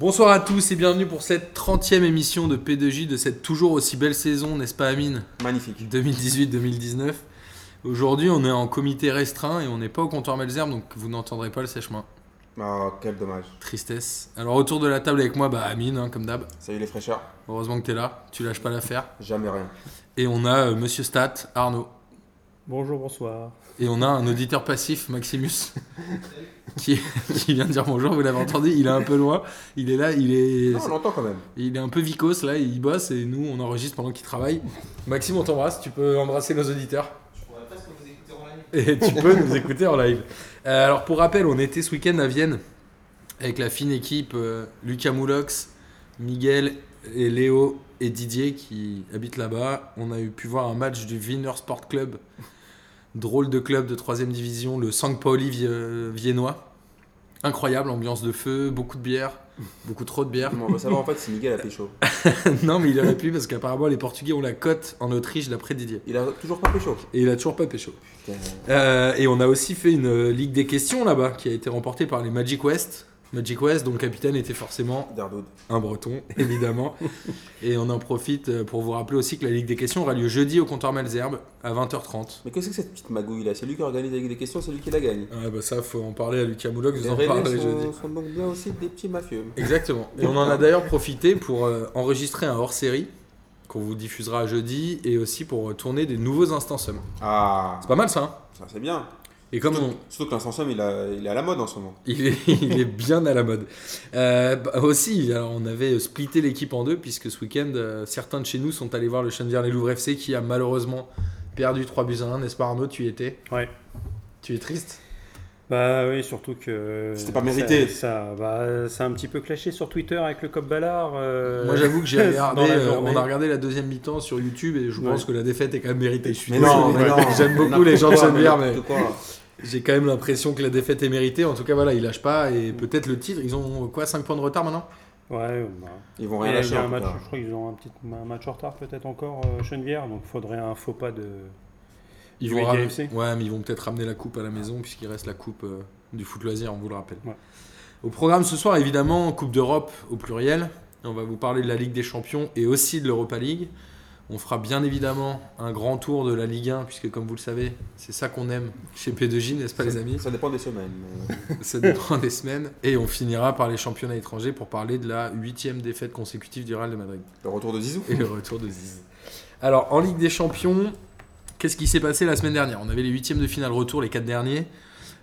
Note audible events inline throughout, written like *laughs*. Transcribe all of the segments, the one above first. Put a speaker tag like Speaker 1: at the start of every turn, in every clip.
Speaker 1: Bonsoir à tous et bienvenue pour cette 30e émission de P2J de cette toujours aussi belle saison, n'est-ce pas Amine
Speaker 2: Magnifique.
Speaker 1: 2018-2019. Aujourd'hui, on est en comité restreint et on n'est pas au comptoir Malzerbe, donc vous n'entendrez pas le sèche-main.
Speaker 2: Ah, quel dommage.
Speaker 1: Tristesse. Alors autour de la table avec moi, bah Amine, hein, comme d'hab.
Speaker 2: Salut les fraîcheurs.
Speaker 1: Heureusement que t'es là, tu lâches pas l'affaire.
Speaker 2: Jamais rien.
Speaker 1: Et on a euh, Monsieur Stat, Arnaud.
Speaker 3: Bonjour, bonsoir.
Speaker 1: Et on a un auditeur passif, Maximus, *laughs* qui, qui vient de dire bonjour, vous l'avez entendu, il est un peu loin, il est là, il est...
Speaker 2: Non, on l'entend quand même.
Speaker 1: Il est un peu vicos là, il bosse et nous on enregistre pendant qu'il travaille. Maxime, on t'embrasse, tu peux embrasser nos auditeurs. Je pourrais pas vous écouter en live. Et tu peux nous écouter en live. Euh, alors pour rappel, on était ce week-end à Vienne avec la fine équipe euh, Lucas Moulox, Miguel et Léo et Didier qui habitent là-bas. On a eu pu voir un match du Wiener Sport Club, drôle de club de 3 division, le Sankt Pauli vie- euh, viennois. Incroyable, ambiance de feu, beaucoup de bière, beaucoup trop de bière.
Speaker 2: Bon, Ah, on va savoir en fait si Miguel a fait chaud.
Speaker 1: *laughs* Non, mais il aurait pu parce qu'apparemment les Portugais ont la cote en Autriche d'après Didier.
Speaker 2: Il a toujours pas fait chaud.
Speaker 1: Et il a toujours pas pécho.
Speaker 2: Putain.
Speaker 1: Euh, et on a aussi fait une euh, ligue des questions là-bas qui a été remportée par les Magic West. Magic West, dont le capitaine était forcément
Speaker 2: Dardoud.
Speaker 1: un breton, *laughs* évidemment. et on en profite euh, pour vous rappeler aussi que la ligue des questions aura lieu jeudi au comptoir Malzerbe à 20h30.
Speaker 2: Mais qu'est-ce que c'est que cette petite magouille là C'est lui qui organise avec des questions, c'est lui qui la gagne.
Speaker 1: Ah bah ça, faut en parler à Lucas Moulox, vous
Speaker 2: Les
Speaker 1: en
Speaker 2: Rennais
Speaker 1: parlez
Speaker 2: sont,
Speaker 1: jeudi.
Speaker 2: sont donc bien aussi des petits mafieux.
Speaker 1: Exactement. Et on en a d'ailleurs profité pour euh, enregistrer un hors-série qu'on vous diffusera jeudi et aussi pour euh, tourner des nouveaux instances.
Speaker 2: Ah,
Speaker 1: C'est pas mal ça hein
Speaker 2: ça c'est bien.
Speaker 1: Et comme on-
Speaker 2: Surtout que l'instant il, a- il est à la mode en ce moment.
Speaker 1: il, est, *laughs* il est bien à la mode. Euh, bah, aussi, alors, on avait splitté l'équipe en deux, puisque ce week-end, euh, certains de chez nous sont allés voir le Chenvière les Louvres FC qui a malheureusement perdu 3 buts à 1. N'est-ce pas Arnaud Tu y étais
Speaker 3: Ouais.
Speaker 1: Tu es triste
Speaker 3: Bah oui, surtout que.
Speaker 2: C'était pas mérité.
Speaker 3: Ça, ça, bah, ça a un petit peu clashé sur Twitter avec le Cop Ballard. euh,
Speaker 1: Moi j'avoue que *laughs* j'ai regardé,
Speaker 3: *laughs* dans la
Speaker 1: euh,
Speaker 3: journée.
Speaker 1: on a regardé la deuxième mi-temps sur YouTube et je
Speaker 3: Ouais.
Speaker 1: pense que la défaite est quand même méritée. Je suis
Speaker 2: Mais
Speaker 1: désolé.
Speaker 2: non, mais non.
Speaker 1: *laughs* J'aime beaucoup
Speaker 2: N'importe
Speaker 1: les gens de
Speaker 2: quoi,
Speaker 1: Chenvière, mais
Speaker 2: n'importe quoi.
Speaker 1: j'ai quand même l'impression que la défaite est méritée. En tout cas, voilà, ils lâchent pas et peut-être le titre. Ils ont quoi 5 points de retard maintenant
Speaker 3: Ouais, bah,
Speaker 2: Ils vont
Speaker 3: il y
Speaker 2: rien
Speaker 3: a- il y
Speaker 2: lâcher.
Speaker 3: a un
Speaker 2: en tout
Speaker 3: match,
Speaker 2: cas.
Speaker 3: je crois qu'ils ont un, petit, un match en retard peut-être encore, euh, Chenevière, donc faudrait un faux pas de.
Speaker 1: Ils
Speaker 3: Du
Speaker 1: vont, ram-
Speaker 3: IDFC.
Speaker 1: ouais, mais ils vont peut-être ramener la coupe à la maison puisqu'il reste la coupe euh, du foot loisir, on vous le rappelle.
Speaker 3: Ouais.
Speaker 1: Au programme ce soir, évidemment, Coupe d'Europe au pluriel. Et On va vous parler de la Ligue des Champions et aussi de l'Europa League. On fera bien évidemment un grand tour de la Ligue 1 puisque comme vous le savez, c'est ça qu'on aime chez P2J, n'est-ce pas les
Speaker 3: *laughs*
Speaker 1: amis
Speaker 2: Ça dépend des semaines. mais-
Speaker 1: Ça dépend des semaines. Et on finira par les championnats étrangers pour parler de la huitième défaite consécutive du Real de Madrid
Speaker 2: Le retour de Zizou.
Speaker 1: et le retour de Ziz. Alors, en Ligue des Champions, qu'est-ce qui s'est passé la semaine dernière On avait les huitièmes de finale retour, les quatre derniers.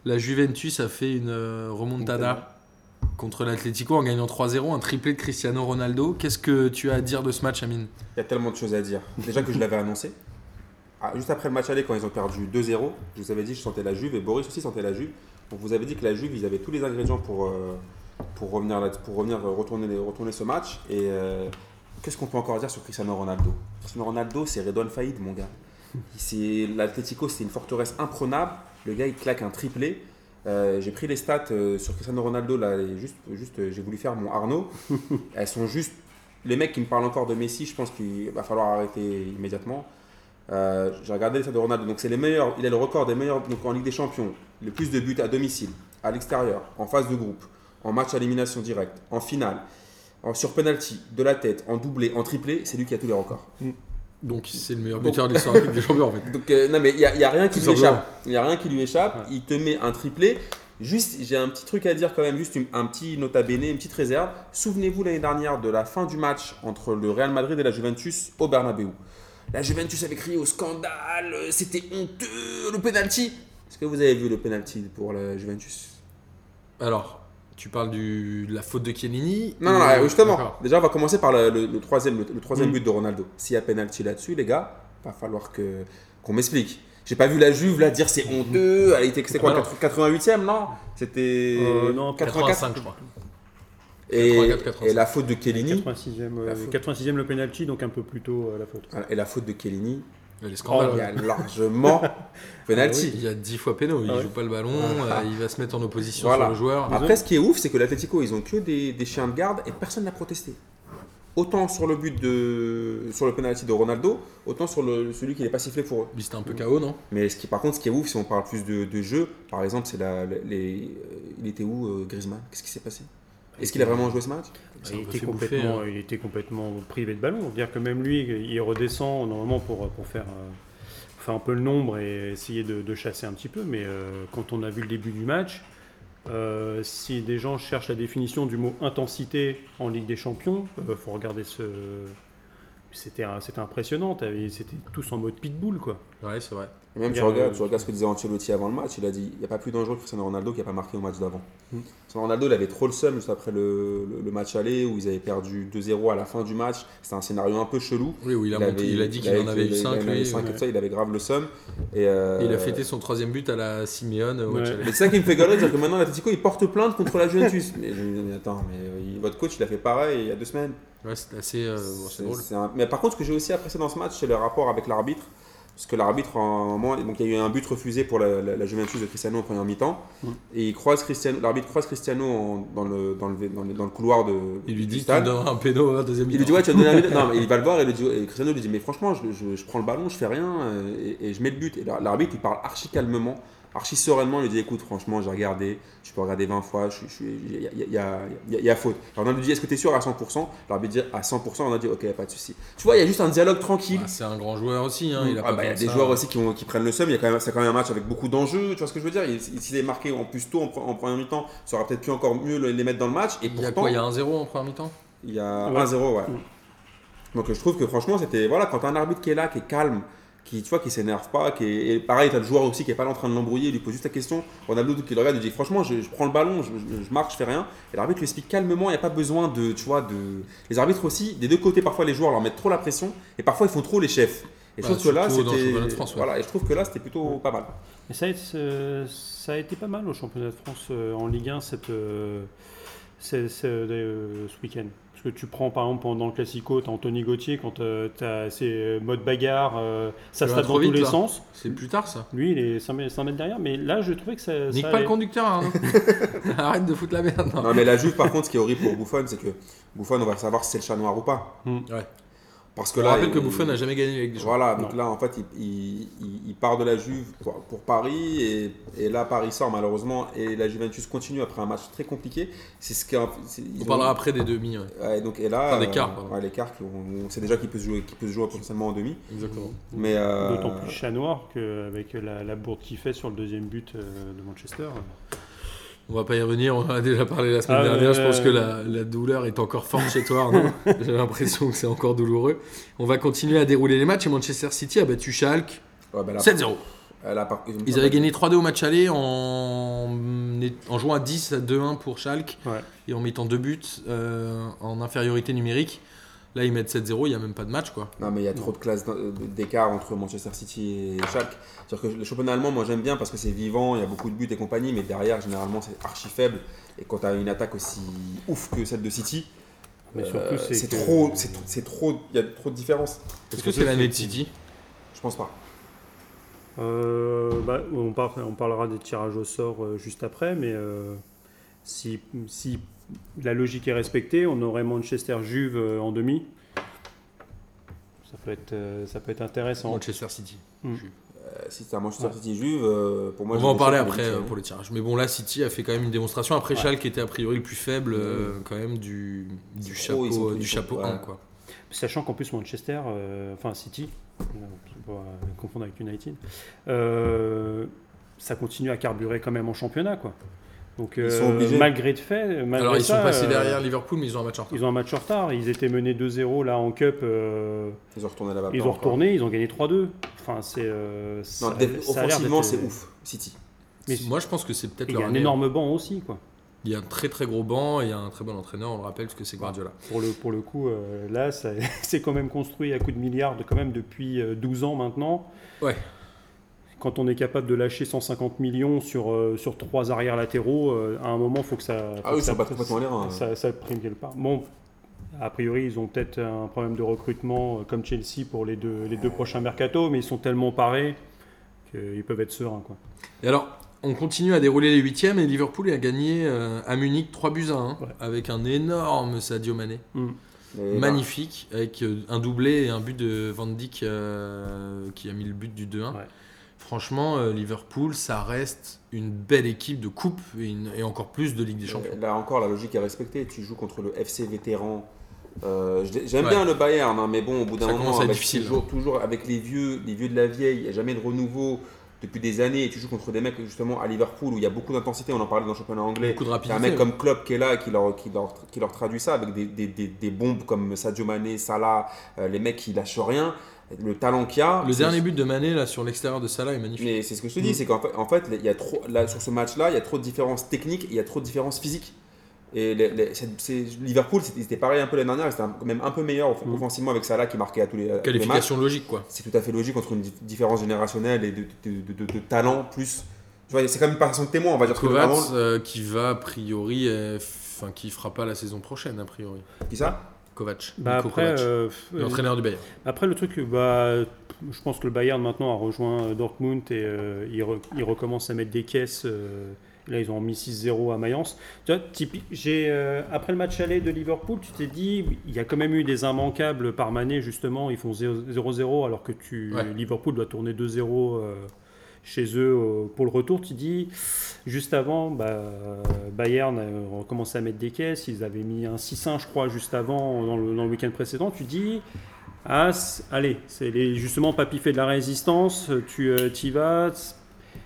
Speaker 1: La Juventus a fait une euh, remontada contre l'Atlético en gagnant 3-0, un triplé de Cristiano Ronaldo. Qu'est-ce que tu as à dire de ce match, Amine
Speaker 2: Il y a tellement de choses à dire. Déjà que je l'avais annoncé. Ah, juste après le match aller, quand ils ont perdu 2-0, je vous avais dit que je sentais la Juve et Boris aussi sentait la Juve. On vous avait dit que la Juve, ils avaient tous les ingrédients pour, euh, pour revenir, là- pour revenir euh, retourner, retourner ce match. Et euh, qu'est-ce qu'on peut encore dire sur Cristiano Ronaldo Cristiano Ronaldo, c'est Redouane Faïd, mon gars. C'est- L'Atlético, c'est une forteresse imprenable. Le gars, il claque un triplé. Euh, j'ai pris les stats euh, sur Cristiano Ronaldo, là, et juste, juste euh, j'ai voulu faire mon Arnaud. Elles sont juste les mecs qui me parlent encore de Messi, je pense qu'il va falloir arrêter immédiatement. Euh, J'ai regardé les stats de Ronaldo, donc c'est les meilleurs. Il a le record des meilleurs donc en Ligue des Champions, le plus de buts à domicile, à l'extérieur, en phase de groupe, en match à élimination directe, en finale, en, sur penalty, de la tête, en doublé, en triplé. C'est lui qui a tous les records.
Speaker 1: Donc, c'est le meilleur buteur de l'histoire de la Ligue *laughs* des Champions, en fait.
Speaker 2: Donc euh, non mais il y, a- il y a rien qui
Speaker 1: Tout
Speaker 2: lui
Speaker 1: simplement.
Speaker 2: échappe. Il y a rien qui lui échappe.
Speaker 3: Ouais.
Speaker 2: Il te met un triplé. Juste, j'ai un petit truc à dire quand même, juste une- un petit nota bene, une petite réserve. Souvenez-vous l'année dernière de la fin du match entre le Real Madrid et la Juventus au Bernabeu. La Juventus avait crié au scandale, euh, c'était honteux, le penalty. Est-ce que vous avez vu le penalty pour la Juventus
Speaker 1: Alors, tu parles du, de la faute de Chiellini
Speaker 2: Non, non, non,
Speaker 1: Euh,
Speaker 2: justement.
Speaker 1: d'accord.
Speaker 2: Déjà, on va commencer par le, le- le troisième, le, le troisième
Speaker 3: Mm.
Speaker 2: but de Ronaldo. S'il y a penalty là-dessus, les gars, va falloir que qu'on m'explique. J'ai pas vu la Juve là dire c'est honteux. Elle était c'était quoi,
Speaker 1: Ah, non.
Speaker 2: 88e, non C'était
Speaker 3: Euh, non,
Speaker 1: 85, je crois.
Speaker 2: Et,
Speaker 1: 84, 85.
Speaker 2: et la faute de Chiellini.
Speaker 3: 86e,
Speaker 2: La
Speaker 3: euh,
Speaker 2: faute.
Speaker 3: 86e le penalty, donc un peu plus tôt euh, la faute.
Speaker 2: Et la faute de Chiellini.
Speaker 1: Oh, Il y a
Speaker 2: Il y
Speaker 1: scandales.
Speaker 2: a
Speaker 3: *laughs*
Speaker 2: largement penalty.
Speaker 1: Il y a 10 fois péno, il
Speaker 3: Ah ouais.
Speaker 1: joue pas le ballon, euh, il va se mettre en opposition
Speaker 2: Voilà.
Speaker 1: sur le joueur.
Speaker 2: Après, ce qui est ouf, c'est que l'Atletico, ils ont que des, des chiens de garde et personne n'a protesté. Autant sur le but de sur le penalty de Ronaldo, autant sur le, celui qui n'est pas sifflé pour eux.
Speaker 1: Mais C'était un peu KO, non
Speaker 2: Mais ce qui, par contre, ce qui est ouf, si on parle plus de, de jeu, par exemple, c'est la, les, euh, il était où euh, Griezmann Qu'est-ce qui s'est passé Est-ce qu'il a vraiment joué ce match
Speaker 1: Ça
Speaker 3: Il
Speaker 1: un peu
Speaker 3: était,
Speaker 1: fait bouffer,
Speaker 3: complètement,
Speaker 1: hein.
Speaker 3: il était complètement privé de ballon. C'est-à-dire que même lui, il redescend normalement pour, pour faire, euh, pour faire un peu le nombre et essayer de, de chasser un petit peu. Mais euh, quand on a vu le début du match, euh, si des gens cherchent la définition du mot intensité en Ligue des Champions, il faut regarder ce. C'était un- c'était impressionnant. T'avais- C'était tous en mode pitbull, quoi.
Speaker 1: Ouais, c'est vrai.
Speaker 2: Et Même tu
Speaker 3: Euh,
Speaker 2: regardes, tu regardes ce que disait Ancelotti avant le match, il a dit il n'y a pas plus dangereux que Cristiano Ronaldo qui n'a pas marqué au match d'avant.
Speaker 1: Hmm.
Speaker 3: Mm.
Speaker 2: Cristiano Ronaldo, il avait trop le seum juste après le, le- le match aller où ils avaient perdu 2-0 à la fin du match. C'était un scénario un peu chelou.
Speaker 1: Oui, oui, il a, monté- il a dit qu'il en avait eu 5.
Speaker 2: Il en avait cinq et tout ça, il avait grave le seum. Et, euh,
Speaker 1: Il a fêté son troisième but à la Simeone. au
Speaker 3: Ouais.
Speaker 1: match aller.
Speaker 2: Mais c'est ça qui me fait galer, c'est que maintenant l'Atletico il porte plainte contre la Juventus. mais, je me dis, mais attends, mais euh, il- votre coach il a fait pareil il y a deux semaines.
Speaker 1: Ouais, c'est assez euh, bon, c'est
Speaker 2: C'est-
Speaker 1: drôle.
Speaker 2: c'est un- Mais par contre, ce que j'ai aussi apprécié dans ce match, c'est le rapport avec l'arbitre. Parce que l'arbitre, à un moment, donc il y a eu un but refusé pour la, la- la Juventus de Cristiano en première mi-temps.
Speaker 3: Mm.
Speaker 2: Et il croise Cristiano, l'arbitre croise Cristiano en- dans, le, dans, le, dans, le, dans le couloir de.
Speaker 1: Il lui
Speaker 2: du
Speaker 1: dit qu'il
Speaker 2: stade.
Speaker 1: donnera un péno à un deuxième
Speaker 2: Il lui dit ouais tu
Speaker 1: *laughs*
Speaker 2: as donné un but. Non mais il va le voir et, le dit- et Cristiano lui dit mais franchement je, je- je prends le ballon, je fais rien euh, et, et je mets le but. Et l'ar- l'arbitre il parle archi calmement, archi sereinement, il lui dit écoute franchement j'ai regardé, tu peux regarder 20 fois, je- je- il y, a- il y a- il y a- il y a- il y a faute. Alors on lui dit est-ce que tu es sûr à 100% L'arbitre dit à 100%, on a dit ok y a pas de souci. Tu vois il y a juste un dialogue tranquille.
Speaker 1: Ah, c'est un grand joueur aussi. hein, il a
Speaker 2: Ah,
Speaker 1: pas
Speaker 2: bah, il y a
Speaker 1: peur
Speaker 2: des
Speaker 1: de ça.
Speaker 2: joueurs aussi qui, ont- qui prennent le seum, il y a quand même- c'est quand même un match avec beaucoup d'enjeux, tu vois ce que je veux dire Il- S'il est marqué en plus tôt en, pre- en première mi-temps, ça aurait peut-être pu encore mieux le- les mettre dans le match. Et
Speaker 1: Il y a
Speaker 2: pourtant,
Speaker 1: quoi Il y a un 0 en première mi-temps
Speaker 2: il y a
Speaker 3: Ouais.
Speaker 2: 1-0, ouais.
Speaker 3: Mm.
Speaker 2: Donc euh, je trouve que franchement, c'était. Voilà, quand t'as un arbitre qui est là, qui est calme, qui, tu vois, qui s'énerve pas, qui est, et pareil, t'as le joueur aussi qui est pas là en train de l'embrouiller, il lui pose juste la question. On a l'autre qui le regarde, il dit franchement, je, je prends le ballon, je, je- je marche, je fais rien. Et l'arbitre lui explique calmement, il n'y a pas besoin de. Tu vois, de. Les arbitres aussi, des deux côtés, parfois les joueurs leur mettent trop la pression et parfois ils font trop les chefs. Et je
Speaker 1: Bah,
Speaker 2: trouve que là,
Speaker 1: surtout dans le
Speaker 2: c'était.
Speaker 1: championnat de France, ouais.
Speaker 2: Voilà, et je trouve que là, c'était plutôt pas mal.
Speaker 3: Et ça, a été- euh, ça a été pas mal au championnat de France euh, en Ligue 1 cette, euh, c'est- c'est, euh, ce week-end. Parce que tu prends par exemple pendant le Classico, t'as Anthony Gauthier quand euh, t'as ces modes bagarre, euh, ça
Speaker 1: Tu
Speaker 3: se
Speaker 1: vas
Speaker 3: tape
Speaker 1: trop
Speaker 3: dans tous
Speaker 1: vite,
Speaker 3: les
Speaker 1: là.
Speaker 3: sens.
Speaker 1: C'est plus tard ça.
Speaker 3: Lui, il est 5 mètres, cinq mètres derrière, mais là, je trouvais que ça.
Speaker 1: Nique
Speaker 3: ça
Speaker 1: pas
Speaker 3: allait.
Speaker 1: le conducteur. hein. *laughs* Arrête de foutre la merde. non.
Speaker 2: Non, mais la Juve, par contre, ce qui est horrible pour Bouffon, c'est que Bouffon, on va savoir si c'est le chat noir ou pas.
Speaker 3: Mm.
Speaker 1: Ouais.
Speaker 2: Parce que
Speaker 1: Je
Speaker 2: là.
Speaker 1: rappelle que
Speaker 2: il-
Speaker 1: Buffon n'a jamais gagné avec des joueurs.
Speaker 2: Voilà, donc là, en fait, il, il- il- il part de la Juve pour, pour Paris, et, et là, Paris sort malheureusement, et la Juventus continue après un match très compliqué. C'est ce qui est un- c'est- ils
Speaker 1: On
Speaker 2: ont-
Speaker 1: parlera après des demi. ouais.
Speaker 2: Ouais, donc, et là, euh,
Speaker 1: Enfin, des quarts, pardon.
Speaker 2: ouais, les quarts, qui ont- on sait déjà qu'ils peuvent se jouer, qu'ils peuvent se jouer potentiellement en demi.
Speaker 1: Exactement.
Speaker 2: Mais, euh,
Speaker 3: D'autant plus chat noir qu'avec la, la bourde qu'il fait sur le deuxième but euh, de Manchester.
Speaker 1: On va pas y revenir, on en a déjà parlé la semaine
Speaker 3: Ah,
Speaker 1: dernière.
Speaker 3: euh,
Speaker 1: Je pense que la, la douleur est encore forte chez toi,
Speaker 3: *laughs*
Speaker 1: Arnaud. J'ai l'impression que c'est encore douloureux. On va continuer à dérouler les matchs et Manchester City a battu Schalke
Speaker 2: ouais, bah, là,
Speaker 1: 7-0.
Speaker 2: là, par- ils ont
Speaker 1: Ils
Speaker 2: pas
Speaker 1: avaient
Speaker 2: battu.
Speaker 1: gagné 3-2 au match aller en, en jouant à 10 à 2-1 pour Schalke
Speaker 3: Ouais.
Speaker 1: et en mettant deux buts euh, en infériorité numérique. Là, ils mettent 7-0, il n'y a même pas de match quoi.
Speaker 2: Non, mais il y a trop de classes d'in- euh, d'écart entre Manchester City et Schalke. C'est-à-dire que le championnat allemand, moi j'aime bien parce que c'est vivant, il y a beaucoup de buts et compagnie, mais derrière, généralement, c'est archi faible. Et quand tu as une attaque aussi ouf que celle de City,
Speaker 3: Mais surtout,
Speaker 2: euh,
Speaker 3: c'est
Speaker 2: c'est
Speaker 3: que-
Speaker 2: trop, c'est trop- c'est trop, il y a trop de différences.
Speaker 1: Est-ce que c'est l'année de City
Speaker 2: Je pense pas.
Speaker 3: Euh, bah, on, par- on parlera des tirages au sort euh, juste après, mais euh, si, si la logique est respectée, on aurait Manchester-Juve euh, en demi. Ça peut être, euh, ça peut être intéressant.
Speaker 1: Manchester City.
Speaker 2: Euh, si c'est un Manchester
Speaker 3: Ouais.
Speaker 2: City Juve, euh, pour moi,
Speaker 1: on
Speaker 2: je
Speaker 1: va en
Speaker 2: vais
Speaker 1: parler
Speaker 2: dire que
Speaker 1: après
Speaker 2: c'est-
Speaker 1: euh, pour le tirage. Mais bon, là, City a fait quand même une démonstration. Après, Schalke était a priori le plus faible, euh, quand même, du, du
Speaker 2: C'est trop, ils
Speaker 1: chapeau,
Speaker 2: sont-
Speaker 1: du
Speaker 2: ils sont-
Speaker 1: chapeau
Speaker 2: ouais.
Speaker 1: 1. Quoi.
Speaker 3: Sachant qu'en plus Manchester, euh, enfin City, euh, on va confondre avec United, euh, ça continue à carburer quand même en championnat. Quoi. Donc
Speaker 2: Ils
Speaker 3: euh,
Speaker 2: sont obligés.
Speaker 3: malgré le fait, malgré
Speaker 1: Alors, ils
Speaker 3: ça,
Speaker 1: sont passés
Speaker 3: euh,
Speaker 1: derrière Liverpool, mais ils ont un match en retard.
Speaker 3: Ils ont un match en retard, ils étaient menés 2-0 là en Cup. euh,
Speaker 2: Ils ont retourné là-bas.
Speaker 3: Ils ont retourné, ils ont gagné 3-2. Enfin, c'est. euh,
Speaker 2: Non,
Speaker 3: ça-
Speaker 2: dé-
Speaker 3: ça a l'air
Speaker 2: offensivement,
Speaker 3: d'être- euh,
Speaker 2: c'est ouf, City.
Speaker 3: Mais
Speaker 1: Moi, je pense que c'est peut-être
Speaker 3: il y
Speaker 1: leur
Speaker 3: a un
Speaker 1: année.
Speaker 3: énorme banc aussi, quoi.
Speaker 1: Il y a un très très gros banc et il y a un très bon entraîneur, on le rappelle, parce que c'est Guardiola.
Speaker 3: Pour le, pour le coup, euh, là, ça- *laughs* c'est quand même construit à coups de milliards de- quand même depuis euh, 12 ans maintenant.
Speaker 1: Ouais.
Speaker 3: Quand on est capable de lâcher 150 millions sur, euh, sur trois arrières latéraux, euh, à un moment, il faut que ça. faut
Speaker 2: Ah oui,
Speaker 3: que
Speaker 2: ça bat complètement les reins.
Speaker 3: ça, ça prime quelque part. Bon, a priori, ils ont peut-être un problème de recrutement euh, comme Chelsea pour les deux, les deux prochains mercato, mais ils sont tellement parés qu'ils peuvent être sereins. Quoi.
Speaker 1: Et alors, on continue à dérouler les huitièmes et Liverpool a gagné euh, à Munich 3 buts à 1
Speaker 3: Ouais.
Speaker 1: avec un énorme Sadio Mané.
Speaker 2: Et bah. là,
Speaker 1: Magnifique, avec euh, un doublé et un but de Van Dijk euh, qui a mis le but du 2-1.
Speaker 3: Ouais.
Speaker 1: Franchement, euh, Liverpool, ça reste une belle équipe de coupe et, une- et encore plus de Ligue des Champions.
Speaker 2: Là encore, la logique est respectée. Tu joues contre le FC vétéran. Euh, je l'ai- J'aime
Speaker 1: Ouais.
Speaker 2: bien le Bayern, hein, mais bon, au bout d'un
Speaker 1: Ça
Speaker 2: moment,
Speaker 1: commence à être
Speaker 2: avec
Speaker 1: difficile,
Speaker 2: toujours, toujours avec les vieux, les vieux de la vieille, il n'y a jamais de renouveau depuis des années. Et tu joues contre des mecs justement à Liverpool où il y a beaucoup d'intensité. On en parlait dans le championnat anglais.
Speaker 1: Beaucoup de
Speaker 2: Il y a
Speaker 1: rapidité.
Speaker 2: un mec
Speaker 1: ouais.
Speaker 2: comme Klopp qui est là, qui leur, qui leur, qui leur traduit ça avec des, des, des, des bombes comme Sadio Mané, Salah, euh, les mecs qui lâchent rien, le talent qu'il y a.
Speaker 1: Le
Speaker 2: c'est-
Speaker 1: dernier but de Mané là sur l'extérieur de Salah est magnifique.
Speaker 2: Mais c'est ce que je te dis,
Speaker 1: Mm.
Speaker 2: c'est qu'en fait, en fait il y a trop, là, sur ce match-là, il y a trop de différences techniques, et il y a trop de différences physiques. Et les- les- c'est- c'est- Liverpool, c'était c'était pareil un peu l'année dernière, ils étaient un- même un peu meilleur
Speaker 3: Mm.
Speaker 2: offensivement avec Salah qui marquait à tous les, à tous les matchs
Speaker 1: Qualification logique quoi.
Speaker 2: c'est tout à fait logique entre une dif- différence générationnelle et de, de, de- de- de talent plus. Tu vois, c'est quand même une passation de témoin, on va dire. parce que
Speaker 1: Kovac
Speaker 2: vraiment-
Speaker 1: euh, qui va a priori, euh, enfin qui fera pas la saison prochaine a priori.
Speaker 2: qui ça
Speaker 1: Kovac.
Speaker 3: Bah,
Speaker 1: Nico
Speaker 3: après,
Speaker 1: Kovac,
Speaker 3: euh, f- euh,
Speaker 1: l'entraîneur du Bayern.
Speaker 3: après, le truc, bah, je pense que le Bayern maintenant a rejoint euh, Dortmund et euh, ils, re- ils recommencent à mettre des caisses. euh, là, ils ont mis 6-0 à Mayence. Tu vois, typique, j'ai, euh, après le match aller de Liverpool, tu t'es dit, il y a quand même eu des immanquables par Mané, justement. Ils font 0-0 alors que tu,
Speaker 1: Ouais.
Speaker 3: Liverpool doit tourner 2-0 euh, chez eux euh, pour le retour. Tu dis, Juste avant, bah, euh, Bayern a commencé à mettre des caisses. Ils avaient mis un 6-1, je crois, juste avant, dans le, dans le week-end précédent. Tu dis, ah, c'est- allez, c'est les, justement pas piffer de la résistance. Tu y vas.
Speaker 1: Ah,
Speaker 3: c'est-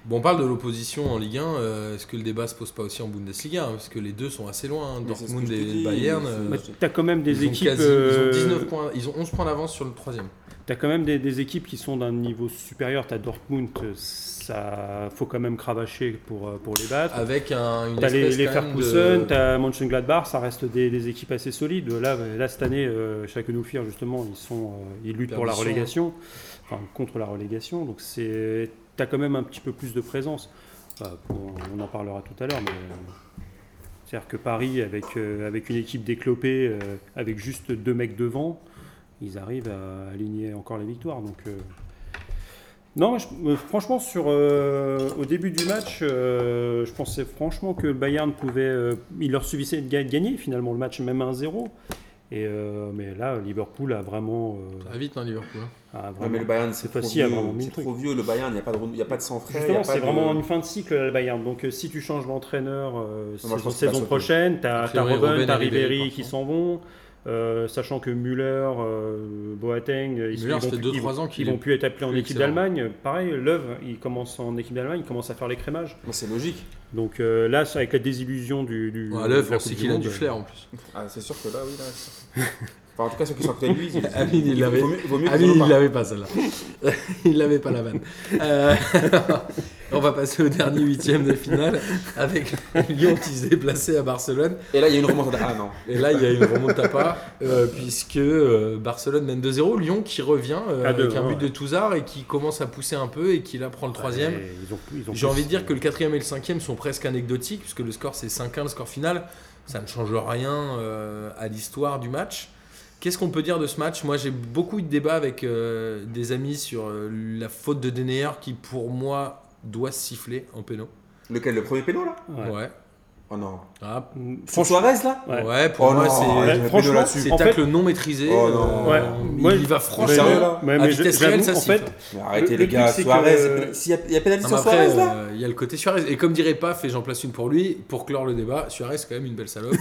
Speaker 1: Bon, on parle de l'opposition en Ligue 1. euh, Est-ce que le débat se pose pas aussi en Bundesliga hein, Parce que les deux sont assez loin. hein,
Speaker 2: Mais c'est ce
Speaker 1: Dortmund
Speaker 2: que je te
Speaker 1: et
Speaker 2: dis,
Speaker 1: Bayern.
Speaker 2: c'est-
Speaker 1: euh,
Speaker 3: Bah, T'as quand même des
Speaker 1: ils ont
Speaker 3: équipes.
Speaker 1: quasi-
Speaker 3: euh,
Speaker 1: ils ont 19 points, ils ont 11 points d'avance sur le troisième.
Speaker 3: T'as quand même des, des équipes qui sont d'un niveau supérieur. T'as Dortmund, euh, ça faut quand même cravacher pour euh, pour les battre.
Speaker 1: Avec un, une
Speaker 3: T'as les,
Speaker 1: espèce
Speaker 3: les
Speaker 1: Ah, quand même
Speaker 3: Ferguson,
Speaker 1: de-
Speaker 3: t'as Mönchengladbach, ça reste des, des équipes assez solides. Là, là cette année, euh, chaque Noufier, justement, ils, sont, euh, ils luttent pour la
Speaker 1: Perdition.
Speaker 3: relégation, enfin contre la relégation. Donc c'est, t'as quand même un petit peu plus de présence. Enfin, pour- on en parlera tout à l'heure, mais euh, c'est-à-dire que Paris, avec, euh, avec une équipe déclopée, euh, avec juste deux mecs devant, ils arrivent à aligner encore les victoires. Donc, euh, Non, je- euh, franchement, sur, euh, au début du match, euh, je pensais franchement que le Bayern pouvait. euh, il leur suffisait de ga- gagner finalement le match, même 1-0. Et, euh, mais là, Liverpool a vraiment.
Speaker 1: Ça
Speaker 3: euh,
Speaker 1: va vite, hein, Liverpool. hein.
Speaker 3: a
Speaker 2: Non, mais
Speaker 3: vraiment-
Speaker 2: le Bayern,
Speaker 3: C'est
Speaker 2: c'est trop,
Speaker 3: facile à
Speaker 2: vieux,
Speaker 3: vraiment mille
Speaker 2: c'est
Speaker 3: trucs.
Speaker 2: trop vieux. Le Bayern, il n'y a pas de, renou- il y a pas de sang frais. il y a
Speaker 3: Justement,
Speaker 2: pas
Speaker 3: c'est
Speaker 2: de-
Speaker 3: vraiment une fin de cycle, là, le Bayern. Donc, euh, si tu changes d'entraîneur euh,
Speaker 2: moi, je
Speaker 3: saison,
Speaker 2: pense qu'il va
Speaker 3: saison
Speaker 2: sauter.
Speaker 3: prochaine, tu as,
Speaker 1: A priori,
Speaker 3: Robben,
Speaker 1: Robben
Speaker 3: t'as
Speaker 1: et Ribéry,
Speaker 3: Ribéry
Speaker 1: par
Speaker 3: qui
Speaker 1: contre.
Speaker 3: s'en vont, euh, sachant que Müller, euh, Boateng, euh, ils,
Speaker 1: Müller,
Speaker 3: ils
Speaker 1: ça fait
Speaker 3: vont, plus- ils,
Speaker 1: 2-3 ans
Speaker 3: ils
Speaker 1: qu'il
Speaker 3: vont
Speaker 1: est.
Speaker 3: plus être appelés en
Speaker 1: plus
Speaker 3: équipe
Speaker 1: excellent.
Speaker 3: d'Allemagne. Pareil, Löw, il commence en équipe d'Allemagne, il commence à faire les crémages.
Speaker 2: Mais C'est logique.
Speaker 3: Donc euh, là, ça, avec la désillusion du. du
Speaker 1: Ouais,
Speaker 3: de
Speaker 1: là,
Speaker 3: la
Speaker 1: il faut
Speaker 3: Coupe
Speaker 1: aussi
Speaker 3: du
Speaker 1: qu'il a
Speaker 3: Monde,
Speaker 1: du flair en plus.
Speaker 2: Ah, c'est sûr que là, oui. Là, c'est *laughs* sûr. enfin, en tout cas, ceux qui sont à côté de lui, *laughs* ils-
Speaker 1: Amine, il l'avait.
Speaker 2: vaut mieux- vaut mieux
Speaker 1: Ah
Speaker 2: qu'ils
Speaker 1: oui,
Speaker 2: en aient
Speaker 1: il
Speaker 2: pas.
Speaker 1: l'avait pas celle-là. Euh, *laughs* il l'avait pas la vanne. Euh, *laughs* on va passer au dernier huitième de finale avec Lyon qui se déplaçait à Barcelone.
Speaker 2: Et là, il y a une remontée. Ah non.
Speaker 1: Et là, il y a une remonte à pas euh, puisque euh, Barcelone mène 2-0. Lyon qui revient euh,
Speaker 3: À deux,
Speaker 1: avec un
Speaker 3: ouais.
Speaker 1: but de Touzard et qui commence à pousser un peu et qui là prend le troisième.
Speaker 3: et ils ont- ils ont
Speaker 1: J'ai envie de dire
Speaker 3: plus-
Speaker 1: que le quatrième et le cinquième sont presque anecdotiques, puisque le score c'est 5-1, le score final. Ça ne change rien euh, à l'histoire du match. Qu'est-ce qu'on peut dire de ce match Moi j'ai beaucoup eu de débats avec euh, des amis sur euh, la faute de Denayer qui pour moi doit siffler en péno.
Speaker 2: Lequel Le premier péno, là
Speaker 3: Ouais.
Speaker 1: Ouais.
Speaker 2: Oh non.
Speaker 1: Ah,
Speaker 2: Sur Suarez, là
Speaker 3: Ouais.
Speaker 1: ouais, pour
Speaker 2: Oh
Speaker 1: moi
Speaker 2: non,
Speaker 1: c'est-
Speaker 2: ouais,
Speaker 1: c'est.
Speaker 2: je mets
Speaker 3: franchement,
Speaker 2: péno là-dessus.
Speaker 1: C'est
Speaker 3: En
Speaker 1: tacle non maîtrisé.
Speaker 2: Oh non.
Speaker 1: euh,
Speaker 3: Ouais.
Speaker 1: il-
Speaker 3: Moi,
Speaker 1: il va
Speaker 3: Mais-
Speaker 1: franchement.
Speaker 2: Sérieux, là
Speaker 3: mais-
Speaker 1: à
Speaker 3: mais
Speaker 1: vitesse
Speaker 3: je-
Speaker 1: réelle,
Speaker 3: j'avoue,
Speaker 1: ça
Speaker 3: en
Speaker 1: siffle.
Speaker 3: fait,
Speaker 2: Mais arrêtez,
Speaker 3: Le-
Speaker 2: les
Speaker 3: le
Speaker 2: gars.
Speaker 3: truc, c'est que-
Speaker 2: Suarez, c'est- s'il y a, il y a pénalité
Speaker 1: Non,
Speaker 2: sur
Speaker 1: mais après,
Speaker 2: Suarez, là
Speaker 1: euh, il y a le côté Suarez. Et comme dirait Paf, et j'en place une pour lui, pour clore le débat, Suarez, c'est quand même une belle
Speaker 3: *laughs*
Speaker 1: salope.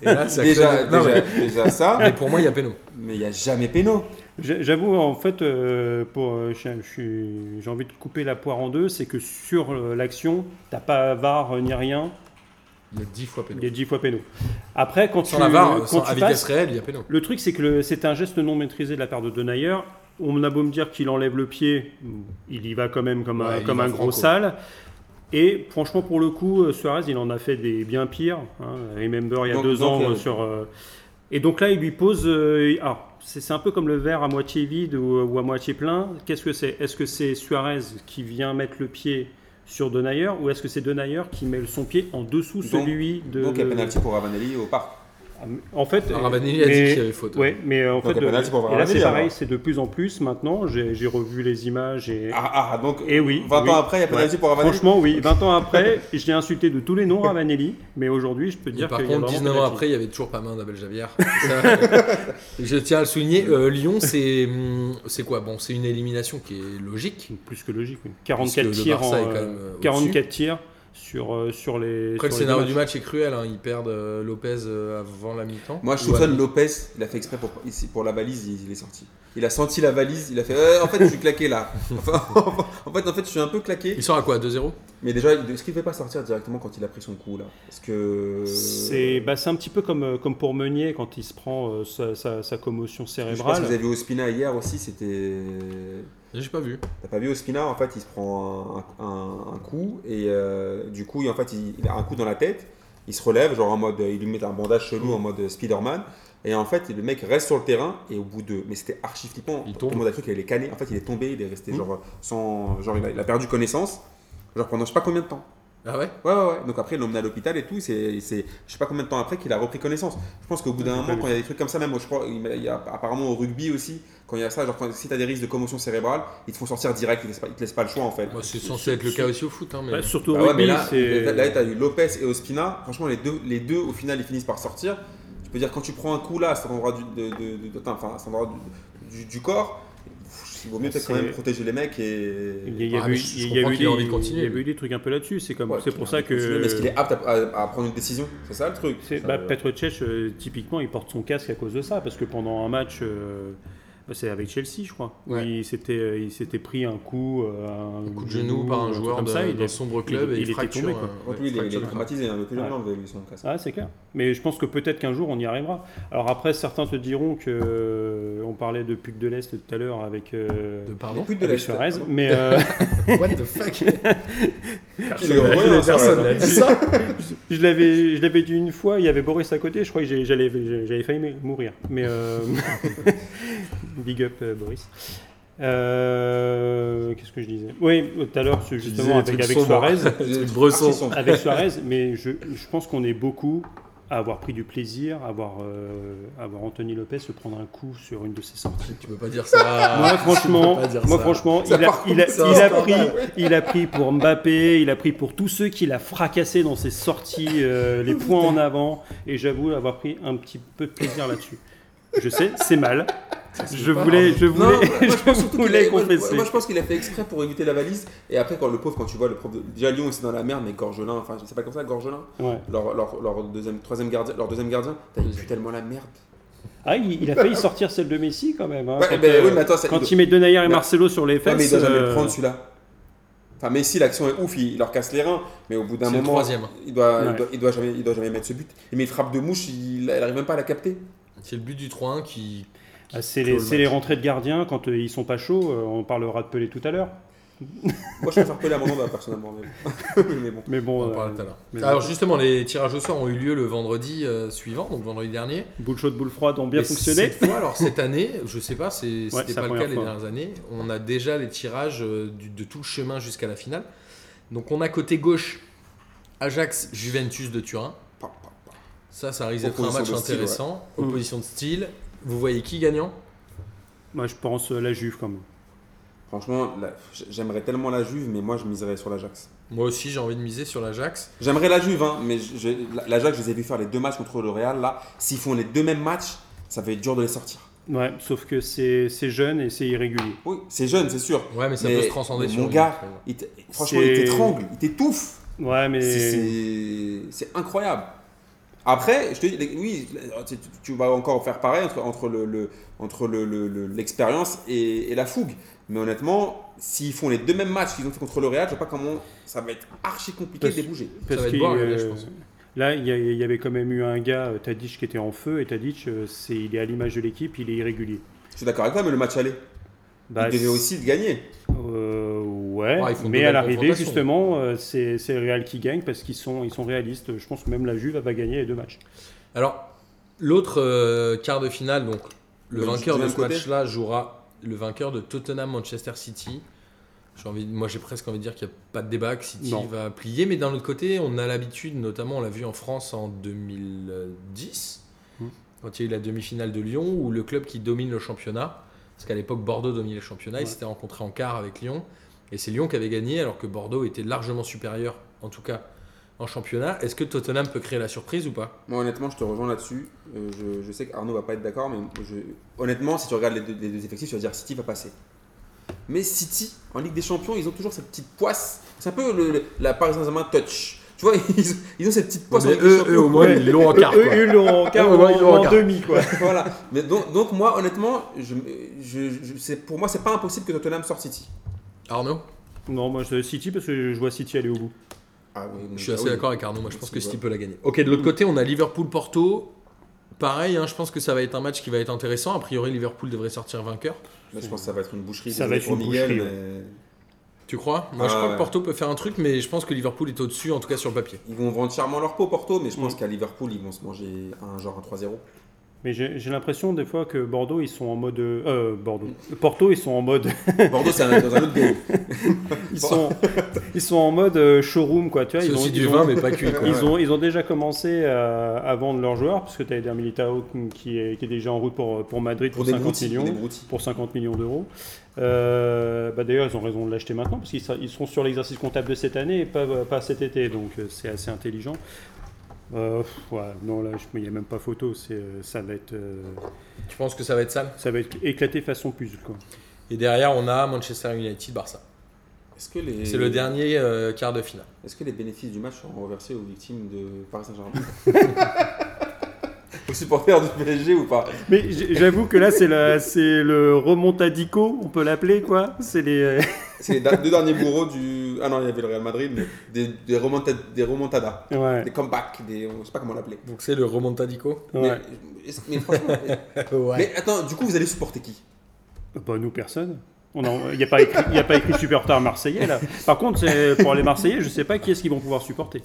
Speaker 1: et là, ça
Speaker 2: déjà,
Speaker 1: clôt- Non,
Speaker 2: déjà,
Speaker 1: mais-
Speaker 2: déjà ça,
Speaker 1: mais pour moi, il y a péno.
Speaker 2: mais il n'y a jamais péno.
Speaker 3: J'ai- J'avoue, en fait, euh, pour, euh, je- je suis- j'ai envie de couper la poire en deux, c'est que sur euh, l'action, t'as pas VAR euh, ni rien,
Speaker 1: Il y a 10 fois péno.
Speaker 3: il y a 10 fois péno. Après, quand
Speaker 1: Sans
Speaker 3: tu,
Speaker 1: la
Speaker 3: quand
Speaker 1: VAR, sans,
Speaker 3: tu
Speaker 1: à
Speaker 3: passes,
Speaker 1: vitesse réelle, il y a péno.
Speaker 3: le truc, c'est que le- c'est un geste non maîtrisé de la part de Denayer. On a beau me dire qu'il enlève le pied, il y va quand même comme
Speaker 1: Ouais,
Speaker 3: un,
Speaker 1: il
Speaker 3: comme
Speaker 1: va
Speaker 3: un gros
Speaker 1: franco.
Speaker 3: sale. Et franchement, pour le coup, euh, Suarez, il en a fait des bien pires. Hein. Remember, il y a
Speaker 2: Donc-
Speaker 3: deux
Speaker 2: donc,
Speaker 3: ans
Speaker 2: euh,
Speaker 3: euh, sur. euh, et donc là, il lui pose. euh, alors, c'est c'est un peu comme le verre à moitié vide ou, ou à moitié plein. Qu'est-ce que c'est Est-ce que c'est Suarez qui vient mettre le pied sur Denayer ou est-ce que c'est Denayer qui met son pied en dessous
Speaker 2: Donc-
Speaker 3: celui de.
Speaker 2: Donc il y a
Speaker 3: de-
Speaker 2: pénalité pour Ravanelli au parc.
Speaker 3: En fait,
Speaker 1: Alors, Ravanelli Ah, a dit
Speaker 3: mais-
Speaker 1: qu'il y avait faute.
Speaker 3: Ouais, mais euh, en fait,
Speaker 2: il y a
Speaker 3: de-
Speaker 2: penalty pour
Speaker 3: et là
Speaker 2: Ravanelli,
Speaker 3: c'est pareil,
Speaker 2: alors.
Speaker 3: c'est de plus en plus maintenant. J'ai j'ai revu les images et
Speaker 2: Ah, ah, donc
Speaker 3: euh, Eh oui,
Speaker 2: 20
Speaker 3: oui.
Speaker 2: ans après, il y a pas
Speaker 3: Ouais.
Speaker 2: pour Ravanelli
Speaker 3: franchement, oui. 20 ans
Speaker 2: *laughs*
Speaker 3: après, je l'ai insulté de tous les noms Ravanelli, mais aujourd'hui, je peux
Speaker 1: Et
Speaker 3: dire
Speaker 1: par
Speaker 3: qu'il y a
Speaker 1: contre,
Speaker 3: vraiment
Speaker 1: 19 ans
Speaker 3: penalty.
Speaker 1: après, il y avait toujours pas main d'Abel Javier. *laughs* Ça, je tiens à le souligner. Euh, Lyon, c'est hum, c'est quoi Bon, c'est une élimination qui est logique.
Speaker 3: plus que logique. oui.
Speaker 1: Puisque
Speaker 3: 44
Speaker 1: le
Speaker 3: tirs,
Speaker 1: Barça
Speaker 3: en,
Speaker 1: est quand
Speaker 3: euh,
Speaker 1: même, euh,
Speaker 3: 44 tirs sur, euh, sur les.
Speaker 1: Après, le
Speaker 3: sur les
Speaker 1: scénario
Speaker 3: deux
Speaker 1: du
Speaker 3: matchs.
Speaker 1: match est cruel. hein. Ils perdent euh, Lopez euh, avant la mi-temps.
Speaker 2: Moi, je
Speaker 1: Ou à
Speaker 2: soupçonne
Speaker 1: mi-
Speaker 2: Lopez, il a fait exprès pour, ici, pour la valise, il, il est sorti. Il a senti la valise, il a fait Euh, En fait, je suis claqué là. Enfin, *laughs* en, fait, en fait, je suis un peu claqué.
Speaker 1: Il sort à quoi 2-0
Speaker 2: Mais déjà, est-ce qu'il ne devait pas sortir directement quand il a pris son coup là Parce que.
Speaker 1: euh,
Speaker 3: C'est bah, c'est un petit peu comme, euh, comme pour Meunier quand il se prend euh, sa, sa- sa commotion
Speaker 2: Je pense que vous
Speaker 3: cérébrale.
Speaker 2: avez vu Ospina hier aussi, c'était.
Speaker 1: J'ai pas vu.
Speaker 2: T'as pas vu Ospina En fait, il se prend un, un- un coup et euh, du coup, il- en fait, il, il a un coup dans la tête. Il se relève, genre en mode, il lui met un bandage chelou en mode Spider-Man. Et en fait, le mec reste sur le terrain et au bout de. Mais c'était archi flippant.
Speaker 1: Il tombe. Hmm.
Speaker 2: Tout le monde a cru qu'il est cané. En fait, il est tombé, il est resté genre sans. Genre, il a, il a perdu connaissance. Genre pendant je sais pas combien de temps.
Speaker 1: Ah ouais
Speaker 2: Ouais, ouais, ouais. Donc après, ils l'ont emmené à l'hôpital et tout. C'est, c'est, je sais pas combien de temps après qu'il a repris connaissance. Je pense qu'au bout d'un moment,
Speaker 3: j'ai pas vu
Speaker 2: quand il y a des trucs comme ça, même, je crois, il y a apparemment au rugby aussi, quand il y a ça, genre quand, si t'as des risques de commotion cérébrale, ils te font sortir direct, ils te laissent pas, ils te laissent pas le choix en fait.
Speaker 1: Moi, C'est censé être le cas aussi au foot. hein, mais-
Speaker 3: Bah, surtout au
Speaker 2: Bah ouais, mais
Speaker 3: rugby,
Speaker 2: là,
Speaker 3: c'est-
Speaker 2: là, t'as eu Lopez et Ospina. Franchement, les deux, les deux, au final, ils finissent par sortir. Je peux dire, quand tu prends un coup là, à cet endroit du, de, de- de- de- attends, enfin, à cet endroit du, du- du corps, pff, il vaut mieux peut-être quand
Speaker 3: C'est-
Speaker 2: même protéger les mecs et.
Speaker 3: Il y a- il y a
Speaker 1: Ah,
Speaker 3: eu-
Speaker 1: mais je- je
Speaker 3: il y a
Speaker 1: comprends
Speaker 3: eu
Speaker 1: qu'il ait
Speaker 3: des-
Speaker 1: envie de continuer,
Speaker 3: il y a
Speaker 1: mais-
Speaker 3: eu des trucs un peu là-dessus. C'est comme-
Speaker 2: Ouais,
Speaker 3: c'est pour ça que.
Speaker 2: Mais est-ce qu'il est apte à, à- à prendre une décision C'est ça le truc.
Speaker 3: C'est-
Speaker 2: Ça-
Speaker 3: bah, Petr Cech, euh, typiquement, il porte son casque à cause de ça, parce que pendant un match, euh, bah, c'est avec Chelsea, je crois, où
Speaker 1: Ouais.
Speaker 3: il s'était, euh, il s'était pris un coup, euh, un
Speaker 1: coup de genou par un
Speaker 3: truc
Speaker 1: joueur
Speaker 3: comme
Speaker 1: de,
Speaker 3: ça, il
Speaker 1: d'un
Speaker 3: est-
Speaker 1: sombre club
Speaker 3: il-
Speaker 1: et
Speaker 3: il
Speaker 1: il,
Speaker 3: était
Speaker 1: fracture.
Speaker 3: tombé, quoi.
Speaker 1: un-
Speaker 2: Contre lui, il est- il est
Speaker 1: fracture.
Speaker 2: traumatisé, hein, mais plus
Speaker 3: Ouais.
Speaker 2: jamais on lui son casque.
Speaker 3: Ah, c'est clair. Mais je pense que peut-être qu'un jour, on y arrivera. Alors après, certains te diront que euh, on parlait de Puc de l'Est tout à l'heure avec. euh,
Speaker 1: De
Speaker 2: Il est
Speaker 1: pardon
Speaker 2: plus de
Speaker 3: avec
Speaker 2: la
Speaker 3: Suarez, mais euh,
Speaker 1: *laughs* What the fuck
Speaker 2: Il est envoyé en
Speaker 1: Personne
Speaker 2: Suarez,
Speaker 1: n'a
Speaker 2: hein. *laughs*
Speaker 1: dit ça
Speaker 3: *laughs* je l'avais, je l'avais dit une fois. Il y avait Boris à côté. Je crois que j'ai- j'allais, j'avais failli mou- mourir. Mais euh, *laughs* big up euh, Boris. Euh, Qu'est-ce que je disais Oui, tout à l'heure, c'est justement
Speaker 1: disais
Speaker 3: avec,
Speaker 1: des
Speaker 3: avec
Speaker 1: trucs
Speaker 3: Suarez,
Speaker 1: *laughs*
Speaker 2: Ils sont
Speaker 1: Bresson.
Speaker 3: *laughs*
Speaker 2: archi sombres.
Speaker 3: avec Suarez. Mais je, je pense qu'on est beaucoup à avoir pris du plaisir, à avoir, euh, à voir Anthony Lopez se prendre un coup sur une de ses sorties.
Speaker 1: Tu peux pas dire ça.
Speaker 2: Ah,
Speaker 3: Moi,
Speaker 1: Tu
Speaker 3: franchement,
Speaker 1: peux pas dire
Speaker 3: moi,
Speaker 1: ça.
Speaker 3: franchement
Speaker 2: Ça,
Speaker 3: il, a,
Speaker 2: par
Speaker 3: il, a,
Speaker 2: contre, c'est un
Speaker 3: il a
Speaker 2: scandale.
Speaker 3: pris, il a pris pour Mbappé, il a pris pour tous ceux qu'il a fracassé dans ses sorties, euh, les points en avant, et j'avoue avoir pris un petit peu de plaisir là-dessus. Je sais, c'est mal. Je
Speaker 1: pas
Speaker 3: voulais,
Speaker 1: grave.
Speaker 3: je
Speaker 2: Non,
Speaker 3: voulais,
Speaker 2: moi, je pense
Speaker 3: *laughs* je
Speaker 2: surtout qu'il
Speaker 3: voulais
Speaker 2: a- moi, je-
Speaker 3: confesser.
Speaker 2: Moi, je pense qu'il a fait exprès pour éviter la valise. Et après, quand le pauvre, quand tu vois le pauvre. Déjà, Lyon, c'est dans la merde, mais Gorgelin, enfin, je sais pas comme ça, Gorgelin,
Speaker 3: Ouais.
Speaker 2: leur, leur, leur deuxième, troisième gardien, leur deuxième gardien, t'as il pue tellement la merde.
Speaker 3: Ah, il, il a failli sortir celle de Messi quand même. hein,
Speaker 2: Ouais,
Speaker 3: quand,
Speaker 2: ben,
Speaker 3: euh,
Speaker 2: oui, mais attends, ça-
Speaker 3: quand
Speaker 2: il-
Speaker 3: il met Denayer et
Speaker 2: Non.
Speaker 3: Marcelo sur les fesses.
Speaker 2: Ouais, mais il doit jamais
Speaker 3: euh,
Speaker 2: le prendre celui-là. Enfin, Messi, l'action est ouf, il, il leur casse les reins, mais au bout d'un
Speaker 1: C'est le
Speaker 2: moment,
Speaker 1: troisième. hein.
Speaker 2: il doit,
Speaker 3: Ouais.
Speaker 2: il, doit, il doit jamais, il doit jamais mettre ce but. Mais il frappe de mouche, il, elle arrive même pas à la capter.
Speaker 1: C'est le but du 3-1 qui.
Speaker 3: ah, c'est
Speaker 1: Clôt
Speaker 3: les,
Speaker 1: le
Speaker 3: c'est les
Speaker 1: match.
Speaker 3: rentrées de gardiens quand euh, ils sont pas chauds. euh, on parlera de Pelé tout à l'heure.
Speaker 2: Moi, je préfère Pelé à Mandanda, personnellement. Mais bon. *laughs* mais bon.
Speaker 3: Mais bon,
Speaker 1: On en
Speaker 3: euh,
Speaker 1: parlait tout à l'heure.
Speaker 3: mais-
Speaker 1: Alors justement, les tirages au sort ont eu lieu le vendredi euh, suivant, donc vendredi dernier.
Speaker 3: boule chaude, boule froide ont bien
Speaker 1: Et
Speaker 3: fonctionné.
Speaker 1: Cette fois, alors cette année, je sais pas, c'est-
Speaker 3: c'est
Speaker 1: c'était
Speaker 3: la
Speaker 1: pas le cas
Speaker 3: première
Speaker 1: les
Speaker 3: fois.
Speaker 1: dernières années. On a déjà les tirages euh, du- de tout le chemin jusqu'à la finale. Donc on a côté gauche Ajax Juventus de Turin.
Speaker 2: Pa, pa, pa.
Speaker 1: Ça, ça risque d'être un
Speaker 2: Opposition
Speaker 1: match
Speaker 2: de style,
Speaker 1: intéressant.
Speaker 3: ouais.
Speaker 1: Opposition de style. Vous voyez qui gagnant
Speaker 3: Moi, je pense euh, la Juve quand même.
Speaker 2: Franchement, la- j'aimerais tellement la Juve, mais moi, je miserais sur l'Ajax.
Speaker 1: Moi aussi, j'ai envie de miser sur l'Ajax.
Speaker 2: J'aimerais la Juve, hein, mais je- je- la- l'Ajax, je les ai vus faire les deux matchs contre le Real. Là, s'ils font les deux mêmes matchs, ça va être dur de les sortir.
Speaker 3: Ouais, sauf que c'est c'est jeune et c'est irrégulier.
Speaker 2: Oui, c'est jeune, c'est sûr.
Speaker 1: Ouais, mais ça peut se transcender
Speaker 2: mais
Speaker 1: sur
Speaker 2: Mon
Speaker 1: une-
Speaker 2: gars, il t- franchement, il
Speaker 3: C'est-
Speaker 2: t'étrangle, il t'étouffe.
Speaker 3: Ouais, mais
Speaker 2: C'est- c'est- C'est incroyable. Après, je te dis, les- oui, tu, tu- tu vas encore faire pareil entre, entre le- le- entre le- le- le- l'expérience et, et la fougue. Mais honnêtement, s'ils font les deux mêmes matchs qu'ils ont fait contre le Real, je sais pas comment ça va être archi compliqué de
Speaker 3: Parce-
Speaker 2: les bouger.
Speaker 1: Ça va être
Speaker 3: qu'il, euh,
Speaker 1: bon, là, je pense.
Speaker 3: là, il y, a- il y avait quand même eu un gars, euh, Tadic, qui était en feu. Et Tadic, euh, c'est il est à l'image de l'équipe, il est irrégulier.
Speaker 2: Je suis d'accord avec toi, mais le match aller,
Speaker 3: Bah,
Speaker 2: il devait aussi le gagner.
Speaker 3: euh, ouais,
Speaker 1: Ouais, ils font de
Speaker 3: mais
Speaker 1: belles
Speaker 3: à l'arrivée,
Speaker 1: confrontations.
Speaker 3: justement, euh, c'est c'est le Real qui gagne parce qu'ils sont, ils sont réalistes. Je pense que même la Juve va gagner les deux matchs.
Speaker 1: Alors, l'autre euh, quart de finale, donc le
Speaker 2: Bah,
Speaker 1: vainqueur
Speaker 2: du
Speaker 1: de
Speaker 2: même
Speaker 1: ce
Speaker 2: côté.
Speaker 1: match-là jouera le vainqueur de Tottenham Manchester City. J'ai envie, moi, j'ai presque envie de dire qu'il n'y a pas de débat que City
Speaker 3: Non.
Speaker 1: va plier, mais d'un autre côté, on a l'habitude, notamment, on l'a vu en France en 2010, quand il y a eu la demi-finale de Lyon, où le club qui domine le championnat, parce qu'à l'époque Bordeaux dominait le championnat,
Speaker 3: Ouais.
Speaker 1: ils s'étaient rencontrés en quart avec Lyon, et c'est Lyon qui avait gagné alors que Bordeaux était largement supérieur, en tout cas en championnat. Est-ce que Tottenham peut créer la surprise ou pas
Speaker 2: Moi, honnêtement, je te rejoins là-dessus. Euh, je, je sais qu'Arnaud va pas être d'accord, mais je- honnêtement, si tu regardes les deux, les deux effectifs, tu vas dire City va passer. Mais City, en Ligue des Champions, ils ont toujours cette petite poisse. C'est un peu le- le- la Paris Saint-Germain touch. Tu vois, *laughs* ils, ont- ils ont cette petite poisse. en Ligue des Champions.
Speaker 3: Ouais.
Speaker 1: ils l'ont en quart.
Speaker 3: Eux, eux,
Speaker 1: *laughs*
Speaker 3: ils l'ont en quart
Speaker 1: Eux,
Speaker 3: ou
Speaker 1: ouais, ils l'ont en
Speaker 3: en, en
Speaker 1: quart.
Speaker 3: demi, quoi.
Speaker 2: voilà. Mais donc, donc, moi, honnêtement, je, je, je- c'est- pour moi, c'est pas impossible que Tottenham sorte City.
Speaker 1: Arnaud
Speaker 3: Non, moi, je City, parce que je vois City aller au bout.
Speaker 2: Ah oui,
Speaker 1: Je suis assez d'accord avec Arnaud, moi je pense que
Speaker 2: C'est
Speaker 1: City peut la gagner. Ok, de l'autre côté, on a Liverpool-Porto. Pareil, hein, je pense que ça va être un match qui va être intéressant. A priori, Liverpool devrait sortir vainqueur.
Speaker 2: je pense que ça va être une boucherie.
Speaker 3: Ça
Speaker 2: désolé
Speaker 3: va être une
Speaker 2: pour Miguel,
Speaker 3: boucherie,
Speaker 2: mais
Speaker 1: Tu crois Moi, je
Speaker 2: Ah
Speaker 1: crois
Speaker 2: ouais.
Speaker 1: que Porto peut faire un truc, mais je pense que Liverpool est au-dessus, en tout cas sur le papier.
Speaker 2: Ils vont vendre chèrement leur peau, Porto, mais je
Speaker 3: Mm.
Speaker 2: pense qu'à Liverpool, ils vont se manger un genre un
Speaker 3: *laughs*
Speaker 2: 3-0.
Speaker 3: Mais j'ai j'ai l'impression, des fois, que Bordeaux, ils sont en mode. Euh, Bordeaux. Porto, ils sont en mode. *laughs*
Speaker 2: Bordeaux, c'est un- dans un autre game.
Speaker 3: Ils sont, ils sont en mode euh, showroom, quoi. Tu vois,
Speaker 1: C'est
Speaker 3: ils ont,
Speaker 1: aussi du
Speaker 3: ils ont-
Speaker 1: vin, mais pas cuit.
Speaker 3: *laughs*
Speaker 1: quoi.
Speaker 3: Ils ont, ils ont déjà commencé à, à vendre leurs joueurs, parce que tu as Eder Militao qui est, qui est déjà en route pour, pour Madrid
Speaker 2: Pour
Speaker 3: pour,
Speaker 2: des
Speaker 3: 50
Speaker 2: broutilles,
Speaker 3: millions.
Speaker 2: des broutilles.
Speaker 3: Pour 50 millions d'euros. Euh, bah D'ailleurs, ils ont raison de l'acheter maintenant, parce qu'ils sa- ils seront sur l'exercice comptable de cette année et pas, pas cet été, donc euh, c'est assez intelligent. Euh, pff, ouais, non, là, je- il n'y a même pas photo, c'est, euh, ça, va être, euh,
Speaker 1: Tu penses que ça va être sale
Speaker 3: ça va être éclaté façon puzzle. Quoi.
Speaker 1: Et derrière, on a Manchester United-Barça.
Speaker 2: Est-ce que les...
Speaker 1: C'est le dernier euh, quart de finale.
Speaker 2: Est-ce que les bénéfices du match seront reversés aux victimes de
Speaker 1: *laughs*
Speaker 2: Paris Saint-Germain Aux supporters du PSG ou pas
Speaker 3: Mais j'- j'avoue que là, c'est la- c'est le remontadico, on peut l'appeler, quoi. C'est les. euh,
Speaker 2: C'est les da- deux derniers bourreaux du. Ah non, il y avait le Real Madrid, mais des, des, remonta- des remontadas,
Speaker 3: Ouais.
Speaker 2: des comebacks, des... on ne sait pas comment l'appeler.
Speaker 1: Donc c'est le *laughs* remontadico.
Speaker 2: Mais-
Speaker 3: ouais.
Speaker 2: Mais, est-ce- mais
Speaker 3: *laughs*
Speaker 2: franchement, mais attends, du coup, vous allez supporter qui
Speaker 3: Bah, nous, personne. Il n'y a, pas écrit- y a pas écrit Superstar Marseillais, là. Par contre, c'est- pour les Marseillais, je ne sais pas qui est-ce qu'ils vont pouvoir supporter.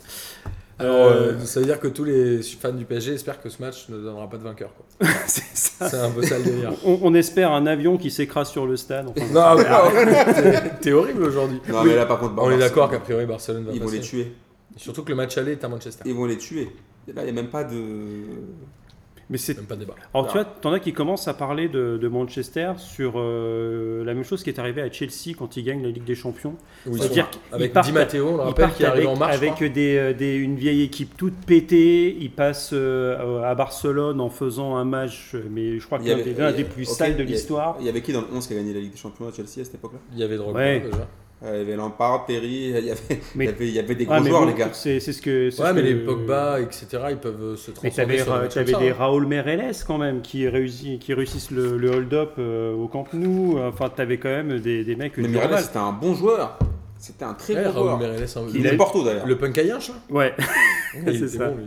Speaker 1: Alors,
Speaker 3: Euh,
Speaker 1: euh, ça veut dire que tous les fans du PSG espèrent que ce match ne donnera pas de vainqueur. quoi.
Speaker 3: *laughs* C'est ça.
Speaker 1: C'est un peu ça le
Speaker 3: *laughs*
Speaker 1: délire.
Speaker 3: On, on espère un avion qui s'écrase sur le stade. enfin.
Speaker 1: Non, mais *laughs* t'es- t'es horrible aujourd'hui.
Speaker 2: Non,
Speaker 1: Oui.
Speaker 2: mais là, par contre,
Speaker 1: Bah, On est
Speaker 2: Barça-
Speaker 1: d'accord qu'a priori Barcelone va
Speaker 2: Ils vont
Speaker 1: passer.
Speaker 2: les tuer.
Speaker 1: Surtout que le match aller est à Manchester.
Speaker 2: Ils vont les tuer. Et Là, il n'y a même pas de.
Speaker 3: Mais c'est.
Speaker 1: Même pas de débat.
Speaker 3: Alors, tu vois, t'en as qui commencent à parler de, de Manchester sur euh, la même chose qui est arrivée à Chelsea quand ils gagnent la Ligue des Champions.
Speaker 1: Où ils
Speaker 3: Ça veut
Speaker 1: sont
Speaker 3: dire
Speaker 1: là.
Speaker 3: qu'ils
Speaker 1: avec
Speaker 3: partent-
Speaker 1: Di Matteo, on le
Speaker 3: Ils
Speaker 1: rappelle,
Speaker 3: partent
Speaker 1: qui arrive
Speaker 3: avec,
Speaker 1: en marche.
Speaker 3: avec des, euh, des- une vieille équipe toute pétée. Ils passent euh, à Barcelone en faisant un match, euh, mais je crois
Speaker 2: Il y
Speaker 3: qu'il y a
Speaker 2: avait-
Speaker 3: des, un
Speaker 2: il y
Speaker 3: des
Speaker 2: a-
Speaker 3: plus
Speaker 2: ok,
Speaker 3: sales de
Speaker 2: il y a-
Speaker 3: l'histoire.
Speaker 2: Il y avait qui dans le 11 qui a gagné la Ligue des Champions à Chelsea à cette époque-là
Speaker 1: Il y avait Drogba
Speaker 3: Ouais.
Speaker 1: déjà.
Speaker 2: Euh, Il y avait Lampard, Perry, il y avait,
Speaker 3: Mais-
Speaker 2: il y avait, il y avait des gros
Speaker 3: Ah, mais
Speaker 2: joueurs,
Speaker 3: bon,
Speaker 2: les gars.
Speaker 3: C'est c'est ce que. c'est
Speaker 1: Ouais,
Speaker 3: ce
Speaker 1: mais
Speaker 3: que-
Speaker 1: les Pogba, etc., ils peuvent se
Speaker 3: Mais
Speaker 1: transformer.
Speaker 3: t'avais
Speaker 1: sur des
Speaker 3: euh,
Speaker 1: matchs comme
Speaker 3: t'avais
Speaker 1: ça,
Speaker 3: des
Speaker 1: hein.
Speaker 3: Raoul Mereles quand même qui, réussi- qui réussissent le, le hold-up euh, au Camp Nou. Enfin, t'avais quand même des, des mecs.
Speaker 2: Mais
Speaker 3: du
Speaker 2: Miralles,
Speaker 3: Real.
Speaker 2: c'était un bon joueur. C'était un très
Speaker 3: Eh,
Speaker 1: Ouais,
Speaker 2: bon
Speaker 1: Raoul
Speaker 2: joueur.
Speaker 1: Meireles, un-
Speaker 2: Il
Speaker 1: le-
Speaker 2: est Porto d'ailleurs.
Speaker 1: Le punk à Yinche, là
Speaker 3: Ouais.
Speaker 1: Il
Speaker 3: C'est
Speaker 1: était
Speaker 3: ça.
Speaker 1: bon, lui.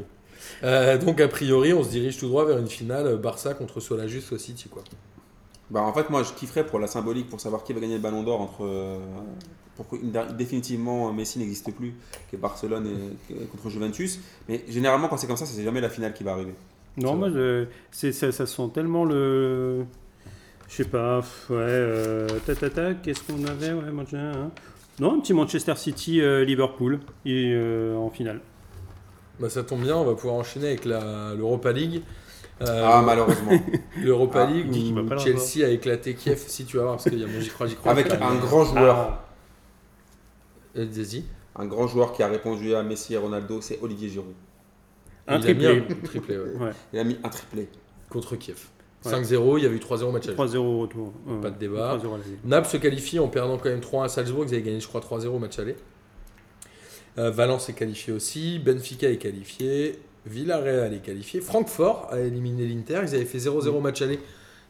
Speaker 1: Euh, donc a priori on se dirige tout droit vers une finale euh, Barça contre Solajus soit City quoi.
Speaker 2: Bah, en fait, moi, je kifferais pour la symbolique, pour savoir qui va gagner le ballon d'or entre. euh, pour que une- définitivement euh, Messi n'existe plus, que Barcelone et- que- contre Juventus. Mais généralement, quand c'est comme ça, c'est jamais la finale qui va arriver.
Speaker 3: Non,
Speaker 1: C'est
Speaker 3: moi, je- c'est- ça, ça sent tellement le. Je sais pas, pff, ouais. euh, ta, ta, ta, qu'est-ce qu'on avait ouais, Manchester, hein. Non, un petit Manchester euh, City-Liverpool euh, en finale.
Speaker 1: Bah ça tombe bien, on va pouvoir enchaîner avec la- l'Europa League. Euh,
Speaker 2: Ah,
Speaker 3: *laughs*
Speaker 2: malheureusement.
Speaker 1: L'Europa
Speaker 3: Ah,
Speaker 1: League
Speaker 3: il dit qu'il va pas
Speaker 1: où
Speaker 3: le
Speaker 1: Chelsea a éclaté Kiev si tu vas voir parce qu'il y a mon j'y crois j'y crois.
Speaker 2: Avec
Speaker 1: quand même.
Speaker 2: un grand
Speaker 3: Ah.
Speaker 2: joueur.
Speaker 1: Euh, Zazie.
Speaker 2: Un grand joueur qui a répondu à Messi et Ronaldo, c'est Olivier Giroud.
Speaker 1: Il a
Speaker 3: Un
Speaker 1: mis
Speaker 3: triplé.
Speaker 1: un triplé, ouais.
Speaker 2: Il a mis un triplé.
Speaker 1: contre Kiev.
Speaker 3: Ouais.
Speaker 1: 5-0, il y avait eu 3-0 au match aller.
Speaker 3: 3-0 au retour. Ouais,
Speaker 1: Pas de débat.
Speaker 3: 3-0 à l'aller.
Speaker 1: Naples se qualifie en perdant quand même 3 à Salzbourg, ils avaient gagné je crois 3-0 au match aller. Euh, Valence est qualifié aussi, Benfica est qualifié, Villarreal est qualifié, Francfort a éliminé l'Inter, ils avaient fait 0-0 au match aller,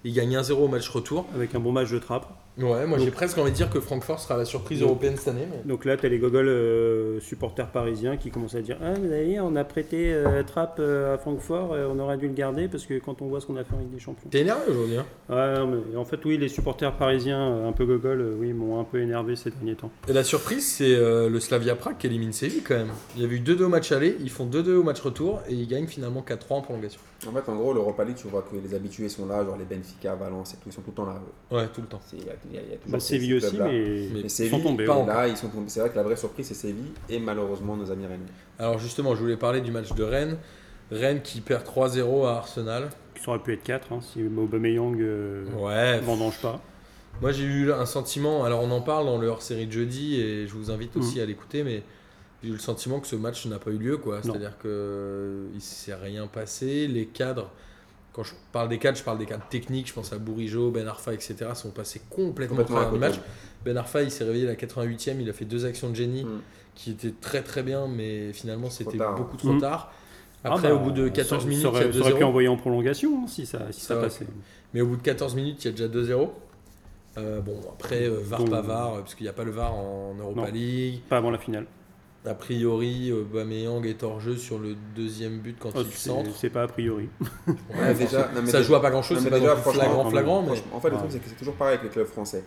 Speaker 1: ils gagnent 1-0 au match retour.
Speaker 3: Avec un bon match de trappe.
Speaker 1: Ouais, moi
Speaker 3: Donc-
Speaker 1: j'ai presque envie de dire que Francfort sera la surprise
Speaker 3: Donc-
Speaker 1: européenne cette année. mais-
Speaker 3: Donc là, t'as les gogoles euh, supporters parisiens qui commencent à dire Ah, vous avez vu, on a prêté euh, Trapp à Francfort, euh, on aurait dû le garder parce que quand on voit ce qu'on a fait avec des champions.
Speaker 1: T'es énervé aujourd'hui, hein
Speaker 3: Ouais, non, mais en fait, oui, les supporters parisiens euh, un peu gogoles, euh, oui, m'ont un peu énervé ces derniers temps.
Speaker 1: Et la surprise, c'est euh, le Slavia Prague qui élimine Séville quand même. Il y avait eu 2-2 au match aller, ils font 2-2 au match retour et ils gagnent finalement 4-3 en prolongation.
Speaker 2: En fait, en gros, l'Europa League, tu vois que les habitués sont là, genre les Benfica, Valence et tout, ils sont tout le temps là.
Speaker 1: Ouais, tout le temps.
Speaker 2: C'est- Il y a, il y a- il y a toujours
Speaker 3: Bah,
Speaker 2: ces- ces
Speaker 3: Séville aussi,
Speaker 2: clubs-là.
Speaker 3: mais,
Speaker 1: Mais
Speaker 2: Mais
Speaker 3: ils
Speaker 2: Séville,
Speaker 3: sont tombés.
Speaker 1: pas
Speaker 3: ouais.
Speaker 1: en-
Speaker 2: là, ils sont tombés. C'est vrai que la vraie surprise, c'est Séville et malheureusement nos amis Rennes.
Speaker 1: Alors justement, je voulais parler du match de Rennes. Rennes qui perd 3-0 à Arsenal.
Speaker 3: ça aurait pu être 4 si Aubameyang euh,
Speaker 1: Ouais.
Speaker 3: vendange pas.
Speaker 1: Moi, j'ai eu un sentiment. Alors, on en parle dans le hors-série de jeudi et je vous invite aussi à l'écouter, mais j'ai eu le sentiment que ce match n'a pas eu lieu, quoi.
Speaker 3: Non.
Speaker 1: C'est-à-dire que euh, il s'est rien passé. Les cadres, quand je parle des cadres, je parle des cadres techniques. Je pense à Bourigeau, Ben Arfa, etc. sont passés complètement,
Speaker 2: Complètement
Speaker 1: à travers
Speaker 2: à
Speaker 1: le
Speaker 2: côté.
Speaker 1: match. Ben Arfa, il s'est réveillé à la 88e. Il a fait deux actions de génie
Speaker 2: Mm.
Speaker 1: qui étaient très très bien, mais finalement, c'était
Speaker 2: tard.
Speaker 1: beaucoup trop
Speaker 3: Mm.
Speaker 1: tard.
Speaker 3: Ah,
Speaker 1: Après,
Speaker 3: bah,
Speaker 1: au bout de
Speaker 3: ça-
Speaker 1: 14
Speaker 3: ça
Speaker 1: minutes,
Speaker 3: aurait-
Speaker 1: il y
Speaker 3: ça
Speaker 1: a
Speaker 3: aurait
Speaker 1: 2-0.
Speaker 3: pu envoyer en prolongation hein, si ça, si
Speaker 1: Ça
Speaker 3: ça
Speaker 1: aurait
Speaker 3: passait.
Speaker 1: Mais au bout de 14 minutes, il y a déjà 2-0. Euh, bon, après, euh, VAR,
Speaker 3: Donc-
Speaker 1: pas VAR, euh, parce qu'il n'y a pas le VAR en Europa
Speaker 3: Non.
Speaker 1: League.
Speaker 3: Pas avant la finale.
Speaker 1: A priori, euh, Aubameyang est hors jeu sur le deuxième but quand
Speaker 3: Oh,
Speaker 1: il
Speaker 3: c'est-
Speaker 1: centre.
Speaker 3: c'est pas a priori.
Speaker 1: Ouais,
Speaker 2: Ouais,
Speaker 1: forcément.
Speaker 2: déjà, non, mais
Speaker 1: ça
Speaker 2: déjà-
Speaker 1: joue à pas
Speaker 2: Non,
Speaker 1: grand-chose, c'est
Speaker 2: mais
Speaker 1: pas
Speaker 2: déjà,
Speaker 1: non plus
Speaker 2: franchement,
Speaker 1: flagrant,
Speaker 2: quand
Speaker 1: flagrant, mais
Speaker 2: Franchement, En fait, le truc,
Speaker 3: Ouais.
Speaker 2: c'est que c'est toujours pareil avec les clubs français.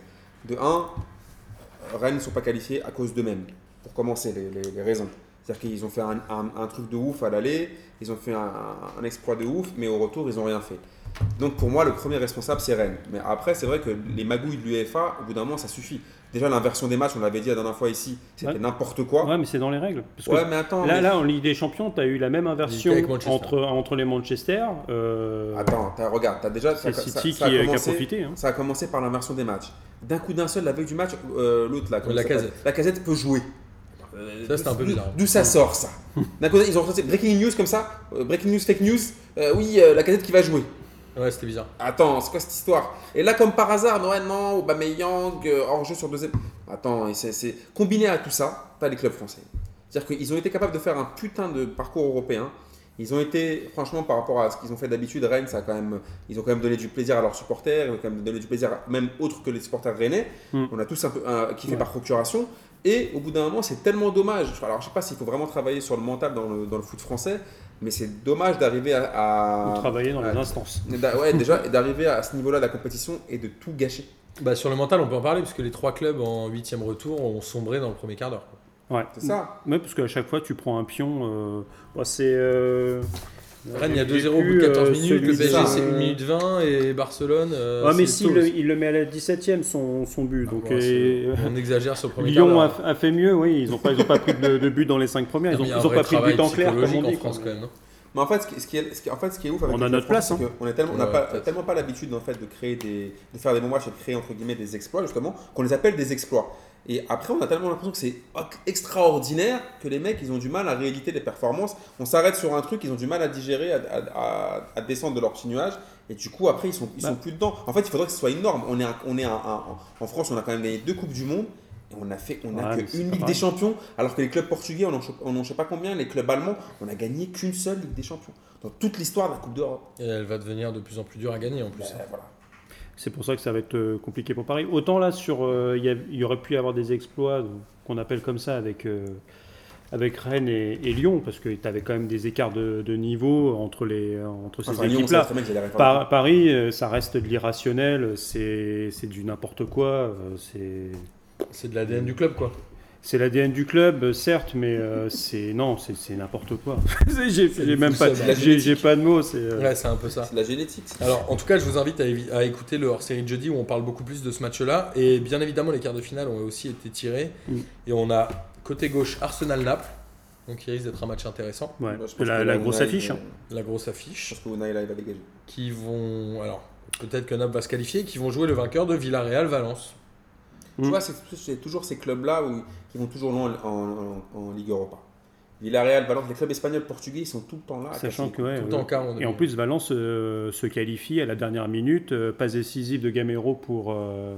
Speaker 2: De 1, Rennes ne sont pas qualifiés à cause d'eux-mêmes, pour commencer, les, les- les raisons. C'est-à-dire qu'ils ont fait un, un- un truc de ouf à l'aller, ils ont fait un, un exploit de ouf, mais au retour, ils n'ont rien fait. Donc pour moi, le premier responsable, c'est Rennes. Mais après, c'est vrai que les magouilles de l'UEFA, au bout d'un moment, ça suffit. Déjà, l'inversion des matchs, on l'avait dit la dernière fois ici, c'était
Speaker 3: Ouais.
Speaker 2: n'importe quoi. Ouais,
Speaker 3: Ouais, mais c'est dans les règles. Parce que
Speaker 2: mais attends.
Speaker 3: là,
Speaker 2: mais-
Speaker 3: là, en Ligue des Champions, tu as eu la même inversion
Speaker 1: Avec Manchester.
Speaker 3: entre, entre les Manchester. euh,
Speaker 2: Attends, t'as- regarde, t'as déjà.
Speaker 3: c'est
Speaker 2: ça- ça-
Speaker 3: City
Speaker 2: ça a
Speaker 3: qui, qui a
Speaker 2: commencé-
Speaker 3: profité. hein.
Speaker 2: Ça a commencé par l'inversion des matchs. D'un coup d'un seul, la veille du match, euh, l'autre là, comment
Speaker 1: La
Speaker 2: il s'appelle
Speaker 1: casette.
Speaker 2: la casette peut jouer.
Speaker 1: Ça, c'est un peu
Speaker 2: D'où-
Speaker 1: bizarre.
Speaker 2: D'où ça sort
Speaker 1: *laughs*
Speaker 2: ça D'un coup, ils ont sorti breaking news comme ça, euh, breaking news, fake news. euh, oui, euh, la casette qui va jouer.
Speaker 1: Ouais, c'était bizarre.
Speaker 2: Attends, c'est quoi cette histoire Et là, comme par hasard, non, ouais, non, Aubameyang euh, hors jeu sur deuxième. Attends, et c'est c'est- combiné à tout ça, t'as les clubs français. C'est-à-dire qu'ils ont été capables de faire un putain de parcours européen. Ils ont été, franchement, par rapport à ce qu'ils ont fait d'habitude, Rennes, ça a quand même, ils ont quand même donné du plaisir à leurs supporters, ils ont quand même donné du plaisir, à- même autre que les supporters rennais.
Speaker 3: Mm.
Speaker 2: On a tous un peu un- qui fait
Speaker 3: Ouais.
Speaker 2: par procuration. Et au bout d'un moment, c'est tellement dommage. Alors, je sais pas s'il faut vraiment travailler sur le mental dans le, dans le foot français, mais c'est dommage d'arriver à,
Speaker 3: Vous
Speaker 2: à,
Speaker 3: travaillez dans les
Speaker 2: ouais.
Speaker 3: instances.
Speaker 2: mais d'a- Ouais, déjà, et d'arriver à ce niveau-là de la compétition et de tout gâcher.
Speaker 1: Bah, sur le mental, on peut en parler, parce que les trois clubs en huitième retour ont sombré dans le premier quart d'heure. quoi.
Speaker 3: Ouais.
Speaker 2: C'est ça.
Speaker 3: Ouais, parce qu'à chaque fois, tu prends un pion. euh, bah, c'est. euh,
Speaker 1: Rennes, il y a 2-0
Speaker 3: j'ai
Speaker 1: au bout de
Speaker 3: plus,
Speaker 1: 14
Speaker 3: euh,
Speaker 1: minutes, le
Speaker 3: celui
Speaker 1: PSG,
Speaker 2: de-
Speaker 1: c'est 1 minute 20, et Barcelone. euh,
Speaker 3: Ouais, Ah, mais
Speaker 1: c'est
Speaker 3: si,
Speaker 1: tôt
Speaker 3: il, le-
Speaker 1: aussi.
Speaker 3: il le met à la 17ème, son, son but.
Speaker 1: Ah,
Speaker 3: donc,
Speaker 1: bon, c'est-
Speaker 3: euh, *laughs*
Speaker 1: On exagère sur le premier quart
Speaker 3: Lyon a,
Speaker 1: d'heure.
Speaker 3: a fait mieux, oui. Ils n'ont pas, ils ont pas pris de, de but dans les 5 premières. Ils n'ont
Speaker 1: Ah, Il y a un
Speaker 3: ils ont
Speaker 1: vrai
Speaker 3: pas pris de but en
Speaker 1: travail
Speaker 3: clair, comme on
Speaker 1: psychologique
Speaker 3: dit.
Speaker 1: en France,
Speaker 3: quoi.
Speaker 1: quand même. hein. non
Speaker 2: Mais en fait, ce qui, ce qui est, ce qui- en fait, ce qui est ouf avec
Speaker 3: On
Speaker 2: les
Speaker 3: a
Speaker 2: clubs
Speaker 3: notre place, hein.
Speaker 2: français, c'est qu'on est tellement, on n'a
Speaker 1: Ouais,
Speaker 2: pas,
Speaker 1: peut-être.
Speaker 2: tellement pas l'habitude en fait de créer des, de faire des bons matchs et de créer entre guillemets des exploits justement, qu'on les appelle des exploits. Et après, on a tellement l'impression que c'est ac- extraordinaire que les mecs, ils ont du mal à rééditer les performances. On s'arrête sur un truc, ils ont du mal à digérer, à, à- à- à descendre de leur petit nuage. Et du coup, après, ils sont, ils
Speaker 3: Bah.
Speaker 2: sont plus dedans. En fait, il faudrait que ce soit une norme. On est, un- on est un- un- en France, on a quand même gagné deux coupes du monde. Et on a fait, on n'a
Speaker 3: Ouais, mais c'est
Speaker 2: qu'une Ligue
Speaker 3: pas
Speaker 2: des
Speaker 3: pareil.
Speaker 2: Champions, alors que les clubs portugais, on en, cho- on en je sais pas combien, les clubs allemands, on a gagné qu'une seule Ligue des Champions dans toute l'histoire de la Coupe d'Europe.
Speaker 1: Et elle va devenir de plus en plus dure à gagner en
Speaker 3: Bah,
Speaker 1: plus.
Speaker 2: Euh, voilà.
Speaker 3: C'est pour ça que ça va être euh, compliqué pour Paris. Autant là, sur, euh, il y a- il y, aurait pu y avoir des exploits donc, qu'on appelle comme ça avec, euh, avec Rennes et, et Lyon, parce que tu avais quand même des écarts de, de niveau entre, les, entre ces
Speaker 2: Enfin, Lyon, on savait
Speaker 3: équipes-là.
Speaker 2: très bien qu'ils allaient réparer.
Speaker 3: Par- Paris, euh, ça reste de l'irrationnel, c'est c'est du n'importe quoi, euh, c'est
Speaker 1: C'est de l'ADN du club, quoi.
Speaker 3: c'est l'ADN du club, euh, certes, mais euh, c'est non, c'est c'est n'importe quoi. *laughs* C'est- bah, j'ai
Speaker 1: C'est
Speaker 3: j'ai
Speaker 1: du
Speaker 3: même
Speaker 1: full
Speaker 3: pas,
Speaker 1: sub,
Speaker 2: hein.
Speaker 3: j'ai j'ai pas de mots. c'est, euh,
Speaker 1: Ouais, c'est un peu ça.
Speaker 2: C'est de la génétique.
Speaker 3: Ah
Speaker 2: ça.
Speaker 1: Alors, en tout cas, je vous invite à, évi- à écouter le hors-série de jeudi où on parle beaucoup plus de ce match-là. Et bien évidemment, les quarts de finale ont aussi été tirés.
Speaker 3: Mm.
Speaker 1: Et on a côté gauche Arsenal-Naples, donc il risque d'être un match intéressant.
Speaker 3: ouais.
Speaker 2: Moi, je pense
Speaker 3: la,
Speaker 2: que
Speaker 3: la
Speaker 2: Unai,
Speaker 3: grosse
Speaker 2: euh,
Speaker 3: affiche. hein. Mm.
Speaker 1: La grosse
Speaker 2: Je
Speaker 1: affiche.
Speaker 2: pense que Unai là, il va dégager.
Speaker 1: Qui vont. Alors, peut-être que Naples va se qualifier, qui vont jouer le vainqueur de Villarreal-Valence.
Speaker 2: Tu
Speaker 3: Mm.
Speaker 2: vois, c'est- c'est toujours ces clubs-là où- qui vont toujours loin en, en- en- en Ligue Europa. Villarreal, Valence, les clubs espagnols, portugais, ils sont tout le temps là. à
Speaker 3: Sachant
Speaker 2: casser.
Speaker 3: que, ouais,
Speaker 1: Tout le temps
Speaker 3: euh,
Speaker 1: en quart, on est
Speaker 3: et en
Speaker 1: bien.
Speaker 3: plus, Valence euh, se qualifie à la dernière minute, euh, passe décisive de Gamero pour, euh,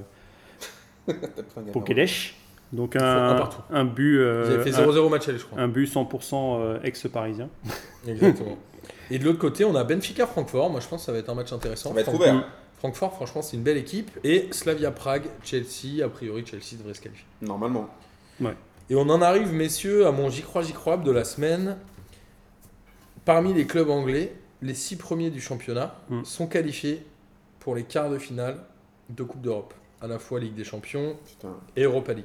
Speaker 2: T'as pris un gars,
Speaker 3: pour
Speaker 2: Ah ouais.
Speaker 3: Kedesh. Donc
Speaker 1: un
Speaker 3: un,
Speaker 1: partout.
Speaker 3: un but euh,
Speaker 1: Ils avaient fait
Speaker 3: un-
Speaker 1: 0-0 match aller, je crois.
Speaker 3: un, but 100% euh, ex-parisien. euh,
Speaker 1: Exactement. Et de l'autre côté, on a Benfica-Francfort. Moi, je pense que ça va être un match intéressant.
Speaker 2: Ça va être
Speaker 1: Fran-
Speaker 2: ouvert.
Speaker 1: Francfort, franchement, c'est une belle équipe. Et Slavia-Prague, Chelsea. A priori, Chelsea devrait se qualifier.
Speaker 2: Normalement.
Speaker 1: Et on en arrive, messieurs, à mon j'y crois, j'y crois de la semaine. Parmi les clubs anglais, les six premiers du championnat
Speaker 3: Mm.
Speaker 1: sont qualifiés pour les quarts de finale de Coupe d'Europe, à la fois Ligue des Champions
Speaker 2: Putain.
Speaker 1: et Europa League.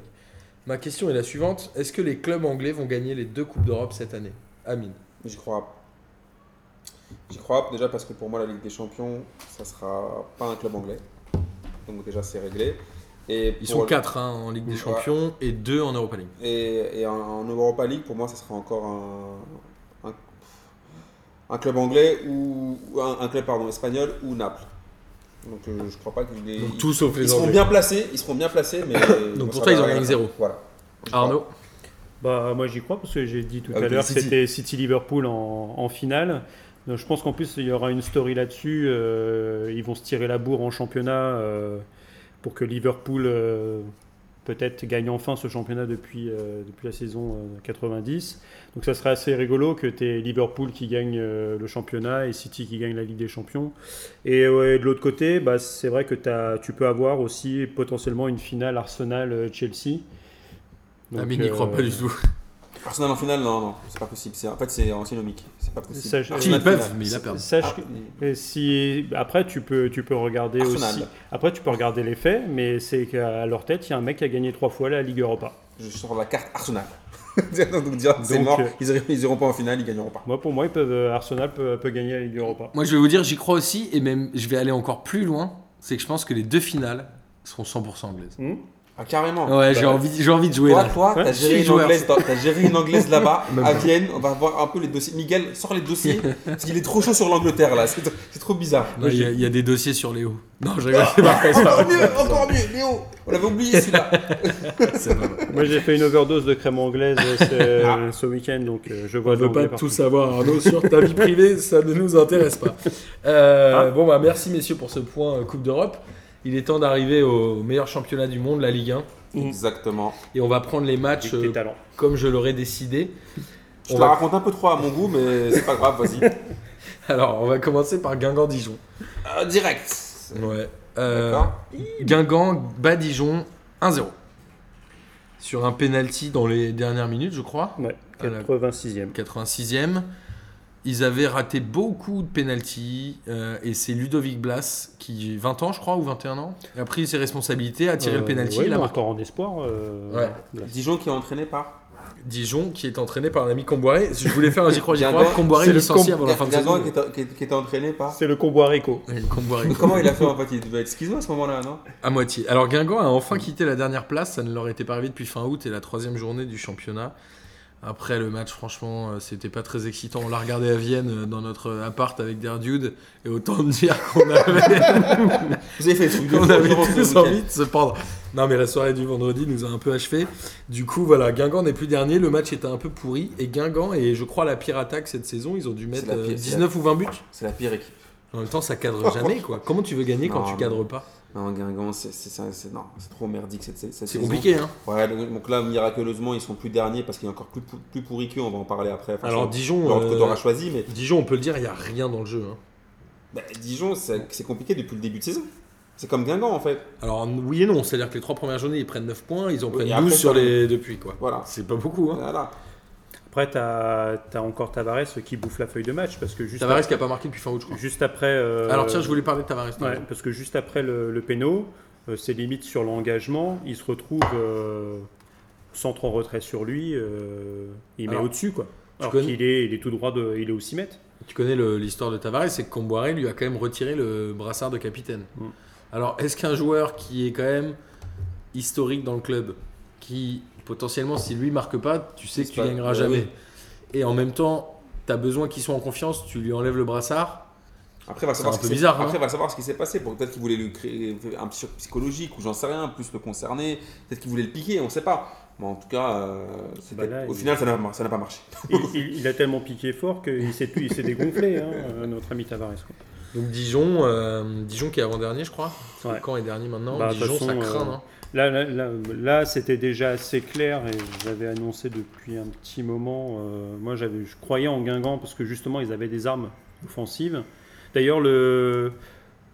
Speaker 1: Ma question est la suivante est-ce que les clubs anglais vont gagner les deux Coupes d'Europe cette année Amine.
Speaker 2: J'y crois. J'y crois déjà parce que pour moi la Ligue des Champions, ça sera pas un club anglais. Donc déjà c'est réglé. Et
Speaker 1: Ils
Speaker 2: pour-
Speaker 1: sont quatre hein, en Ligue des
Speaker 2: Ouais.
Speaker 1: Champions et deux en Europa League.
Speaker 2: Et, et en, en Europa League, pour moi, ça sera encore un, un, un club anglais ou ou un, un club pardon, espagnol ou Naples. Donc euh, je crois pas qu'ils les-
Speaker 1: Donc,
Speaker 2: ils-
Speaker 1: tout sauf
Speaker 2: ils
Speaker 1: les
Speaker 2: seront
Speaker 1: Anglais.
Speaker 2: bien placés, ils seront bien placés, mais
Speaker 1: *coughs* Donc, pour
Speaker 2: ça
Speaker 1: toi, ils
Speaker 2: va-
Speaker 1: organisent zéro.
Speaker 2: Voilà. Je
Speaker 1: Arnaud
Speaker 3: Bah, moi j'y crois parce que j'ai dit tout
Speaker 2: Ah,
Speaker 3: à
Speaker 2: oui,
Speaker 3: l'heure
Speaker 2: City.
Speaker 3: c'était City Liverpool en, en finale. Donc, je pense qu'en plus il y aura une story là-dessus. Euh, ils vont se tirer la bourre en championnat euh, pour que Liverpool euh, peut-être gagne enfin ce championnat depuis, euh, depuis la saison euh, 90. Donc ça serait assez rigolo que tu aies Liverpool qui gagne euh, le championnat et City qui gagne la Ligue des Champions. Et ouais, de l'autre côté, bah, c'est vrai que t'as- tu peux avoir aussi potentiellement une finale euh, Arsenal-Chelsea.
Speaker 1: Ah, mais il n'y croit
Speaker 3: euh,
Speaker 1: pas du tout.
Speaker 2: crois. Arsenal en finale, non, non, c'est pas possible. C'est- En fait, c'est antinomique. C'est pas possible.
Speaker 3: Ça, je-
Speaker 1: Si,
Speaker 2: Arsenal
Speaker 1: ils peuvent,
Speaker 2: euh, finale.
Speaker 1: mais il a perdu.
Speaker 2: Ah,
Speaker 3: Sache que- et si après tu peux tu peux regarder
Speaker 2: Arsenal.
Speaker 3: aussi après tu peux regarder les faits mais c'est qu'à leur tête il y a un mec qui a gagné trois fois la Ligue Europa.
Speaker 2: Je sors la carte Arsenal. *laughs* Donc dire c'est
Speaker 3: Donc,
Speaker 2: mort,
Speaker 3: euh,
Speaker 2: ils, iront, ils iront pas en finale, ils gagneront pas.
Speaker 3: Moi pour moi ils peuvent euh, Arsenal peut, peut gagner la Ligue Europa.
Speaker 1: *laughs* Moi, je vais vous dire, j'y crois aussi, et même, je vais aller encore plus loin. C'est que je pense que les deux finales seront 100% anglaises.
Speaker 3: Hmm
Speaker 2: Ah carrément.
Speaker 1: Ouais, j'ai envie, j'ai envie de jouer
Speaker 2: Toi,
Speaker 1: là.
Speaker 2: toi,
Speaker 3: Ouais,
Speaker 2: t'as
Speaker 1: je suis
Speaker 2: géré, une
Speaker 1: joueur.
Speaker 2: anglaise, t'as- t'as géré une anglaise là-bas,
Speaker 1: *laughs* Même
Speaker 2: à
Speaker 1: pas.
Speaker 2: Vienne. On va voir un peu les dossiers. Miguel, sors
Speaker 1: *laughs*
Speaker 2: les dossiers. parce qu'il est trop chaud sur l'Angleterre là. C'est c'est trop bizarre.
Speaker 1: Non, Il y, a- il y a des dossiers sur Léo. Non, je *laughs* rigole, c'est pas vrai, c'est pas
Speaker 2: Encore
Speaker 1: vrai.
Speaker 2: mieux, encore mieux, Léo. On l'avait oublié
Speaker 1: *laughs*
Speaker 2: celui-là.
Speaker 1: C'est pas vrai.
Speaker 3: Moi j'ai fait une overdose de crème anglaise
Speaker 1: *laughs*
Speaker 3: euh, ce,
Speaker 1: Ah.
Speaker 3: ce week-end donc euh, je vois
Speaker 1: On
Speaker 3: de
Speaker 1: veut
Speaker 3: l'anglais
Speaker 1: pas
Speaker 3: partout.
Speaker 1: tout savoir, Arnaud, sur ta vie privée, ça ne nous intéresse pas. Euh, Bon, bah merci messieurs pour ce point euh, Coupe d'Europe. Il est temps d'arriver au meilleur championnat du monde, la Ligue 1.
Speaker 2: Exactement.
Speaker 1: Et on va prendre les
Speaker 3: Avec
Speaker 1: matchs
Speaker 3: tes
Speaker 1: euh,
Speaker 3: talents.
Speaker 1: comme je l'aurais décidé.
Speaker 2: Je
Speaker 1: On
Speaker 2: te
Speaker 1: va-
Speaker 2: la raconte un peu trop à mon goût, mais c'est pas grave, vas-y.
Speaker 1: Alors, on va commencer par Guingamp-Dijon.
Speaker 2: *laughs* Euh, direct.
Speaker 1: Ouais. Euh,
Speaker 2: D'accord.
Speaker 1: Guingamp bat Dijon 1-0. Sur un penalty dans les dernières minutes, je crois.
Speaker 3: Ouais,
Speaker 1: Ah là.
Speaker 3: 86e.
Speaker 1: 86e. Ils avaient raté beaucoup de pénalties euh, et c'est Ludovic Blas qui, 20 ans je crois, ou 21 ans, a pris ses responsabilités, a tiré le
Speaker 3: Euh,
Speaker 1: penalty
Speaker 3: ouais,
Speaker 1: il a
Speaker 3: il est
Speaker 1: marqué.
Speaker 3: encore en espoir. euh,
Speaker 1: Ouais.
Speaker 3: Blas.
Speaker 2: Dijon qui est entraîné par.
Speaker 1: Dijon qui est entraîné par un ami Comboiré. Je voulais faire un j'y crois, j'y
Speaker 2: Guingamp,
Speaker 1: crois. Comboiré
Speaker 3: c'est le
Speaker 1: licencié
Speaker 3: com-
Speaker 1: avant la fin de saison.
Speaker 2: Guingamp qui était- qui était- qui était entraîné par.
Speaker 3: C'est le combo Areco.
Speaker 1: Ouais, le Comboiré.
Speaker 2: Mais Comment il a fait en fait Il devait être schizo à ce moment-là, non
Speaker 1: À moitié. Alors Guingamp a enfin quitté la dernière place, ça ne leur était pas arrivé depuis fin août et la troisième journée du championnat. Après le match, franchement, euh, c'était pas très excitant. On l'a regardé à Vienne euh, dans notre euh, appart avec des dudes et autant *laughs* te dire qu'on avait,
Speaker 2: Vous avez fait des trucs de *laughs*
Speaker 1: qu'on
Speaker 2: fou,
Speaker 1: avait
Speaker 2: vraiment, ce
Speaker 1: tous
Speaker 2: week-end.
Speaker 1: envie de se pendre. Non mais la soirée du vendredi nous a un peu achevé. Du coup, voilà, Guingamp n'est plus dernier, le match était un peu pourri et Guingamp est, je crois, la pire attaque cette saison. Ils ont dû mettre
Speaker 2: la pire,
Speaker 1: euh,
Speaker 2: c'est la-
Speaker 1: 19 ou 20 buts.
Speaker 2: C'est la pire équipe.
Speaker 1: En même temps, ça
Speaker 2: *laughs*
Speaker 1: cadre jamais quoi. Comment tu veux gagner quand
Speaker 2: Non,
Speaker 1: tu
Speaker 2: mais-
Speaker 1: cadres pas
Speaker 2: Non, Guingamp, c'est c'est- c'est- c'est- non, c'est trop merdique cette, cette
Speaker 1: C'est
Speaker 2: saison.
Speaker 1: compliqué hein.
Speaker 2: Ouais, donc, donc là, miraculeusement, ils sont plus derniers parce qu'il y a encore plus, pour- plus pourri qu'eux. On va en parler après. Enfin,
Speaker 1: Alors
Speaker 2: c'est-
Speaker 1: Dijon
Speaker 2: l'ordre que
Speaker 1: euh,
Speaker 2: t'auras choisi, mais
Speaker 1: Dijon, on peut le dire, il n'y a rien dans le jeu. hein.
Speaker 2: bah, Dijon, c'est c'est compliqué depuis le début de saison. C'est comme Guingamp en fait.
Speaker 1: Alors, oui et non, c'est-à-dire que les trois premières journées, ils prennent 9 points, ils en
Speaker 2: Oui,
Speaker 1: prennent
Speaker 2: et après,
Speaker 1: 12 sur
Speaker 2: ça-
Speaker 1: les depuis, quoi.
Speaker 2: Voilà.
Speaker 1: C'est pas beaucoup, hein.
Speaker 2: Voilà.
Speaker 3: Après tu as, encore Tavares qui bouffe la feuille de match parce que juste,
Speaker 1: Tavares qui a pas marqué depuis fin août, je crois.
Speaker 3: juste après euh,
Speaker 1: Alors, tiens, je voulais parler de Tavares. par
Speaker 3: Ouais,
Speaker 1: exemple.
Speaker 3: Euh, parce que juste après le, le péno, euh, ses limites sur l'engagement, il se retrouve euh, centre en retrait sur lui, euh, il met
Speaker 1: Alors,
Speaker 3: au-dessus quoi. Alors
Speaker 1: connais-
Speaker 3: qu'il est, il est tout droit, de, il est au 6 mètres.
Speaker 1: Tu connais le- l'histoire de Tavares, c'est que Comboiré lui a quand même retiré le brassard de capitaine.
Speaker 3: Mm.
Speaker 1: Alors, est-ce qu'un joueur qui est quand même historique dans le club, qui potentiellement, si lui marque pas, tu sais que tu
Speaker 2: pas-
Speaker 1: gagneras
Speaker 2: Ouais,
Speaker 1: jamais,
Speaker 2: oui.
Speaker 1: et en même temps, t'as besoin qu'il soit en confiance, tu lui enlèves le brassard,
Speaker 2: Après, va savoir
Speaker 1: un
Speaker 2: ce
Speaker 1: peu
Speaker 2: qui s'est-
Speaker 1: bizarre, hein.
Speaker 2: après, va savoir ce qui s'est passé. Pour- Peut-être qu'il voulait lui créer euh, un petit choc psychologique ou j'en sais rien, plus le concerner. Peut-être qu'il voulait le piquer, on sait pas. Mais en tout cas, euh, c'était-
Speaker 3: Bah là,
Speaker 2: au
Speaker 3: il-
Speaker 2: final, ça n'a mar- ça n'a pas marché.
Speaker 3: Il, il- il a tellement piqué fort qu'il s'est, il s'est dégonflé, hein, euh, notre ami Tavares. quoi.
Speaker 1: Donc Dijon, euh, Dijon qui est avant-dernier, je crois.
Speaker 3: Ouais.
Speaker 1: Caen est dernier maintenant.
Speaker 3: Bah, de
Speaker 1: Dijon,
Speaker 3: toute façon,
Speaker 1: ça craint.
Speaker 3: euh,
Speaker 1: hein.
Speaker 3: Là, là, là, là, c'était déjà assez clair et j'avais annoncé depuis un petit moment. euh, moi, j'avais, je croyais en Guingamp parce que justement, ils avaient des armes offensives. D'ailleurs, le,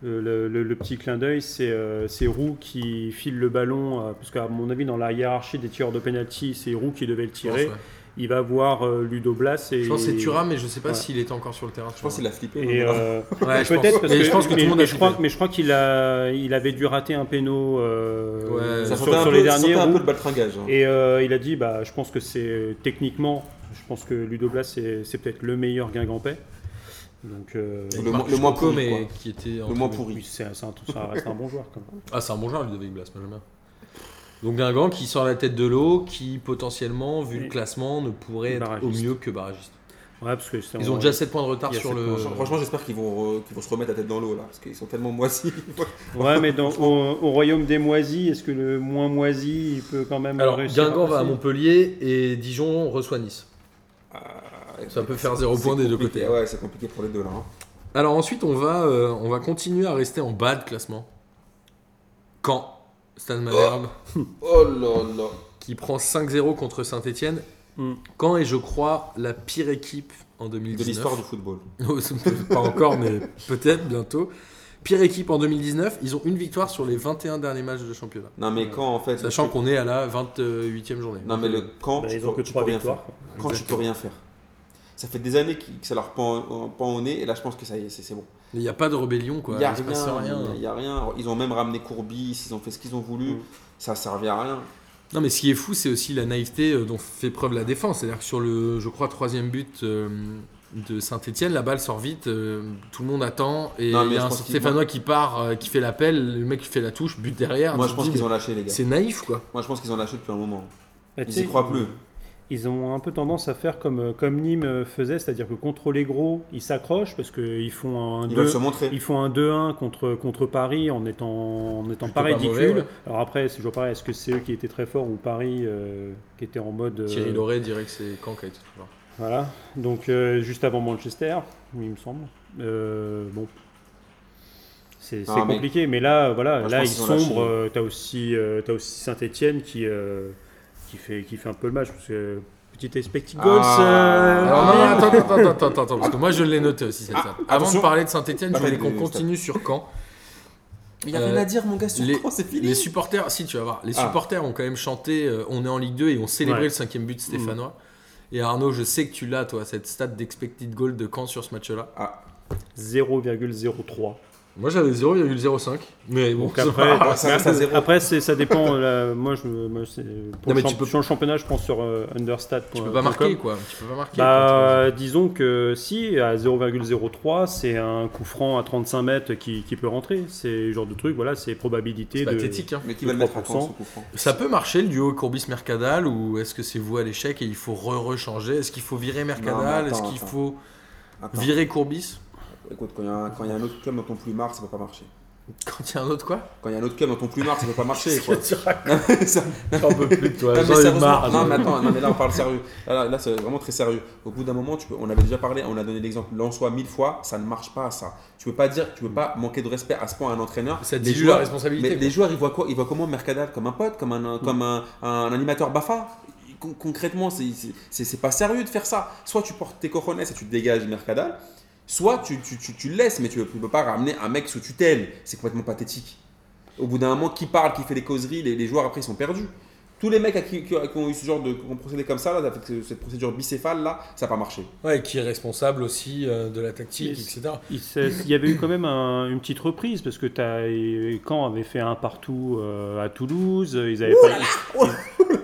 Speaker 3: euh, le, le- le petit clin d'œil, c'est, euh, c'est Roux qui file le ballon euh, parce qu'à mon avis, dans la hiérarchie des tireurs de penalty, c'est Roux qui devait le
Speaker 1: Je pense,
Speaker 3: tirer.
Speaker 1: ouais.
Speaker 3: Il va voir euh, Ludo Blas et
Speaker 1: Je pense que c'est Thuram, mais je sais pas
Speaker 3: Ouais.
Speaker 1: s'il était encore sur le terrain.
Speaker 2: Je pense qu'il a flippé.
Speaker 3: et,
Speaker 2: donc,
Speaker 3: euh,
Speaker 1: Ouais, je
Speaker 3: peut-être
Speaker 1: pense.
Speaker 3: parce
Speaker 1: Mais
Speaker 3: que,
Speaker 1: je pense que tout
Speaker 3: mais-
Speaker 1: le monde
Speaker 3: mais
Speaker 1: a
Speaker 3: je
Speaker 1: chuté.
Speaker 3: crois, mais je crois qu'il a, il avait dû rater un péno euh,
Speaker 1: Ouais.
Speaker 2: Ça
Speaker 3: sur,
Speaker 2: sentait un,
Speaker 3: sur
Speaker 2: peu,
Speaker 3: les
Speaker 2: ça sentait
Speaker 3: derniers.
Speaker 2: un
Speaker 3: Roux.
Speaker 2: peu le baltringage. hein.
Speaker 3: Et euh, il a dit, bah, je pense que c'est euh, techniquement, je pense que Ludo Blas, c'est c'est peut-être le meilleur Guingampais. Donc, euh,
Speaker 1: Il y a
Speaker 2: le
Speaker 1: Marc
Speaker 2: moins- le moins
Speaker 1: Choco,
Speaker 2: pourri,
Speaker 1: mais
Speaker 2: quoi.
Speaker 1: qui était en
Speaker 2: Le moins
Speaker 1: tribune.
Speaker 2: pourri.
Speaker 3: oui, c'est c'est un, ça reste un bon joueur quand même.
Speaker 1: Ah, c'est un bon joueur, Ludovic Blas, moi, j'aime bien. Donc Guingamp qui sort la tête de l'eau, qui potentiellement, vu le
Speaker 3: Oui.
Speaker 1: classement, ne pourrait être au
Speaker 3: Barragiste.
Speaker 1: mieux que barragiste.
Speaker 3: Ouais, parce que c'est
Speaker 1: Ils ont
Speaker 3: en-
Speaker 1: déjà 7 points de retard
Speaker 3: Il y a
Speaker 1: sur
Speaker 3: sept
Speaker 1: le.
Speaker 3: points.
Speaker 2: Franchement, Franchement, j'espère qu'ils vont, re- qu'ils vont se remettre la tête dans l'eau là, parce qu'ils sont tellement moisis. *laughs*
Speaker 3: Ouais, mais dans, au, au royaume des moisis, est-ce que le moins moisi, il peut quand même
Speaker 1: Alors,
Speaker 3: réussir
Speaker 1: Guingamp va à
Speaker 3: passer
Speaker 1: Montpellier et Dijon reçoit Nice. Ça peut faire zéro
Speaker 2: C'est
Speaker 1: point des deux
Speaker 2: compliqué.
Speaker 1: côtés.
Speaker 2: Ouais, c'est compliqué pour les deux là. hein.
Speaker 1: Alors ensuite, on va, euh, on va continuer à rester en bas de classement. Quand Stan Malherbe,
Speaker 2: Oh là là.
Speaker 1: qui prend 5-0 contre Saint-Etienne.
Speaker 3: Mm.
Speaker 1: Quand est, je crois, la pire équipe en
Speaker 2: De
Speaker 1: 2019
Speaker 2: l'histoire du football.
Speaker 1: Non, *laughs* ça peut- Pas encore, mais peut-être bientôt. Pire équipe en 2019, ils ont une victoire sur les 21 derniers matchs de championnat.
Speaker 2: Non, mais quand en fait.
Speaker 1: Sachant qu'on est à la 28e journée.
Speaker 2: Non, mais le quand.
Speaker 3: Bah,
Speaker 2: tu
Speaker 3: Ils ont
Speaker 2: peux-
Speaker 3: que
Speaker 2: tu
Speaker 3: 3
Speaker 2: peux rien
Speaker 3: victoires.
Speaker 2: faire. Quand tu peux rien faire. Ça fait des années qui- que ça leur pend, au- pend au nez, et là je pense que ça y est, c'est c'est bon.
Speaker 1: Il n'y a pas de rébellion, quoi.
Speaker 2: Il y a
Speaker 1: Il se passe rien.
Speaker 2: rien. Il y a rien. Ils ont même ramené Courbis, ils ont fait ce qu'ils ont voulu.
Speaker 3: Mm.
Speaker 2: Ça servait à rien.
Speaker 1: Non, mais ce qui est fou, c'est aussi la naïveté euh, dont fait preuve la défense. C'est-à-dire que sur le, je crois, troisième but euh, de Saint-Etienne, la balle sort vite, euh, tout le monde attend, et
Speaker 2: Non, mais
Speaker 1: il y
Speaker 2: je
Speaker 1: a un
Speaker 2: pense qu'ils-
Speaker 1: Stéphanois qui part, euh, qui fait l'appel, le mec qui fait la touche, but derrière.
Speaker 2: Moi
Speaker 1: Ah, tu
Speaker 2: je
Speaker 1: te
Speaker 2: pense
Speaker 1: dis,
Speaker 2: qu'ils
Speaker 1: mais
Speaker 2: ont lâché, les gars.
Speaker 1: C'est naïf, quoi.
Speaker 2: Moi je pense qu'ils ont lâché depuis un moment.
Speaker 3: Bah, tu
Speaker 2: Ils
Speaker 3: sais,
Speaker 2: y croient plus.
Speaker 3: Ils ont un peu tendance à faire comme, euh, comme Nîmes euh, faisait, c'est-à-dire que contre les gros, ils s'accrochent parce qu'ils font un
Speaker 2: Ils veulent
Speaker 3: 2
Speaker 2: se montrer.
Speaker 3: ils font un 2-1 contre, contre Paris en étant, en étant pas
Speaker 1: pas
Speaker 3: ridicule.
Speaker 1: mauvais, ouais.
Speaker 3: Alors après, c'est toujours pareil, est-ce que c'est eux qui étaient très forts ou Paris euh, qui était en mode. euh,
Speaker 1: Thierry Loret dirait que c'est quand qui a été tout fort.
Speaker 3: Voilà, donc euh, juste avant Manchester, oui, il me semble. Euh, bon. C'est
Speaker 2: Non,
Speaker 3: c'est
Speaker 2: mais-
Speaker 3: compliqué, mais là, voilà,
Speaker 2: Moi, je
Speaker 3: là, ils
Speaker 2: pense qu'ils ont lâché.
Speaker 3: sombrent. euh, T'as aussi, euh, t'as aussi Saint-Etienne qui, euh, qui, fait, qui fait un peu le match. Parce que, petit expected goals.
Speaker 2: Ah.
Speaker 3: euh,
Speaker 1: Alors non,
Speaker 3: merde.
Speaker 1: attends, attends, attends, attends, attends, attends, parce que moi je l'ai noté aussi cette
Speaker 2: Ah,
Speaker 1: stat. Avant de
Speaker 2: attention.
Speaker 1: parler de Saint-Etienne, je
Speaker 2: Pas
Speaker 1: voulais
Speaker 2: mal
Speaker 1: qu'on
Speaker 2: de-
Speaker 1: continue sur Caen.
Speaker 2: Il y a
Speaker 1: Euh,
Speaker 2: rien à dire, mon gars, sur
Speaker 1: les-
Speaker 2: quand c'est fini.
Speaker 1: Les supporters, si tu vas voir, les
Speaker 2: Ah.
Speaker 1: supporters ont quand même chanté euh, On est en Ligue 2 et ont célébré
Speaker 3: Ouais.
Speaker 1: le cinquième but stéphanois.
Speaker 2: Mmh.
Speaker 1: Et Arnaud, je sais que tu l'as, toi, cette stat d'expected goal de Caen sur ce match-là.
Speaker 3: 0,03.
Speaker 1: Moi j'avais 0,05. Mais bon,
Speaker 3: Donc après,
Speaker 1: *laughs*
Speaker 2: Ah, ça reste à zéro.
Speaker 3: après c'est- ça dépend. euh, la- moi, je, me- moi, c'est- pour
Speaker 1: Non, mais
Speaker 3: le
Speaker 1: tu
Speaker 3: champ-
Speaker 1: peux-
Speaker 3: sur le championnat, je pense sur euh, understat.
Speaker 1: tu peux pas marquer quoi. Tu peux pas marquer.
Speaker 3: Bah, disons que si, à 0,03, c'est un coup franc à 35 mètres qui, qui peut rentrer. C'est le genre de truc, voilà, c'est probabilité
Speaker 1: c'est
Speaker 3: de. *laughs*
Speaker 1: pathétique. hein.
Speaker 2: Mais qui
Speaker 3: de
Speaker 2: va le mettre à
Speaker 3: 3%.
Speaker 2: quand ce coup franc
Speaker 1: Ça peut marcher le duo Courbis-Mercadal ou est-ce que c'est voué à l'échec et il faut re-rechanger Est-ce qu'il faut virer Mercadal
Speaker 2: Non, mais
Speaker 1: Est-ce
Speaker 2: attends,
Speaker 1: qu'il
Speaker 2: attends.
Speaker 1: faut
Speaker 2: Attends,
Speaker 1: virer Courbis
Speaker 2: écoute, quand il y a un- quand il y a un autre club dans ton plumard, ça peut pas marcher.
Speaker 1: Quand il y a un autre quoi
Speaker 2: Quand il y a un autre club dans ton plumard, ça peut
Speaker 1: *laughs*
Speaker 2: pas marcher. quoi. Ça-
Speaker 1: J'en peux plus de toi.
Speaker 2: Non,
Speaker 1: Bah,
Speaker 2: mais
Speaker 1: j'en ai
Speaker 2: sérieusement,
Speaker 1: marre.
Speaker 2: non, mais attends, non, mais là on parle sérieux. Là, là, là, c'est vraiment très sérieux. Au bout d'un moment, tu peux, on avait déjà parlé, on a donné l'exemple Lançois mille fois, ça ne marche pas ça. Tu peux pas dire, tu peux pas manquer de respect à ce point à un entraîneur.
Speaker 1: Ça
Speaker 2: Les
Speaker 1: dilue
Speaker 2: joueurs-
Speaker 1: la responsabilité,
Speaker 2: Mais
Speaker 1: quoi.
Speaker 2: les joueurs, ils voient quoi Ils voient comment Mercadal comme un pote, comme un, comme un, un animateur Bafa Con- Concrètement, c'est- c'est- c'est c'est pas sérieux de faire ça. Soit tu portes tes cojones et tu dégages Mercadal, soit tu, tu, tu, tu le laisses, mais tu ne peux pas ramener un mec sous tutelle. C'est complètement pathétique. Au bout d'un moment, qui parle, qui fait les causeries, les, les joueurs après ils sont perdus. Tous les mecs à qui, qui- qui ont eu ce genre de qui ont procédé comme ça, là, avec ce- cette procédure bicéphale là, ça n'a pas marché.
Speaker 1: Ouais, qui est responsable aussi euh, de la tactique,
Speaker 3: Yes.
Speaker 1: etc.
Speaker 3: Il, s'est- il y avait eu quand même un- une petite reprise parce que t'as, et Caen avait fait un partout euh, à Toulouse. Ils avaient pas. *laughs*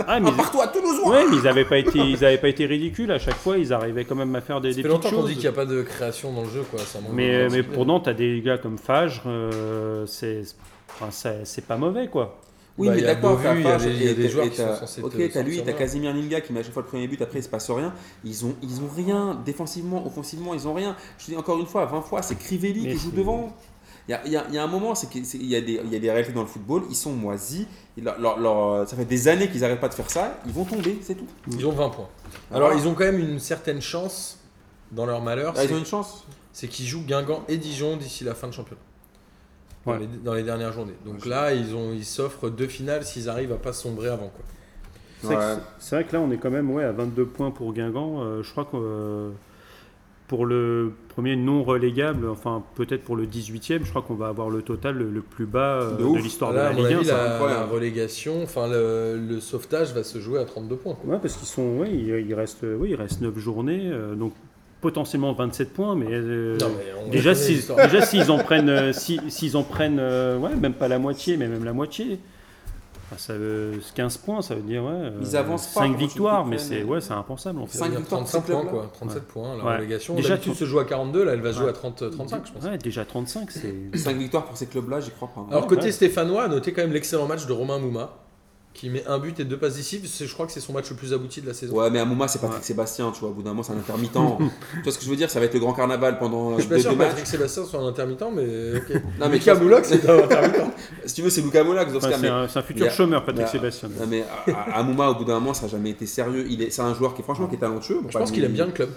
Speaker 3: ah, mais
Speaker 2: Un partout à Toulouse,
Speaker 3: ils,
Speaker 2: ouais.
Speaker 3: ouais, mais ils avaient pas été, ils avaient pas été ridicules à chaque fois. Ils arrivaient quand même à faire des,
Speaker 1: Ça
Speaker 3: des
Speaker 1: fait
Speaker 3: petites
Speaker 1: longtemps qu'on
Speaker 3: choses.
Speaker 1: dit qu'il n'y a pas de création dans le jeu, quoi. Ça manque de
Speaker 3: mais, mais
Speaker 1: créativité.
Speaker 3: pourtant, t'as des gars comme Fage, euh, c'est, enfin, ça- c'est pas mauvais quoi.
Speaker 2: Oui,
Speaker 1: Bah,
Speaker 2: mais
Speaker 1: il y a
Speaker 2: d'accord,
Speaker 1: Beauvue,
Speaker 2: t'as
Speaker 1: il y a
Speaker 2: Fage
Speaker 1: des- il y a
Speaker 2: et
Speaker 1: des
Speaker 2: t'as-
Speaker 1: joueurs
Speaker 2: et
Speaker 1: qui
Speaker 2: t'as-
Speaker 1: sont censés te
Speaker 2: Ok, t'as lui,
Speaker 1: sortir
Speaker 2: t'as
Speaker 1: là.
Speaker 2: Casimir Nilga qui met à chaque fois le premier but, après il se passe rien. Ils ont, ils ont rien, défensivement, offensivement, ils ont rien. Je te dis encore une fois, 20 fois, c'est Crivelli
Speaker 3: Mais
Speaker 2: qui joue
Speaker 3: c'est-
Speaker 2: devant. Il y a, il y a- il y a un moment, c'est qu'il c'est- il y, a des- il y a des réalités dans le football, ils sont moisis. Et leur- leur- leur- ça fait des années qu'ils n'arrêtent pas de faire ça, ils vont tomber, c'est tout.
Speaker 1: Ils ont 20 points. Alors, ils ont quand même une certaine chance dans leur malheur.
Speaker 2: Ah,
Speaker 1: c'est-
Speaker 2: ils ont une chance.
Speaker 1: C'est qu'ils jouent Guingamp et Dijon d'ici la fin de championnat. Dans,
Speaker 3: Ouais.
Speaker 1: les, dans les dernières journées. Donc là, ils ont- ils s'offrent deux finales s'ils arrivent à pas sombrer avant. Quoi.
Speaker 3: C'est vrai, que-
Speaker 2: Ouais.
Speaker 3: c'est vrai que là, on est quand même ouais, à 22 points pour Guingamp. Euh, je crois que euh, pour le premier non relégable, enfin peut-être pour le 18e, je crois qu'on va avoir le total le, le plus bas euh,
Speaker 2: De
Speaker 3: de,
Speaker 2: ouf.
Speaker 3: l'histoire de
Speaker 1: Là,
Speaker 3: la
Speaker 1: à mon
Speaker 3: Ligue 1.
Speaker 1: avis,
Speaker 3: ça.
Speaker 1: la,
Speaker 2: incroyable.
Speaker 1: la relégation, enfin le, le sauvetage va se jouer à 32 points. quoi.
Speaker 3: Ouais, parce qu'ils sont, ouais, il, il reste, euh, oui, il reste 9 journées, euh, donc potentiellement 27 points, mais. euh,
Speaker 1: Non, mais on
Speaker 3: Déjà
Speaker 1: reconnaît
Speaker 3: s'ils
Speaker 1: l'histoire.
Speaker 3: déjà, s'ils en prennent, euh, si- s'ils en prennent euh, ouais, même pas la moitié, mais même la moitié, enfin, ça veut- 15 points, ça veut dire ouais,
Speaker 2: Ils avancent pas
Speaker 3: 5
Speaker 2: quand tu
Speaker 3: victoires,
Speaker 2: les
Speaker 3: mais
Speaker 2: prennes.
Speaker 3: c'est ouais, c'est impensable en fait.
Speaker 1: Ça veut
Speaker 2: euh, cinq
Speaker 1: dire
Speaker 2: victoires pour
Speaker 1: 35
Speaker 2: ce club-là.
Speaker 1: points, quoi. 37 points, la
Speaker 3: Ouais.
Speaker 1: relégation.
Speaker 3: Déjà,
Speaker 1: Déjà, tu
Speaker 3: tu-
Speaker 1: se joues à 42, là, elle va se jouer
Speaker 3: Ouais.
Speaker 1: à 30, 35, je pense.
Speaker 3: Ouais, déjà 35, c'est.
Speaker 2: 5 victoires pour ces clubs-là, j'y crois pas. hein.
Speaker 1: Alors,
Speaker 3: Ouais,
Speaker 1: côté
Speaker 3: ouais.
Speaker 1: stéphanois, notez quand même l'excellent match de Romain Mouma. qui met un but et deux passes décisives. C'est- Je crois que c'est son match le plus abouti de la saison.
Speaker 2: Ouais, mais à Mouma, c'est Patrick
Speaker 3: Ouais.
Speaker 2: Sébastien, tu vois. Au bout d'un moment, c'est un intermittent. tu vois ce que je veux dire Ça va être le grand carnaval pendant
Speaker 1: Je suis
Speaker 2: deux,
Speaker 1: pas sûr
Speaker 2: deux
Speaker 1: que
Speaker 2: matchs.
Speaker 1: Patrick Sébastien soit un intermittent, mais ok.
Speaker 2: Non, mais tu
Speaker 1: Lucas
Speaker 2: vois,
Speaker 1: Moulox, c'est un
Speaker 2: *laughs*
Speaker 1: intermittent.
Speaker 2: si tu veux, c'est Lucas Moulax,
Speaker 3: Enfin,
Speaker 2: Oscar,
Speaker 3: c'est
Speaker 2: mais-
Speaker 3: un, c'est un futur
Speaker 2: mais-
Speaker 3: chômeur, Patrick
Speaker 2: mais-
Speaker 3: Sébastien.
Speaker 2: Non, mais à- à Amouma, au bout d'un moment, ça n'a jamais été sérieux. Il est, c'est un joueur qui, est- franchement, qui est talentueux. Bon,
Speaker 1: Je
Speaker 2: pas
Speaker 1: pense
Speaker 2: lui-
Speaker 1: qu'il aime bien le club.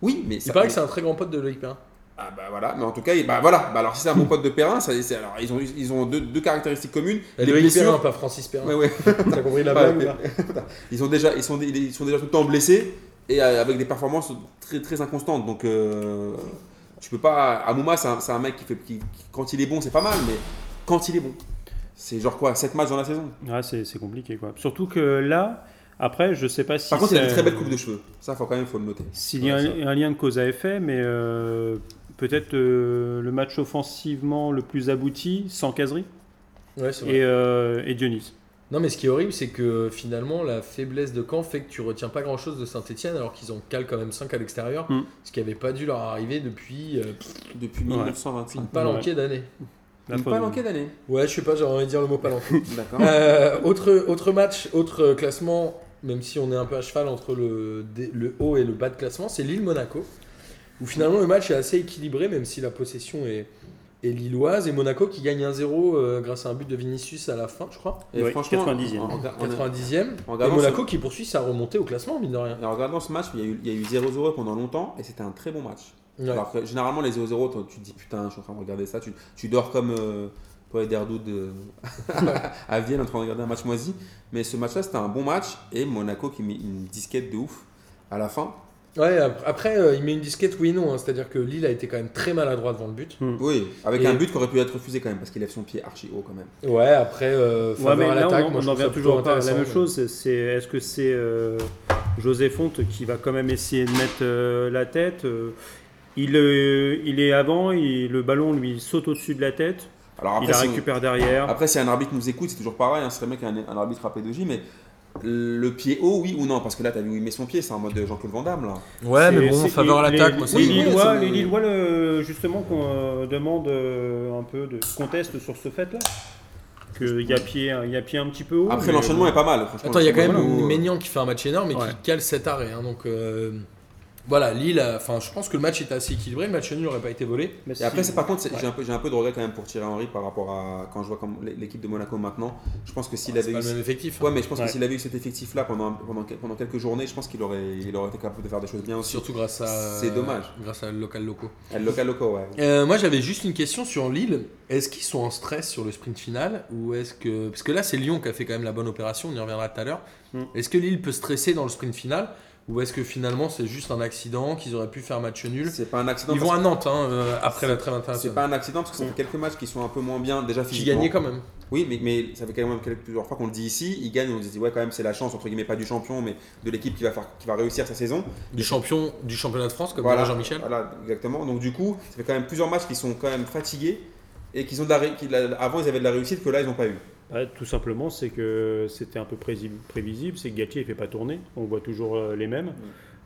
Speaker 2: Oui, mais
Speaker 1: Il paraît que c'est un très grand pote de Loïc Perrin.
Speaker 2: Ah bah voilà, mais en tout cas, il- bah voilà. Bah alors, si c'est un bon pote de Perrin, ça, c'est- alors, ils ont, ils ont deux, deux caractéristiques communes. Les
Speaker 1: Loïc
Speaker 2: blessures.
Speaker 1: Perrin, pas Francis Perrin.
Speaker 2: Ouais, ouais.
Speaker 1: T'as compris la
Speaker 2: Ouais,
Speaker 1: blague ou pas
Speaker 2: Ils sont déjà, ils sont, ils sont déjà tout le temps blessés et euh, avec des performances très, très inconstantes. Donc, euh, tu peux pas. Amouma, c'est un, c'est un mec qui fait, qui- qui- quand il est bon, c'est pas mal, mais quand il est bon, c'est genre quoi, 7 matchs dans la saison.
Speaker 3: Ouais, c'est c'est compliqué, quoi. Surtout que là, après, je sais pas si.
Speaker 2: Par contre, il a
Speaker 3: c'est-
Speaker 2: une très belle coupe de cheveux. Ça, faut quand même, faut le noter.
Speaker 3: S'il y a
Speaker 2: Ouais, ça.
Speaker 3: un, un lien de cause à effet, mais euh, peut-être euh, le match offensivement le plus abouti, sans caserie,
Speaker 1: Ouais, c'est vrai.
Speaker 3: et, euh, et Dionis.
Speaker 1: Non, mais ce qui est horrible, c'est que finalement, la faiblesse de Caen fait que tu retiens pas grand chose de Saint-Etienne, alors qu'ils en calent quand même 5 à l'extérieur,
Speaker 3: Mm.
Speaker 1: ce qui avait pas dû leur arriver depuis euh, pff,
Speaker 2: Depuis
Speaker 3: Ouais.
Speaker 2: 1925.
Speaker 1: une palanquée d'années.
Speaker 3: La
Speaker 2: Une
Speaker 3: fois
Speaker 2: palanquée d'années.
Speaker 1: Ouais, je sais pas, j'aurais envie de dire le mot palanquée.
Speaker 2: D'accord.
Speaker 1: *laughs* Euh, autre, autre match, autre classement, même si on est un peu à cheval entre le, dé- le haut et le bas de classement, c'est Lille-Monaco, où finalement le match est assez équilibré, même si la possession est, est lilloise, et Monaco qui gagne 1-0 euh, grâce à un but de Vinicius à la fin, je crois,
Speaker 2: Et
Speaker 3: Ouais, 90e.
Speaker 2: en- en- en-
Speaker 1: 90e,
Speaker 2: en
Speaker 1: hein. et
Speaker 2: regardant
Speaker 1: Monaco qui poursuit sa remontée au classement, mine de rien.
Speaker 2: Et en regardant ce match, il y a eu- il y a eu 0-0 pendant longtemps et c'était un très bon match.
Speaker 1: Ouais.
Speaker 2: Alors que généralement, les 0-0, toi, tu te dis putain, je suis en train de regarder ça, tu, tu dors comme euh, toi et Derdoud
Speaker 1: *laughs*
Speaker 2: euh, à Vienne en train de regarder un match moisi. Mais ce match-là, c'était un bon match et Monaco qui met une disquette de ouf à la fin.
Speaker 1: Mm. Ouais, ap- après, euh, il met une disquette, oui et non. hein. C'est-à-dire que Lille a été quand même très maladroit devant le but.
Speaker 2: Oui, avec
Speaker 1: Et-
Speaker 2: un but qui aurait pu être refusé quand même parce qu'il lève son pied archi haut quand même.
Speaker 1: Ouais, après, euh,
Speaker 3: Ouais,
Speaker 1: faveur
Speaker 3: mais
Speaker 1: à
Speaker 3: là,
Speaker 1: l'attaque,
Speaker 3: on,
Speaker 1: moi, je
Speaker 3: en
Speaker 1: trouve ça
Speaker 3: revient toujours
Speaker 1: plutôt
Speaker 3: pas à la même
Speaker 1: intéressant,
Speaker 3: chose. c'est- C'est est-ce que c'est euh, José Fonte qui va quand même essayer de mettre euh, la tête euh, il, euh, il est avant, il- le ballon lui saute au-dessus de la tête,
Speaker 2: Alors après,
Speaker 3: il la
Speaker 2: si-
Speaker 3: récupère derrière.
Speaker 2: après, si un arbitre nous écoute, c'est toujours pareil, hein, ce serait bien qu'il y ait un, un arbitre à P2J, mais le pied haut, oui ou non Parce que là, t'as vu où il met son pied, c'est en mode Jean-Claude Van Damme là.
Speaker 1: mais- Ouais, mais
Speaker 3: C'est-
Speaker 1: bon,
Speaker 3: c'est-
Speaker 1: faveur à
Speaker 3: les-
Speaker 1: l'attaque,
Speaker 3: les-
Speaker 1: moi, ça
Speaker 2: oui,
Speaker 1: me-
Speaker 3: Les
Speaker 2: oui.
Speaker 3: Lillois,
Speaker 2: ça me-
Speaker 3: les Lillois, le- justement, qu'on euh, demande euh, un peu de conteste sur ce fait-là. Qu'il y, a pied- il y a pied un petit peu haut.
Speaker 2: Après,
Speaker 3: mais- euh,
Speaker 2: l'enchaînement est pas mal. franchement,
Speaker 1: Attends, il y a quand même
Speaker 2: l'enchaînement, euh,
Speaker 1: Ménian qui fait un match énorme et
Speaker 3: Ouais.
Speaker 1: qui cale cet arrêt. hein. donc, euh, voilà, Lille, a- enfin, je pense que le match était assez équilibré. Le match nul n'aurait pas été volé.
Speaker 3: mais
Speaker 2: Et après,
Speaker 3: si-
Speaker 2: c'est par contre, c'est- j'ai un, peu- j'ai un peu de regret quand même pour Thierry Henry par rapport à quand je vois comme l'é- l'équipe de Monaco maintenant. Je pense que s'il
Speaker 1: Ah, C'est pas
Speaker 2: avait
Speaker 1: le même
Speaker 2: eu.
Speaker 1: effectif.
Speaker 2: Ouais, mais je pense
Speaker 3: Ouais.
Speaker 2: que s'il avait eu cet effectif-là pendant, pendant, que- pendant quelques journées, je pense qu'il aurait, il aurait été capable de faire des choses bien aussi.
Speaker 1: Surtout grâce à.
Speaker 2: C'est dommage.
Speaker 1: Grâce à local loco.
Speaker 2: El Loca Loco, ouais.
Speaker 1: Euh, moi, j'avais juste une question sur Lille. Est-ce qu'ils sont en stress sur le sprint final ou est-ce que parce que là, c'est Lyon qui a fait quand même la bonne opération. On y reviendra tout à l'heure.
Speaker 2: Hmm.
Speaker 3: Mm.
Speaker 1: Est-ce que Lille peut stresser dans le sprint final ou est-ce que finalement c'est juste un accident qu'ils auraient pu faire match nul
Speaker 2: C'est pas un accident.
Speaker 1: Ils
Speaker 2: parce
Speaker 1: vont à Nantes hein, euh, après la trêve
Speaker 2: que- C'est pas
Speaker 1: internationale.
Speaker 2: un accident parce que ça fait quelques matchs qui sont un peu moins bien déjà
Speaker 1: Qui
Speaker 2: physiquement.
Speaker 1: gagnaient quand même.
Speaker 2: Oui, mais, mais ça fait quand même quelques- plusieurs fois qu'on le dit ici. Ils gagnent, on se dit ouais quand même c'est la chance entre guillemets pas du champion mais de l'équipe qui va faire, qui va réussir sa saison.
Speaker 1: Du champion du championnat de France comme
Speaker 2: Voilà,
Speaker 1: dirait Jean-Michel.
Speaker 2: Voilà, exactement. Donc du coup, ça fait quand même plusieurs matchs qui sont quand même fatigués et qu'ils ont de la, ré- qui, la- avant ils avaient de la réussite que là ils n'ont pas eu.
Speaker 3: Bah, tout simplement, c'est que c'était un peu prési- prévisible, c'est que Galtier ne fait pas tourner, on voit toujours euh, les mêmes.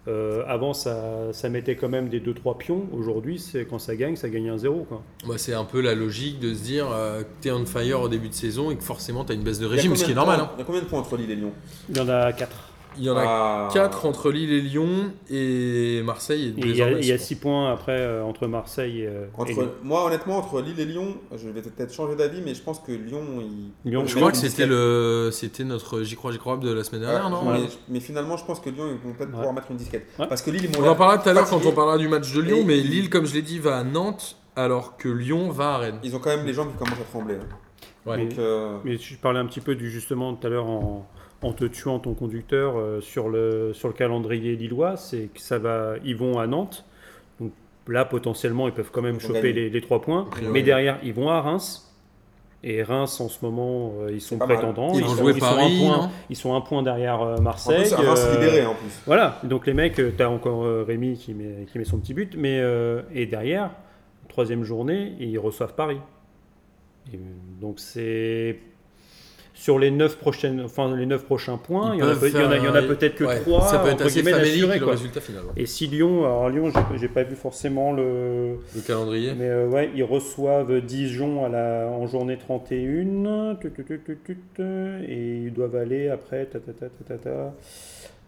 Speaker 3: Euh, avant, ça, ça mettait quand même des 2-3 pions. Aujourd'hui, c'est quand ça gagne, ça gagne un 0. Quoi.
Speaker 1: Bah, c'est un peu la logique de se dire euh, que t'es on fire au début de saison et que forcément t'as une baisse de
Speaker 2: Il y a
Speaker 1: régime, ce
Speaker 2: combien
Speaker 1: qui est
Speaker 2: de points-
Speaker 1: normal. hein.
Speaker 2: Il y a combien de points entre Lille et Lyon
Speaker 3: Il y en a 4.
Speaker 1: Il y en a
Speaker 2: Ah.
Speaker 1: 4 entre Lille et Lyon et Marseille. est
Speaker 3: Il y a-
Speaker 1: désormais
Speaker 3: il y a
Speaker 1: second.
Speaker 3: 6 points après euh, entre Marseille et, euh, et
Speaker 2: Entre-
Speaker 3: Lyon.
Speaker 2: moi honnêtement entre Lille et Lyon, je vais peut-être changer d'avis mais je pense que Lyon ils-
Speaker 3: Lyon,
Speaker 2: ils
Speaker 1: Je
Speaker 2: vont
Speaker 1: crois que
Speaker 2: être
Speaker 1: c'était
Speaker 2: discrets.
Speaker 1: le, c'était notre j'y crois j'y crois de la semaine
Speaker 2: Ouais,
Speaker 1: dernière, non
Speaker 2: mais,
Speaker 3: Ouais.
Speaker 2: mais finalement je pense que Lyon ils vont peut-être
Speaker 3: Ouais.
Speaker 2: pouvoir mettre une disquette
Speaker 3: Ouais.
Speaker 2: parce que Lille ils vont
Speaker 1: On en parlera tout à l'heure quand
Speaker 2: fatigué.
Speaker 1: on parlera du match de Lyon,
Speaker 2: Et-
Speaker 1: mais Lille, comme je l'ai dit, va à Nantes alors que Lyon va à Rennes.
Speaker 2: ils ont quand même les jambes qui commencent à trembler. hein.
Speaker 1: Ouais.
Speaker 3: Mais-
Speaker 2: Donc, euh,
Speaker 3: Mais je parlais un petit peu du justement tout à l'heure en, en te tuant ton conducteur euh, sur, le, sur le calendrier lillois, c'est que ça va, ils vont à Nantes. Donc là, potentiellement, ils peuvent quand même
Speaker 2: Ils vont
Speaker 3: choper
Speaker 2: gagner.
Speaker 3: les, les trois points.
Speaker 1: priori,
Speaker 3: Mais
Speaker 1: oui.
Speaker 3: derrière, ils vont à Reims. Et Reims, en ce moment, euh, ils sont
Speaker 2: pas mal.
Speaker 3: prétendants.
Speaker 1: Ils vont jouer
Speaker 3: sont un
Speaker 1: Paris,
Speaker 3: point-
Speaker 1: non
Speaker 3: ils sont un point derrière euh,
Speaker 2: en
Speaker 3: Marseille.
Speaker 2: plus, Reims
Speaker 3: euh,
Speaker 2: est libéré en plus.
Speaker 3: voilà, donc les mecs, tu as encore euh, Rémi qui met, qui met son petit but, mais euh, et derrière, troisième journée, ils reçoivent Paris. Et, euh, donc c'est. sur les 9, prochaines, enfin, les 9 prochains points,
Speaker 1: Ils
Speaker 3: il y en a,
Speaker 1: peuvent
Speaker 3: peut- il y en a- il y en a
Speaker 1: faire, euh,
Speaker 3: peut-être que
Speaker 1: ouais,
Speaker 3: 3
Speaker 1: Ça peut être assez famélique le
Speaker 3: quoi.
Speaker 1: résultat final. ouais.
Speaker 3: Et si Lyon, alors Lyon, j'ai- j'ai pas vu forcément le,
Speaker 1: Le calendrier.
Speaker 3: mais euh, ouais, ils reçoivent Dijon à la, en journée 31. tut, tut, tut, tut, tut, et ils doivent aller après. ta, ta, ta, ta, ta, ta.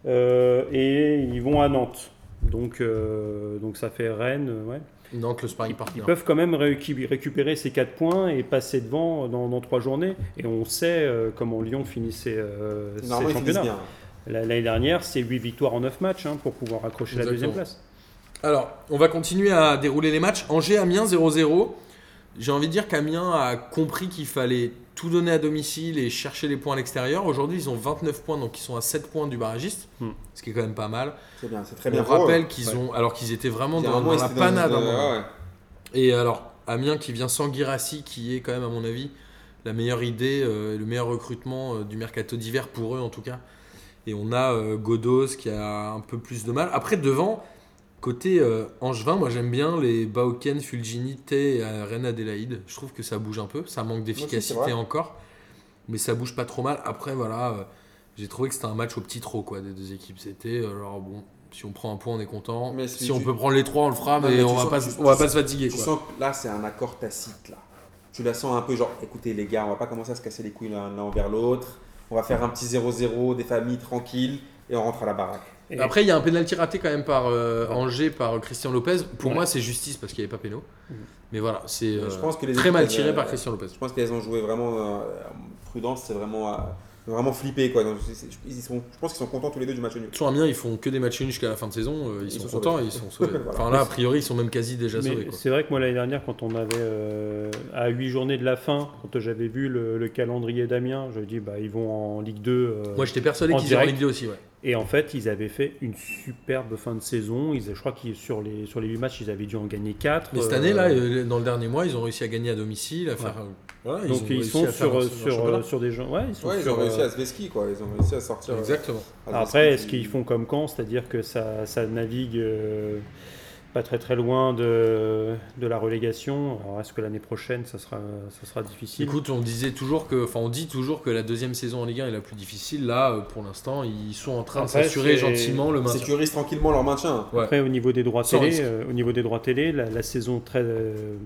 Speaker 3: Euh, et ils vont à Nantes. Donc, euh, donc ça fait Rennes. euh, Ouais.
Speaker 1: Nantes, le sparring partner.
Speaker 3: Ils peuvent quand même récu- récupérer ces 4 points et passer devant dans, dans 3 journées. Et on sait euh, comment Lyon finissait euh, ses
Speaker 2: Normalement, ils finissent
Speaker 3: championnats.
Speaker 2: bien.
Speaker 3: La- L'année dernière, c'est 8 victoires en 9 matchs hein, pour pouvoir accrocher la deuxième
Speaker 1: Exactement.
Speaker 3: place.
Speaker 1: Alors, on va continuer à dérouler les matchs. Angers-Amiens 0-0. J'ai envie de dire qu'Amiens a compris qu'il fallait tout donner à domicile et chercher les points à l'extérieur. Aujourd'hui, ils ont 29 points, donc ils sont à 7 points du barragiste,
Speaker 3: Hmm.
Speaker 1: ce qui est quand même pas mal.
Speaker 2: C'est bien, c'est très
Speaker 1: on
Speaker 2: bien. pour eux.
Speaker 1: rappelle qu'ils
Speaker 2: Ouais.
Speaker 1: ont, alors qu'ils étaient vraiment
Speaker 2: Il y a
Speaker 1: dans,
Speaker 2: un moment,
Speaker 1: dans
Speaker 2: ils
Speaker 1: la
Speaker 2: étaient dans une-
Speaker 1: panade. hein. à un
Speaker 2: ouais,
Speaker 1: moment.
Speaker 2: ouais.
Speaker 1: Et alors, Amiens qui vient sans Guirassi, qui est quand même, à mon avis, la meilleure idée, euh, le meilleur recrutement euh, du mercato d'hiver pour eux, en tout cas. Et on a euh, Godos qui a un peu plus de mal. Après, devant, côté euh, Angevin, moi j'aime bien les Bauken, Fulgini, T et euh, Reine Adélaïde. Je trouve que ça bouge un peu. Ça manque
Speaker 2: Moi aussi,
Speaker 1: d'efficacité
Speaker 2: c'est vrai.
Speaker 1: encore. Mais ça bouge pas trop mal. Après, voilà, euh, j'ai trouvé que c'était un match au petit trot quoi, des deux équipes. C'était, euh, alors bon, si on prend un point, on est content.
Speaker 2: Mais
Speaker 1: si
Speaker 2: tu-
Speaker 1: on peut prendre les trois, on le fera,
Speaker 2: Non,
Speaker 1: mais,
Speaker 2: mais
Speaker 1: on,
Speaker 2: tu
Speaker 1: va
Speaker 2: sens-
Speaker 1: pas,
Speaker 2: tu-
Speaker 1: on va
Speaker 2: tu
Speaker 1: pas
Speaker 2: sens-
Speaker 1: se fatiguer.
Speaker 2: Tu
Speaker 1: quoi.
Speaker 2: sens que là, c'est un accord tacite, là. Tu la sens un peu genre, écoutez les gars, on va pas commencer à se casser les couilles l'un l'un envers l'autre. On va faire un petit 0-0, des familles tranquilles, et on rentre à la baraque.
Speaker 3: Et-
Speaker 1: Après, il y a un pénalty raté quand même par euh, Angers, par Christian Lopez. Pour
Speaker 3: Ouais.
Speaker 1: moi, c'est justice parce qu'il n'y avait pas péno.
Speaker 3: Mhm.
Speaker 1: Mais voilà, c'est euh,
Speaker 2: je pense que les
Speaker 1: très mal
Speaker 2: équipes,
Speaker 1: tiré
Speaker 2: elles,
Speaker 1: par
Speaker 2: euh,
Speaker 1: Christian Lopez.
Speaker 2: Je pense qu'elles ont joué vraiment euh, en prudence, c'est vraiment, euh, vraiment flippé. Quoi. Donc, c'est- c'est- ils sont, je pense qu'ils sont contents tous les deux du match nul.
Speaker 1: Sur Amiens, ils font que des matchs nuls jusqu'à la fin de saison. euh, Ils,
Speaker 2: Ils
Speaker 1: sont,
Speaker 2: sont
Speaker 1: contents,
Speaker 2: sauvés.
Speaker 1: ils sont sauvés.
Speaker 2: Voilà.
Speaker 1: Enfin là, a priori, ils sont même quasi déjà
Speaker 3: Mais
Speaker 1: sauvés. quoi.
Speaker 3: C'est vrai que moi l'année dernière, quand on avait euh, à 8 journées de la fin, quand j'avais vu le, le calendrier d'Amiens, je dis bah ils vont en Ligue 2. euh,
Speaker 1: Moi, j'étais persuadé
Speaker 3: en
Speaker 1: qu'ils auraient
Speaker 3: direct.
Speaker 1: l'idée aussi. Ouais.
Speaker 3: et en fait, ils avaient fait une superbe fin de saison. Ils, je crois qu'ils sur les sur les 8 matchs, ils avaient dû en gagner 4.
Speaker 1: Mais cette année, là, euh, dans le dernier mois, ils ont réussi à gagner à domicile, à faire. euh, voilà,
Speaker 3: donc
Speaker 1: ont
Speaker 3: ils,
Speaker 1: réussi
Speaker 3: sont
Speaker 1: à faire
Speaker 3: sur
Speaker 1: un-
Speaker 3: euh,
Speaker 1: un
Speaker 3: sur
Speaker 1: championnat.
Speaker 3: euh, sur des gens. Ouais, ils sont
Speaker 2: Ouais, ils
Speaker 3: sur,
Speaker 2: ont réussi
Speaker 3: euh,
Speaker 2: à se vesquer, quoi. Ils ont réussi à sortir. euh,
Speaker 1: Exactement.
Speaker 2: à se
Speaker 3: Après,
Speaker 2: vesquer
Speaker 3: est-ce
Speaker 2: du-
Speaker 3: qu'ils font comme Caen, c'est-à-dire que ça, ça navigue euh, pas très très loin de, de la relégation Alors est-ce que l'année prochaine, ça sera, ça sera difficile
Speaker 1: Écoute, on disait toujours que, enfin, on dit toujours que la deuxième saison en Ligue 1 est la plus difficile. Là, euh, pour l'instant, ils sont en train de
Speaker 3: Après,
Speaker 1: s'assurer
Speaker 3: c'est-
Speaker 1: gentiment le
Speaker 2: Ils
Speaker 1: maintien.
Speaker 2: sécurisent tranquillement leur maintien.
Speaker 1: Ouais.
Speaker 3: Après, au niveau des droits
Speaker 1: Sans
Speaker 3: télé,
Speaker 1: risque.
Speaker 3: euh, au niveau des droits télé, la, la saison très, euh,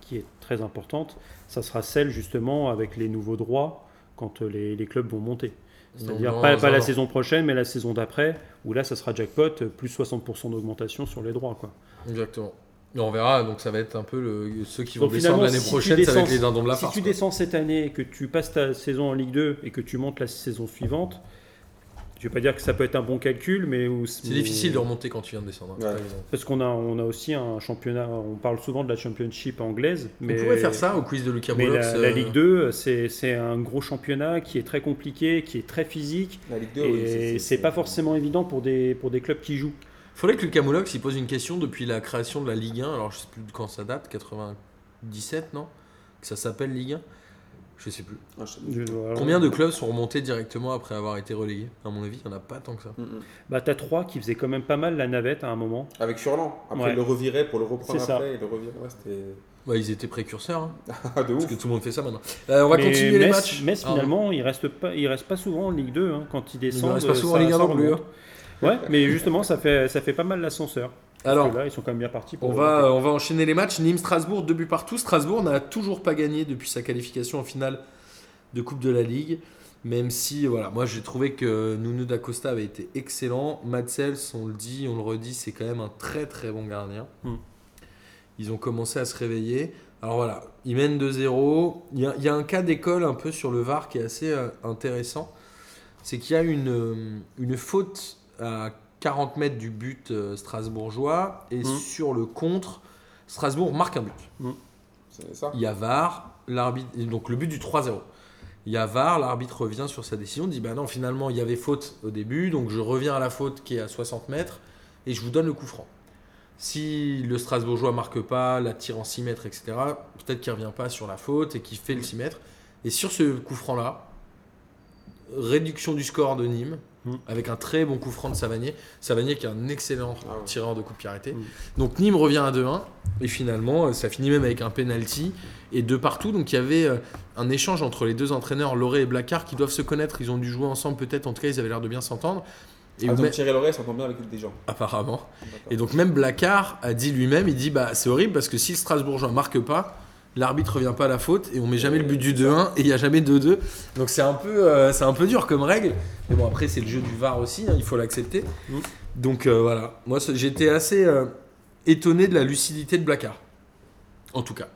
Speaker 3: qui est très importante, ça sera celle justement avec les nouveaux droits quand euh, les, les clubs vont monter. C'est-à-dire
Speaker 1: dans
Speaker 3: pas,
Speaker 1: un
Speaker 3: pas la
Speaker 1: an.
Speaker 3: saison prochaine, mais la saison d'après, où là, ça sera jackpot, euh, plus 60% d'augmentation sur les droits. Quoi.
Speaker 1: Exactement. Et on verra, donc ça va être un peu le- ceux qui vont
Speaker 3: Donc,
Speaker 1: descendre
Speaker 3: finalement,
Speaker 1: l'année
Speaker 3: si tu
Speaker 1: prochaine, ça va être
Speaker 3: descends-
Speaker 1: les dindons de la
Speaker 3: si
Speaker 1: farce.
Speaker 3: tu
Speaker 1: quoi.
Speaker 3: descends cette année, et que tu passes ta saison en Ligue 2 et que tu montes la saison suivante, je ne vais pas dire que ça peut être un bon calcul, mais... où-
Speaker 1: C'est
Speaker 3: mais-
Speaker 1: difficile de remonter quand tu viens de descendre. hein,
Speaker 2: Ouais.
Speaker 1: par exemple.
Speaker 3: Parce qu'on a, on a aussi un championnat, on parle souvent de la championship anglaise, mais...
Speaker 1: On pourrait faire ça au quiz de Lucas
Speaker 3: Mais
Speaker 1: Moulox,
Speaker 3: la,
Speaker 1: euh,
Speaker 3: la Ligue 2, c'est c'est un gros championnat qui est très compliqué, qui est très physique.
Speaker 2: La Ligue 2, oui,
Speaker 3: et c'est pas forcément évident pour des, pour des clubs qui jouent.
Speaker 1: Faudrait que Lucas Moulox il pose une question depuis la création de la Ligue 1, alors je sais plus de quand ça date, 97, non Que ça s'appelle Ligue 1 Je sais plus.
Speaker 2: Ah, je-
Speaker 3: Je- voilà.
Speaker 1: Combien de clubs sont remontés directement après avoir été relégués À mon avis, il n'y en a pas tant que ça.
Speaker 2: Mm, mm.
Speaker 3: Bah, t'as trois qui faisaient quand même pas mal la navette à un moment.
Speaker 2: Avec Furlan. Après,
Speaker 3: Ouais.
Speaker 2: ils le reviraient pour le reprendre
Speaker 3: C'est ça.
Speaker 2: après. Ils le reviraient. Ouais, c'était. *laughs*
Speaker 1: Ouais, ils étaient précurseurs, hein,
Speaker 2: Ah, de ouf.
Speaker 1: parce que tout le monde fait ça maintenant. Euh, on va
Speaker 3: Mais
Speaker 1: continuer les
Speaker 3: Metz-
Speaker 1: matchs.
Speaker 3: Metz,
Speaker 1: Ah,
Speaker 3: finalement, il reste pas, il reste pas souvent en Ligue 2 hein, quand ils descendent.
Speaker 1: reste pas souvent en
Speaker 3: ça-
Speaker 1: Ligue 1
Speaker 3: ça
Speaker 1: non plus, hein.
Speaker 3: remonte. Ouais, mais justement, ça fait, ça fait pas mal l'ascenseur.
Speaker 1: Alors,
Speaker 3: Parce que là, ils sont quand même bien partis. Pour
Speaker 1: On va, euh, on va enchaîner les matchs. Nîmes-Strasbourg, deux buts partout. Strasbourg n'a toujours pas gagné depuis sa qualification en finale de Coupe de la Ligue. Même si, voilà, moi j'ai trouvé que Nuno da Costa avait été excellent. Matsels, on le dit, on le redit, c'est quand même un très très bon gardien.
Speaker 3: Hmm.
Speaker 1: Ils ont commencé à se réveiller. Alors voilà, ils mènent 2-0. Il y, a- il y a un cas d'école un peu sur le VAR qui est assez euh, intéressant. C'est qu'il y a une, euh, une faute à 40 mètres du but euh, strasbourgeois et
Speaker 3: Hmm.
Speaker 1: sur le contre, Strasbourg marque un but.
Speaker 2: C'est ça.
Speaker 1: Il y a VAR, l'arbitre, donc le but du 3-0. Il y a VAR, l'arbitre revient sur sa décision, dit bah non, finalement il y avait faute au début, donc je reviens à la faute qui est à 60 mètres et je vous donne le coup franc. Si le Strasbourgeois marque pas, la tire en 6 mètres, etc., peut-être qu'il revient pas sur la faute et qu'il fait le 6 mètres. Et sur ce coup franc là, réduction du score de Nîmes,
Speaker 2: Hmm.
Speaker 3: Mm.
Speaker 1: avec un très bon coup franc de Savanier. Savanier qui est un excellent
Speaker 2: Ah ouais. Hmm.
Speaker 1: tireur de coup de pied arrêté.
Speaker 3: Mm.
Speaker 1: Donc Nîmes revient à 2-1 et finalement euh, ça finit même avec un penalty et de partout. Donc il y avait euh, un échange entre les deux entraîneurs, Loré et Blacard, qui doivent se connaître. Ils ont dû jouer ensemble peut-être. En tout cas, ils avaient l'air de bien s'entendre. Et
Speaker 2: Ah, donc
Speaker 1: mais-
Speaker 2: Thierry Loret s'entend bien avec des gens.
Speaker 1: apparemment.
Speaker 2: D'accord.
Speaker 1: Et donc même Blacard a dit lui-même, il dit bah c'est horrible parce que si le Strasbourgeois marque pas, l'arbitre revient pas à la faute et on met jamais le but du 2-1 et il y a jamais 2-2. Donc c'est un peu euh, c'est un peu dur comme règle. Mais bon après c'est le jeu du VAR aussi, hein, il faut l'accepter.
Speaker 3: Mm.
Speaker 1: Donc euh, voilà, moi ce- j'étais assez euh, étonné de la lucidité de Blacard. En tout cas.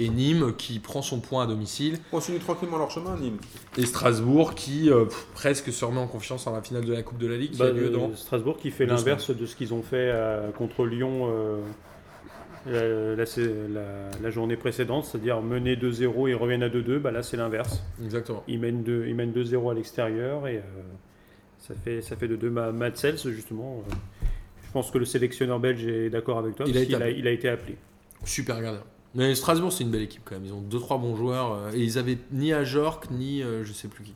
Speaker 1: Et Nîmes qui prend son point à domicile
Speaker 2: Continue tranquillement leur chemin, Nîmes.
Speaker 1: et Strasbourg qui euh, pff, presque se remet en confiance en la finale de la Coupe de la Ligue qui a
Speaker 3: Bah,
Speaker 1: lieu
Speaker 3: euh,
Speaker 1: dans
Speaker 3: Strasbourg qui fait
Speaker 1: deux
Speaker 3: l'inverse de ce qu'ils ont fait euh, contre Lyon euh, la, la- c'est- la- la journée précédente, c'est-à-dire mener 2-0 et reviennent à 2-2. Bah là, c'est l'inverse.
Speaker 1: exactement.
Speaker 3: Ils mènent deux- ils mènent 2-0 à l'extérieur et euh, ça fait ça fait de 2 Matsels justement. euh, je pense que le sélectionneur belge est d'accord avec toi.
Speaker 1: Il
Speaker 3: parce
Speaker 1: a été
Speaker 3: qu'il
Speaker 1: appelé.
Speaker 3: il a été appelé.
Speaker 1: Super gardien. Mais Strasbourg, c'est une belle équipe quand même. Ils ont deux trois bons joueurs euh, et ils avaient ni Ajorc ni euh, je sais plus qui.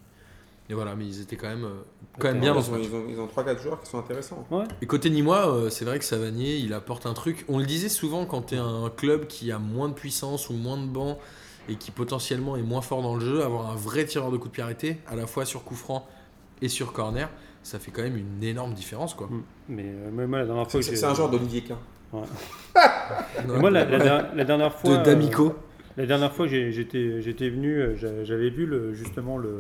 Speaker 1: Et voilà, mais ils étaient quand même euh, quand même bien
Speaker 2: ils,
Speaker 1: dans ce
Speaker 2: ont,
Speaker 1: match.
Speaker 2: ils, ont, ils ont 3-4 joueurs qui sont intéressants.
Speaker 1: Et côté Nîmois, euh, c'est vrai que Savanier, il apporte un truc. On le disait souvent quand t'es un club qui a moins de puissance ou moins de banc et qui potentiellement est moins fort dans le jeu, avoir un vrai tireur de coup de pied arrêté, à la fois sur coup franc et sur corner, ça fait quand même une énorme différence quoi.
Speaker 3: Mm. Mais euh, moi, moi, la dernière fois,
Speaker 2: C'est
Speaker 3: que
Speaker 2: c'est
Speaker 3: j'ai-
Speaker 2: un genre d'Olivier Quin.
Speaker 3: Mais Moi, la, la der- la dernière fois,
Speaker 1: de
Speaker 3: euh,
Speaker 1: D'Amico.
Speaker 3: La dernière fois, j'ai- j'étais j'étais venu, euh, j'a- j'avais vu le, justement le,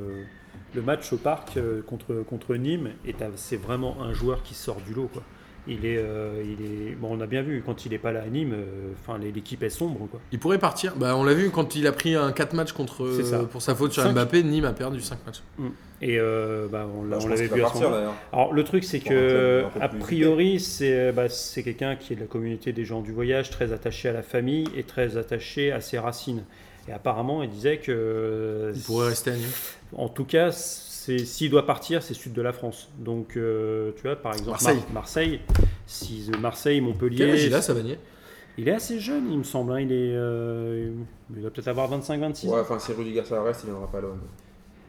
Speaker 3: le match au parc euh, contre, contre Nîmes, et t'as- c'est vraiment un joueur qui sort du lot. Quoi. Il est, euh, il est, bon, on a bien vu, quand il n'est pas là à Nîmes, euh, enfin, les- l'équipe est sombre. Quoi.
Speaker 1: Il pourrait partir. Bah, on l'a vu quand il a pris un 4 matchs contre
Speaker 3: C'est ça.
Speaker 1: pour sa faute sur
Speaker 3: Cinq.
Speaker 1: Mbappé, Nîmes a perdu 5 matchs.
Speaker 3: Et euh, bah, on
Speaker 2: Bah,
Speaker 3: l'a-
Speaker 2: je
Speaker 3: on
Speaker 2: pense
Speaker 3: l'avait
Speaker 2: qu'il va
Speaker 3: vu à ce
Speaker 2: partir,
Speaker 3: moment
Speaker 2: d'ailleurs.
Speaker 3: Alors le truc c'est
Speaker 2: Pour un club
Speaker 3: que
Speaker 2: un peu
Speaker 3: a
Speaker 2: plus
Speaker 3: priori c'est euh, bah, c'est quelqu'un qui est de la communauté des gens du voyage, très attaché à la famille et très attaché à ses racines. Et apparemment il disait que euh,
Speaker 1: Il pourrait rester à Nîmes.
Speaker 3: En tout cas, c'est- s'il doit partir, c'est sud de la France. Donc, euh, tu vois, par exemple,
Speaker 1: Marseille.
Speaker 3: Mar- Marseille, si euh, Marseille,
Speaker 1: Quel âge
Speaker 3: Montpellier.
Speaker 1: il a, Savanier
Speaker 3: il est assez jeune, il me semble. hein. Il, est, euh, il doit peut-être avoir 25-26.
Speaker 2: Ouais, enfin, si Rudy Garcia reste, il viendra pas à l'OM.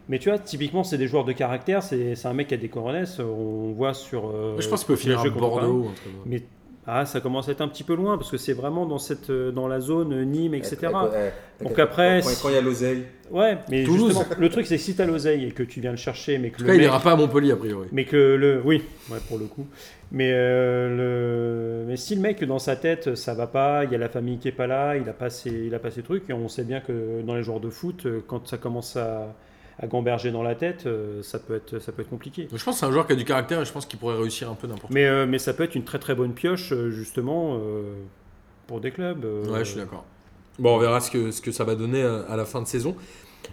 Speaker 3: Mais tu vois, typiquement, c'est des joueurs de caractère. C'est c'est un mec qui a des coronesses. On voit sur. euh,
Speaker 1: Je pense qu'il peut
Speaker 3: le
Speaker 1: finir à
Speaker 3: jeu contre Paris.
Speaker 1: Bordeaux.
Speaker 3: Mais ah, ça commence à être un petit peu loin parce que c'est vraiment dans, cette, euh, dans la zone euh, Nîmes, etc. Donc après,
Speaker 2: eh, Quand
Speaker 3: si-
Speaker 2: quand il y a l'oseille,
Speaker 3: Ouais, mais
Speaker 1: Toulouse.
Speaker 3: justement, le truc, c'est que si t'as l'oseille et que tu viens le chercher, mais que
Speaker 1: En tout
Speaker 3: le
Speaker 1: cas, il
Speaker 3: mec-
Speaker 1: n'ira pas à Montpellier, a priori.
Speaker 3: Mais que le. Oui, ouais, pour le coup. Mais, euh, le, mais si le mec, dans sa tête, ça va pas, il y a la famille qui est pas là, il a pas ses, il a pas ses trucs, et on sait bien que dans les joueurs de foot, euh, quand ça commence à, à gamberger dans la tête, euh, ça peut être, ça peut être compliqué.
Speaker 1: Je pense que c'est un joueur qui a du caractère et je pense qu'il pourrait réussir un peu n'importe
Speaker 3: Mais, euh, mais ça peut être une très très bonne pioche, euh, justement, euh, pour des clubs. euh,
Speaker 1: où. Ouais, je suis d'accord. Bon, on verra ce que, ce que ça va donner euh, à la fin de saison.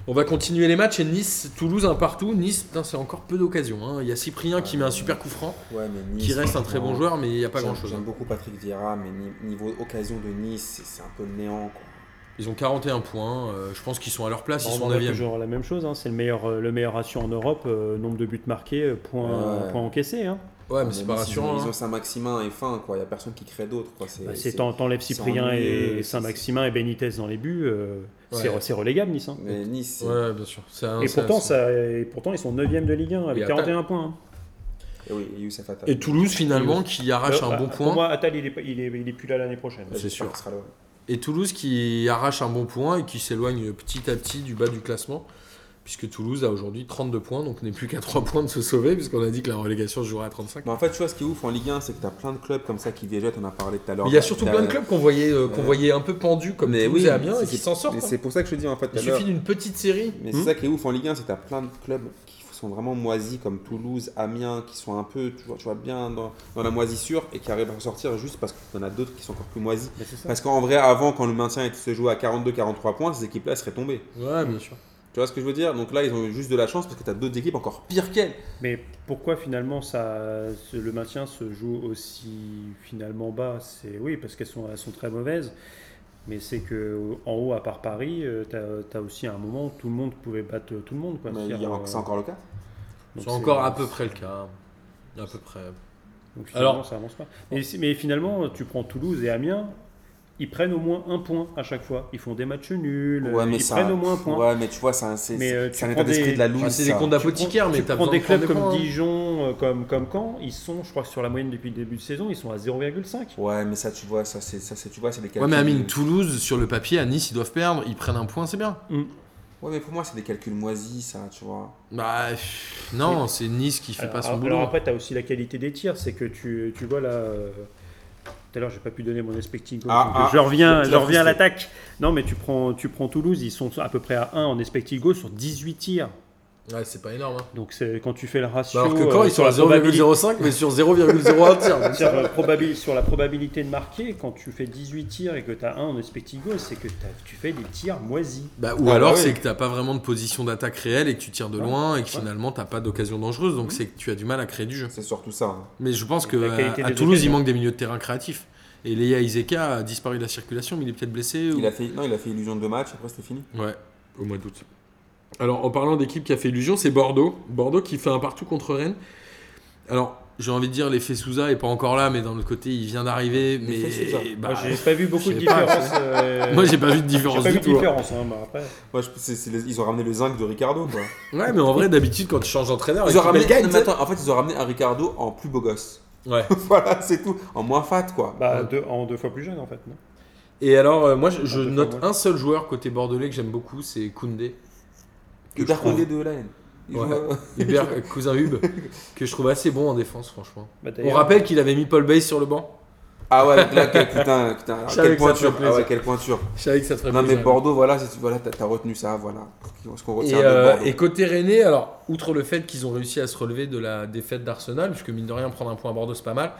Speaker 1: On va continuer les matchs et Nice, Toulouse, un partout. Nice, putain, c'est encore peu d'occasions. hein. Il y a Cyprien qui met un super coup franc,
Speaker 2: ouais, mais Nice,
Speaker 1: qui reste un très bon
Speaker 2: franchement,
Speaker 1: joueur, mais il n'y a pas hein.
Speaker 2: j'aime-
Speaker 1: grand chose.
Speaker 2: J'aime beaucoup Patrick Vieira, mais ni- niveau occasion de Nice, c'est- c'est un peu le néant. Quoi.
Speaker 1: Ils ont 41 points. euh, je pense qu'ils sont à leur place. Ils
Speaker 3: On
Speaker 1: sont
Speaker 3: en a
Speaker 1: 9
Speaker 3: toujours la même chose, hein, c'est le meilleur, euh, le meilleur ratio en Europe, euh, nombre de buts marqués, euh, points,
Speaker 2: Ouais.
Speaker 3: points encaissés. hein.
Speaker 1: Ouais, mais
Speaker 2: Nice,
Speaker 1: c'est pas
Speaker 2: ils ont-
Speaker 1: rassurant.
Speaker 2: Ils
Speaker 1: hein.
Speaker 2: ont Saint-Maximin et fin, quoi. Il n'y a personne qui crée d'autres. quoi.
Speaker 3: Bah, c'est
Speaker 2: c'est-
Speaker 3: t'en- t'enlèves
Speaker 2: c'est
Speaker 3: Cyprien
Speaker 2: ennuyeux,
Speaker 3: et Saint-Maximin et Benitez dans les buts, euh, c'est
Speaker 1: Ouais.
Speaker 3: re- c'est relégable Nice. hein.
Speaker 2: Mais Nice, c'est-
Speaker 1: Ouais, bien sûr. C'est un-
Speaker 3: Et
Speaker 1: c'est un-
Speaker 3: pourtant, ça, et pourtant, ils sont 9e de Ligue 1
Speaker 1: Et
Speaker 3: avec
Speaker 1: après-
Speaker 3: 41 points. hein.
Speaker 2: et Eh oui, et Youssef Attal.
Speaker 1: Et Toulouse finalement qui arrache
Speaker 2: Euh,
Speaker 3: Bah,
Speaker 1: Ah, un bon
Speaker 3: bah,
Speaker 1: point.
Speaker 3: Pour moi, Attal, il est, pas- il est, il est plus là l'année prochaine.
Speaker 1: c'est
Speaker 2: Ah, J'espère
Speaker 1: sûr.
Speaker 2: qu'il sera là, ouais.
Speaker 1: Et Toulouse qui arrache un bon point et qui s'éloigne petit à petit du bas du classement. Puisque Toulouse a aujourd'hui 32 points, donc n'est plus qu'à 3 *laughs* points de se sauver, puisqu'on a dit que la relégation se jouera à 35.
Speaker 2: Mais en fait, tu vois, ce qui est ouf en Ligue 1, c'est que tu as plein de clubs comme ça qui végètent. On a parlé tout à l'heure.
Speaker 1: Mais il y a surtout
Speaker 2: T'as-
Speaker 1: plein de clubs qu'on voyait, euh, qu'on
Speaker 2: Ouais.
Speaker 1: voyait un peu pendus, comme
Speaker 2: Mais
Speaker 1: Toulouse
Speaker 2: oui,
Speaker 1: et Amiens,
Speaker 2: c'est-
Speaker 1: et qui s'en sortent.
Speaker 2: Mais
Speaker 1: hein.
Speaker 2: c'est pour ça que je te dis en fait tout
Speaker 1: Il
Speaker 2: à l'heure.
Speaker 1: suffit d'une petite série.
Speaker 2: Mais
Speaker 3: Hmm.
Speaker 2: c'est ça qui est ouf en Ligue 1, c'est que t'as plein de clubs qui sont vraiment moisis, comme Toulouse, Amiens, qui sont un peu, tu vois, tu vois bien dans, dans la moisissure et qui arrivent à sortir juste parce qu'il y en a d'autres qui sont encore plus moisis. Parce qu'en vrai, avant, quand le maintien était- se jouait à 42-43 points, ces équipes-là seraient tombées.
Speaker 1: Ouais, bien sûr.
Speaker 2: Tu vois ce que je veux dire Donc là, ils ont eu juste de la chance parce que t'as d'autres équipes encore pires qu'elles.
Speaker 3: Mais pourquoi finalement ça, ce- le maintien se joue aussi finalement bas C'est oui parce qu'elles sont, elles sont très mauvaises. Mais c'est que en haut, à part Paris, tu as, aussi un moment où tout le monde pouvait battre euh, tout le monde. quoi.
Speaker 2: Mais il y a-
Speaker 3: C'est-à-dire, euh,
Speaker 2: c'est encore le cas.
Speaker 3: donc
Speaker 1: C'est encore à peu près le cas. hein. À peu près.
Speaker 3: Donc
Speaker 1: Alors-
Speaker 3: finalement, ça avance pas. Mais, si- mais finalement, tu prends Toulouse et Amiens, ils prennent au moins un point à chaque fois. Ils font des matchs nuls,
Speaker 2: Ouais, mais
Speaker 3: ils
Speaker 2: ça.
Speaker 3: prennent au moins un point.
Speaker 2: Ouais, mais tu vois, c'est un, c'est-
Speaker 3: Mais,
Speaker 2: c'est-
Speaker 3: euh, tu
Speaker 2: c'est un état
Speaker 3: prends des-
Speaker 2: d'esprit de la
Speaker 1: Enfin,
Speaker 2: loose.
Speaker 1: c'est des
Speaker 2: ça.
Speaker 1: comptes
Speaker 3: Tu prends-
Speaker 1: d'apothicaire, mais
Speaker 3: tu
Speaker 1: t'as
Speaker 3: prends
Speaker 1: besoin
Speaker 3: des
Speaker 1: de prendre
Speaker 3: clubs
Speaker 1: des
Speaker 3: comme
Speaker 1: points, hein.
Speaker 3: Dijon, euh, comme, comme Caen, ils sont, je crois, sur la moyenne depuis le début de saison, ils sont à 0,5.
Speaker 2: Ouais, mais ça, tu vois, ça, c'est, ça, c'est, tu vois, c'est des calculs.
Speaker 1: Ouais, mais Amine, Toulouse, sur le papier, à Nice, ils doivent perdre, ils prennent un point, c'est bien.
Speaker 2: Ouais, mais pour moi, c'est des calculs moisis, ça, tu vois.
Speaker 1: Bah, pff, non, c'est Nice qui fait
Speaker 3: Alors,
Speaker 1: pas son
Speaker 3: alors
Speaker 1: boulot.
Speaker 3: après, tu as aussi la qualité des tirs, c'est que tu, tu vois là. euh, Tout à l'heure, j'ai pas pu donner mon expecting goal.
Speaker 2: Ah,
Speaker 3: Donc,
Speaker 2: ah,
Speaker 3: je reviens,
Speaker 2: tu
Speaker 3: je
Speaker 2: l'as
Speaker 3: reviens à
Speaker 2: frustré.
Speaker 3: l'attaque. Non, mais tu prends, tu prends Toulouse, ils sont à peu près à 1 en expecting goal sur 18 tirs.
Speaker 1: Ouais, c'est pas énorme. hein.
Speaker 3: Donc c'est quand tu fais le ratio.
Speaker 1: Bah, alors que
Speaker 3: euh,
Speaker 1: quand ils
Speaker 3: sur
Speaker 1: sont
Speaker 3: la
Speaker 1: à
Speaker 3: probabilité-
Speaker 1: 0,05, mais sur 0,01
Speaker 3: *laughs*
Speaker 1: tiers.
Speaker 3: sur, la probabil- sur la probabilité de marquer, quand tu fais 18 tirs et que tu as 1 en expecting goal, c'est que t'as- tu fais des tirs moisis.
Speaker 1: Bah, ou
Speaker 2: Ah,
Speaker 1: alors
Speaker 2: bah oui.
Speaker 1: c'est que t'as pas vraiment de position d'attaque réelle et que tu tires de
Speaker 3: Ouais.
Speaker 1: loin et que
Speaker 3: Ouais. Mhm.
Speaker 1: finalement t'as pas d'occasion dangereuse donc c'est que tu as du mal à créer du jeu.
Speaker 2: C'est surtout ça. hein.
Speaker 1: Mais je pense que
Speaker 3: La qualité
Speaker 1: à, à
Speaker 3: des
Speaker 1: Toulouse il
Speaker 3: occasions.
Speaker 1: manque des milieux de terrain créatifs. Et Léa Iseka a disparu de la circulation mais il est peut-être blessé. ou-
Speaker 2: Il a fait, non, il a fait illusion de deux matchs, après, c'était fini.
Speaker 1: Ouais, au mois d'août. Alors, en parlant d'équipe qui a fait illusion, c'est Bordeaux. Bordeaux qui fait un partout contre Rennes. Alors, j'ai envie de dire, l'effet Souza est pas encore là, mais d'un autre côté, il vient d'arriver. Mais
Speaker 2: L'effet Souza.
Speaker 1: bah,
Speaker 3: Moi, j'ai pas vu
Speaker 1: je
Speaker 3: beaucoup de
Speaker 1: sais pas,
Speaker 3: différence. euh,
Speaker 1: moi, j'ai pas vu de
Speaker 3: j'ai
Speaker 1: différence
Speaker 3: pas
Speaker 1: du
Speaker 3: vu de
Speaker 1: tout. hein.
Speaker 3: différence. hein, bah, après.
Speaker 2: Moi, je- c'est- c'est les- ils ont ramené le zinc de Ricardo, quoi.
Speaker 1: Ouais, mais en vrai, d'habitude, quand tu changes
Speaker 3: Ah,
Speaker 1: d'entraîneur,
Speaker 2: Ils
Speaker 1: l'équipe,
Speaker 2: ont
Speaker 1: elle
Speaker 2: ramené,
Speaker 1: gagne,
Speaker 2: non, mais
Speaker 1: tu sais.
Speaker 2: attends, en fait, ils ont ramené un Ricardo en plus beau gosse.
Speaker 1: Ouais.
Speaker 2: *laughs* voilà, c'est tout. En moins fat, quoi.
Speaker 3: Bah, deux- en deux fois plus jeune en fait. non
Speaker 1: Et alors, euh, moi, je, je
Speaker 3: Un peu
Speaker 1: note
Speaker 3: comme
Speaker 1: un seul joueur côté bordelais que j'aime beaucoup, c'est Koundé. Que je
Speaker 2: Hubert
Speaker 1: trouve-
Speaker 2: Condé de la haine. Il
Speaker 1: Ouais.
Speaker 2: joue, euh,
Speaker 1: Hubert, euh, cousin Hub, que je trouve assez bon en défense, franchement.
Speaker 3: Bah,
Speaker 1: On
Speaker 3: d'ailleurs,
Speaker 1: rappelle qu'il avait mis Paul Bay sur le banc.
Speaker 2: Ah ouais, là, quel- putain, putain, alors,
Speaker 1: Je savais
Speaker 2: quelle
Speaker 1: que ça te ferait
Speaker 2: pointure. Ah ouais,
Speaker 1: plaisir.
Speaker 2: quelle pointure.
Speaker 1: Je savais que ça te ferait
Speaker 2: Non, mais
Speaker 1: plaisir.
Speaker 2: Bordeaux, voilà, c'est- voilà t'as t'as retenu ça, voilà. Ce qu'on
Speaker 1: Et,
Speaker 2: retient de
Speaker 1: euh,
Speaker 2: Bordeaux.
Speaker 1: et côté Rennais, alors, outre le fait qu'ils ont réussi à se relever de la défaite d'Arsenal, puisque mine de rien, prendre un point à Bordeaux, c'est pas mal.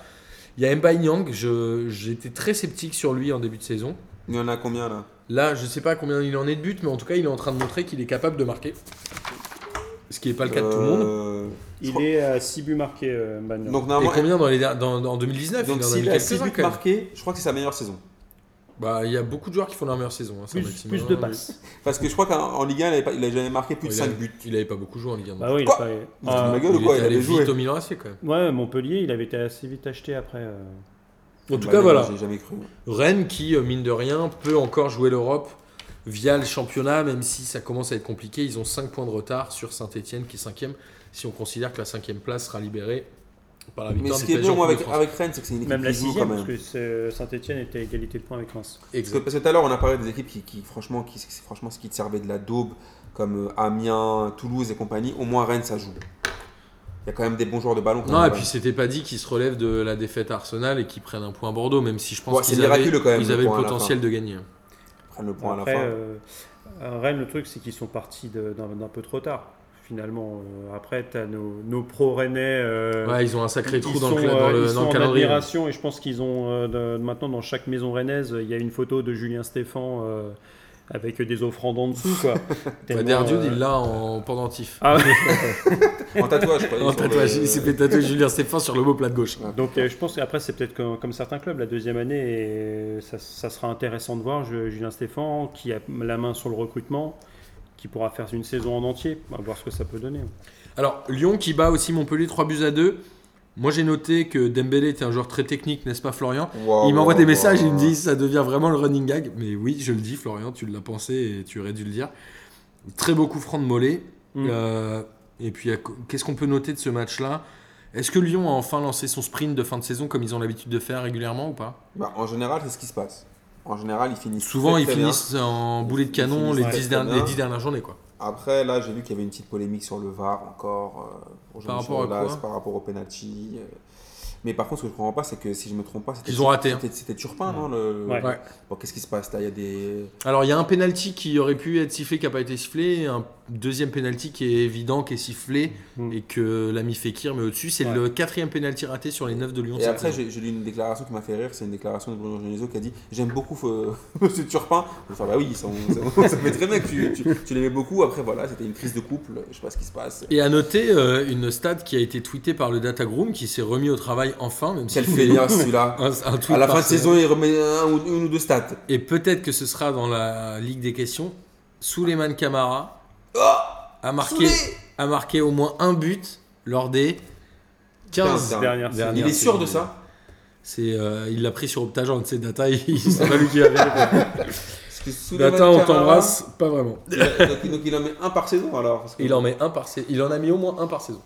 Speaker 1: Il y a Mbaye Nyang, je- j'étais très sceptique sur lui en début de saison.
Speaker 2: Il y en a combien, là
Speaker 1: Là, je sais pas combien il en est de buts, mais en tout cas, il est en train de montrer qu'il est capable de marquer. Ce qui n'est pas le cas de tout le monde.
Speaker 2: Euh,
Speaker 3: il est à 6 buts marqués, euh, Magnan.
Speaker 2: Donc,
Speaker 1: Et
Speaker 2: normalement,
Speaker 1: combien dans les der- dans- en 2019
Speaker 2: donc
Speaker 1: Il en a
Speaker 2: s'il
Speaker 1: mis
Speaker 2: a 6
Speaker 1: quelques-uns
Speaker 2: buts
Speaker 1: quand même.
Speaker 2: marqués, je crois que c'est sa meilleure saison.
Speaker 1: Bah, il y a beaucoup de joueurs qui font leur meilleure saison. hein, c'est un
Speaker 3: plus,
Speaker 1: maximum.
Speaker 3: plus de passes.
Speaker 2: Parce que je crois qu'en en Ligue 1, il avait pas- il a jamais marqué plus
Speaker 1: Il
Speaker 2: de
Speaker 1: a-
Speaker 2: 5 buts.
Speaker 1: Il avait pas beaucoup joué en Ligue 1.
Speaker 3: Bah oui, il
Speaker 2: Quoi Vous
Speaker 3: est pas-
Speaker 2: foutez de ma
Speaker 3: Ah,
Speaker 2: gueule ou quoi Il
Speaker 1: était allé
Speaker 2: avait joué.
Speaker 1: vite au Milan AC quand même.
Speaker 3: Ouais, Montpellier, il avait été assez vite acheté après. euh.
Speaker 1: En tout
Speaker 2: Bah,
Speaker 1: cas,
Speaker 2: non,
Speaker 1: voilà.
Speaker 2: J'ai jamais cru.
Speaker 1: Rennes qui, euh, mine de rien, peut encore jouer l'Europe via le championnat, même si ça commence à être compliqué. Ils ont 5 points de retard sur Saint-Etienne qui est 5ème, si on considère que la 5 place sera libérée par la
Speaker 2: Mais
Speaker 1: victoire
Speaker 2: ce
Speaker 1: des
Speaker 2: qui est
Speaker 1: PSG
Speaker 2: bien
Speaker 1: en
Speaker 2: moi,
Speaker 1: Coupe de
Speaker 2: avec,
Speaker 1: France.
Speaker 2: avec Rennes, c'est que c'est une équipe
Speaker 3: Même la
Speaker 2: qui joue quand
Speaker 3: sixième, parce
Speaker 2: même.
Speaker 3: que c'est- euh, Saint-Etienne était à égalité de points avec Reims.
Speaker 2: Parce que, parce que tout à l'heure, on a parlé des équipes qui, qui, franchement, qui, c'est franchement, ce qui te servait de la daube, comme euh, Amiens, Toulouse et compagnie. Au moins, Rennes, ça joue. Il y a quand même des bons joueurs de ballon. quand
Speaker 1: Non,
Speaker 2: même,
Speaker 1: et puis c'était pas dit qu'ils se relèvent de la défaite à Arsenal et qu'ils prennent un point à Bordeaux, même si je pense
Speaker 2: Ouais, c'est
Speaker 1: qu'ils avaient,
Speaker 2: miraculeux quand même,
Speaker 1: ils
Speaker 2: le
Speaker 1: avaient le
Speaker 2: point à la
Speaker 1: potentiel de
Speaker 3: Euh,
Speaker 1: gagner.
Speaker 2: Ils prennent le point
Speaker 3: Après,
Speaker 2: à la fin.
Speaker 3: euh, à Rennes, le truc, c'est qu'ils sont partis de- d'un d'un peu trop tard. Finalement, Euh, après, tu as nos, nos pro-rennais. euh,
Speaker 1: Ouais, ils ont un sacré
Speaker 3: ils
Speaker 1: trou dans le,
Speaker 3: sont,
Speaker 1: dans
Speaker 3: euh,
Speaker 1: le- dans
Speaker 3: ils
Speaker 1: le
Speaker 3: sont en
Speaker 1: calendrier.
Speaker 3: admiration et je pense qu'ils ont euh, de- maintenant dans chaque maison rennaise, il y a une photo de Julien Stéphan euh, avec des offrandes en dessous.
Speaker 1: *laughs*
Speaker 3: Quoi.
Speaker 1: Bah,
Speaker 3: Tellement,
Speaker 1: Derdiou,
Speaker 3: euh,
Speaker 1: il l'a en pendentif.
Speaker 3: Ah,
Speaker 1: euh,
Speaker 2: En tatouage,
Speaker 1: *laughs*
Speaker 2: je crois.
Speaker 1: En
Speaker 2: sur le-
Speaker 1: tatouage, il s'est fait tatouer Julien Stéphane sur le beau plat de gauche.
Speaker 3: *laughs* Donc euh, je pense qu'après c'est peut-être comme, comme certains clubs, la deuxième année, et ça, ça sera intéressant de voir je- Julien Stéphan qui a la main sur le recrutement, qui pourra faire une saison en entier, à voir ce que ça peut donner.
Speaker 1: Alors, Lyon qui bat aussi Montpellier 3 buts à 2. Moi, j'ai noté que Dembélé était un joueur très technique, n'est-ce pas, Florian
Speaker 2: Waouh,
Speaker 1: Il m'envoie
Speaker 2: waouh,
Speaker 1: des messages,
Speaker 2: waouh.
Speaker 1: il me dit ça devient vraiment le running gag. Mais oui, je le dis, Florian, tu l'as pensé et tu aurais dû le dire. Très beau coup franc de mollet.
Speaker 3: Mm.
Speaker 1: Euh, et puis, à co- qu'est-ce qu'on peut noter de ce match-là Est-ce que Lyon a enfin lancé son sprint de fin de saison comme ils ont l'habitude de faire régulièrement ou pas
Speaker 2: Bah, en général, c'est ce qui se passe. En général, ils finissent.
Speaker 1: Souvent,
Speaker 2: très,
Speaker 1: ils
Speaker 2: très bien.
Speaker 1: finissent en boulet de
Speaker 2: Ils
Speaker 1: canon
Speaker 2: finissent
Speaker 1: les
Speaker 2: très,
Speaker 1: 10
Speaker 2: très
Speaker 1: derni-
Speaker 2: bien.
Speaker 1: les 10 dernières journées. quoi.
Speaker 2: Après, là, j'ai vu qu'il y avait une petite polémique sur le VAR encore. euh, aujourd'hui,
Speaker 1: Par rapport
Speaker 2: sur
Speaker 1: à
Speaker 2: la-
Speaker 1: quoi
Speaker 2: Par rapport au penalty. euh. Mais par contre, ce que je comprends pas, c'est que si je me trompe pas, c'était.
Speaker 1: Ils ont raté, hein.
Speaker 2: C'était, c'était Turpin, non le...
Speaker 3: Ouais.
Speaker 1: Ouais.
Speaker 2: Bon, qu'est-ce qui se passe là Il y a des.
Speaker 1: Alors il y a un penalty qui aurait pu être sifflé qui n'a pas été sifflé, et un deuxième penalty qui est évident qui est sifflé
Speaker 3: Mm.
Speaker 1: et que l'ami Fekir met au-dessus. C'est
Speaker 3: Ouais.
Speaker 1: le quatrième penalty raté sur les 9 de Lyon.
Speaker 2: Et
Speaker 1: cette
Speaker 2: après,
Speaker 1: saison.
Speaker 2: j'ai, j'ai lu une déclaration qui m'a fait rire. C'est une déclaration de Bruno Genesio qui a dit J'aime beaucoup euh, *laughs* Monsieur Turpin. Enfin, bah oui, ils sont- ça fait très bien que tu, tu, tu l'aimais beaucoup. Après, voilà, c'était une crise de couple. Je sais pas ce qui se passe.
Speaker 1: Et à noter euh, une stat qui a été tweetée par le Datagroom qui s'est remis au travail enfin, même si *laughs*
Speaker 2: Quel félin celui-là
Speaker 1: un, un tweet
Speaker 2: À la
Speaker 1: par
Speaker 2: fin de
Speaker 1: semaine.
Speaker 2: saison, il remet un ou- une ou deux stats.
Speaker 1: Et peut-être que ce sera dans la Ligue des questions. Souleymane Camara
Speaker 2: Oh,
Speaker 1: a, marqué, a marqué au moins un but lors des 15
Speaker 2: Quinze.
Speaker 3: Dernière
Speaker 1: Dernière.
Speaker 2: Il est sûr de ça
Speaker 1: C'est, euh, il l'a pris sur Optagent, c'est Data, *laughs* il- c'est pas lui qui l'avait.
Speaker 2: Parce que Souleymane
Speaker 1: Data, on
Speaker 2: Camara,
Speaker 1: t'embrasse, pas vraiment.
Speaker 2: hein. il a- donc, donc il en met un par saison alors. parce que-
Speaker 1: Il en met un par saison. Il en a mis au moins un par saison.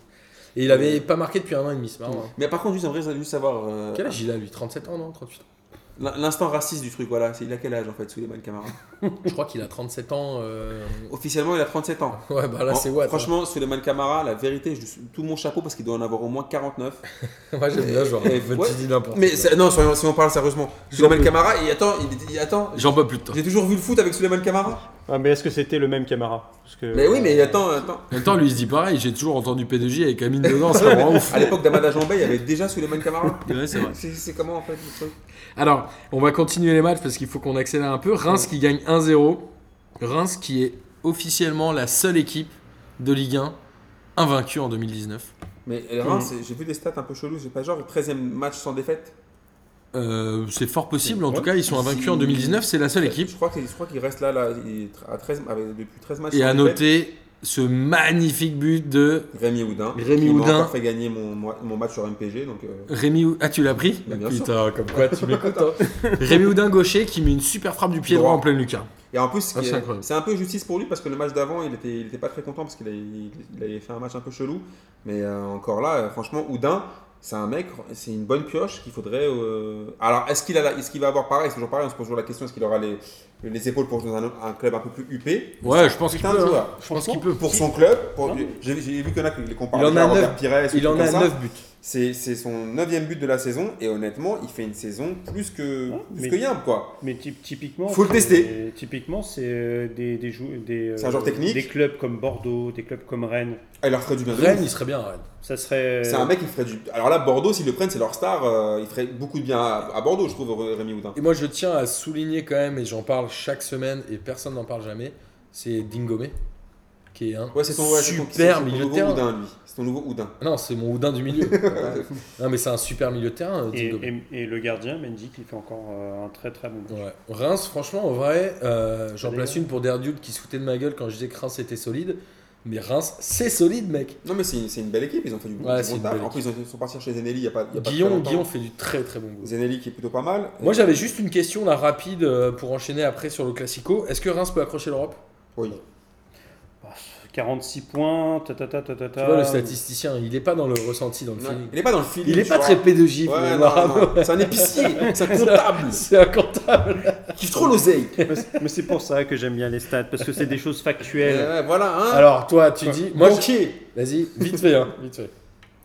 Speaker 1: Et il avait pas marqué depuis un an et demi, c'est marrant. hein.
Speaker 2: Mais par contre, juste, j'aimerais juste savoir euh,
Speaker 1: Quel âge il a lui 37 ans, non 38 ans.
Speaker 2: l'in- l'instant raciste du truc. Voilà, C'est- il a quel âge en fait, Souleymane Camara
Speaker 1: Je crois qu'il a 37 ans. euh, *laughs*
Speaker 2: Officiellement, il a 37 ans.
Speaker 1: Ouais, bah là,
Speaker 2: En-
Speaker 1: c'est what. hein.
Speaker 2: Oh, Franchement, Souleymane Camara, la vérité, je lui sou- tout mon chapeau parce qu'il doit en avoir au moins 49.
Speaker 1: Moi, j'aime bien, genre,
Speaker 2: Eh,
Speaker 1: petit
Speaker 2: ouais.
Speaker 1: dis n'importe
Speaker 2: Mais
Speaker 1: quoi.
Speaker 2: c'est- non, soyons- si on parle sérieusement, Souleymane Camara, et attends, il, il- attends,
Speaker 1: J'en peux plus de toi.
Speaker 2: j'ai toujours vu le foot avec Souleymane Camara.
Speaker 3: Ah, mais est-ce que c'était le même Camara Parce que- euh,
Speaker 2: Mais oui, mais attends, attends.
Speaker 1: En même temps, lui, il se dit pareil, j'ai toujours entendu P2J avec Amine dedans, c'est vraiment ouf.
Speaker 2: À l'époque d'Amada Jambé, il y avait déjà Souleymane *laughs* Camara.
Speaker 1: Ouais, c'est vrai.
Speaker 2: C'est c'est comment en fait le truc
Speaker 1: Alors, on va continuer les matchs parce qu'il faut qu'on accélère un peu. Reims qui gagne 1-0. Reims qui est officiellement la seule équipe de Ligue 1 invaincue en 2019.
Speaker 2: Mais euh, hmm. Reims, c'est- j'ai vu des stats un peu chelous, j'ai pas genre 13 e match sans défaite.
Speaker 1: Euh, c'est fort possible, en
Speaker 3: Ouais.
Speaker 1: tout cas, ils sont invaincus en 2019, c'est la seule équipe.
Speaker 2: Je crois qu'il je crois qu'il reste là, là il- à 13, avec, depuis 13 matchs
Speaker 1: Et
Speaker 2: sans
Speaker 1: à
Speaker 2: défaite.
Speaker 1: noter ce magnifique but de
Speaker 2: Rémi Houdin.
Speaker 1: Rémi
Speaker 2: qui m'a
Speaker 1: Houdin.
Speaker 2: encore fait gagner mon, mon match sur MPG. Donc, euh,
Speaker 1: Rémi Hou- Ah, tu l'as pris
Speaker 2: Bah, bien
Speaker 1: Putain, comme quoi tu m'écoutes. hein. *laughs* Rémi Houdin gaucher qui met une super frappe du pied droit,
Speaker 2: Droit.
Speaker 1: en pleine lucarne.
Speaker 2: Et en plus, ce qui
Speaker 1: Ah, c'est
Speaker 2: est-
Speaker 1: incroyable.
Speaker 2: c'est un peu justice pour lui parce que le match d'avant, il était, il était pas très content parce qu'il avait, il- il avait fait un match un peu chelou. Mais euh, encore là, euh, franchement, Houdin, c'est un mec, c'est une bonne pioche qu'il faudrait. euh, Alors, est-ce qu'il a, la- est-ce qu'il va avoir pareil C'est toujours pareil. On se pose toujours la question est-ce qu'il aura les, les épaules pour jouer dans un, un club un peu plus huppé
Speaker 1: Ouais, je pense qu'il
Speaker 2: Putain
Speaker 1: peut.
Speaker 2: de
Speaker 1: hein.
Speaker 2: joueur.
Speaker 1: Je pense qu'il peut.
Speaker 2: Pour son club, pour-
Speaker 3: Non.
Speaker 2: j'ai j'ai vu qu'il y en a qui les comparent
Speaker 1: Il en
Speaker 2: déjà
Speaker 1: a
Speaker 2: à Robert
Speaker 1: neuf.
Speaker 2: Pires, ou
Speaker 1: Il en
Speaker 2: comme
Speaker 1: a
Speaker 2: ça.
Speaker 1: 9 buts.
Speaker 2: C'est c'est son neuvième but de la saison et honnêtement, il fait une saison plus que,
Speaker 3: Ouais,
Speaker 2: plus
Speaker 3: mais-
Speaker 2: que Yamb, quoi.
Speaker 3: Mais typ- typiquement,
Speaker 2: Faut le
Speaker 3: c'est-
Speaker 2: tester.
Speaker 3: Typiquement, c'est euh, des des, jou- des, euh,
Speaker 2: C'est un joueur technique.
Speaker 3: Des clubs comme Bordeaux, des clubs comme Rennes.
Speaker 2: Ah, Il leur ferait du bien. de
Speaker 1: Rennes,
Speaker 2: ouf.
Speaker 1: il serait bien à Rennes.
Speaker 3: Ça serait.
Speaker 2: C'est un mec qui ferait du. Alors là, Bordeaux, s'ils le prennent, c'est leur star. euh, il ferait beaucoup de bien à, à Bordeaux, je trouve, Ré- Rémi Houdin.
Speaker 1: Et moi, je tiens à souligner quand même, et j'en parle chaque semaine, et personne n'en parle jamais, c'est Dingomé, qui est un
Speaker 2: Ouais, c'est ton, ouais, c'est ton- c'est
Speaker 1: super
Speaker 2: ton
Speaker 1: milieu de
Speaker 2: nouveau
Speaker 1: terrain.
Speaker 2: Houdin, lui. C'est ton nouveau Houdin.
Speaker 1: Non, c'est mon Houdin du
Speaker 2: *laughs*
Speaker 1: milieu. Ouais. non, mais c'est un super milieu de terrain,
Speaker 3: euh, et,
Speaker 1: Dingomé.
Speaker 3: et- et le gardien, Mendy, qui fait encore euh, un très très bon match.
Speaker 1: Ouais. Reims, franchement, en vrai, euh, j'en
Speaker 3: Allez,
Speaker 1: place
Speaker 3: ouais.
Speaker 1: une pour Derdude qui se foutait de ma gueule quand je disais que Reims était solide. Mais Reims, c'est solide, mec.
Speaker 2: Non, mais c'est une, c'est une belle équipe. Ils ont fait du du
Speaker 1: Ouais,
Speaker 2: bon
Speaker 1: c'est une
Speaker 2: taf.
Speaker 1: belle
Speaker 2: En plus, ils ont- ils sont partis chez Zenelli il n'y a pas. il y a pas très
Speaker 1: Guillon,
Speaker 2: longtemps.
Speaker 1: Guillon fait du très très bon boulot.
Speaker 2: Zenelli qui est plutôt pas mal.
Speaker 1: Moi,
Speaker 2: Et-
Speaker 1: j'avais juste une question là rapide euh, pour enchaîner après sur le Classico. Est-ce que Reims peut accrocher l'Europe
Speaker 2: Oui.
Speaker 3: 46 points, ta ta ta ta ta.
Speaker 1: Tu vois, le statisticien, il est pas dans le ressenti, dans le
Speaker 2: Ouais.
Speaker 1: feeling.
Speaker 2: Il est pas dans le film.
Speaker 1: Il est pas très pédogique.
Speaker 2: Ouais, non, *laughs* non, non. C'est un épicier. C'est
Speaker 1: *laughs*
Speaker 2: un comptable.
Speaker 1: C'est un comptable.
Speaker 2: Il kiffe trop l'oseille.
Speaker 3: Mais c'est- mais c'est pour ça que j'aime bien les stats, parce que c'est des choses
Speaker 2: *laughs*
Speaker 3: factuelles.
Speaker 2: Ouais, voilà, hein.
Speaker 1: Alors, toi, tu dis. Moi, je-
Speaker 2: Banquier.
Speaker 1: Vas-y, vite fait, hein, vite fait.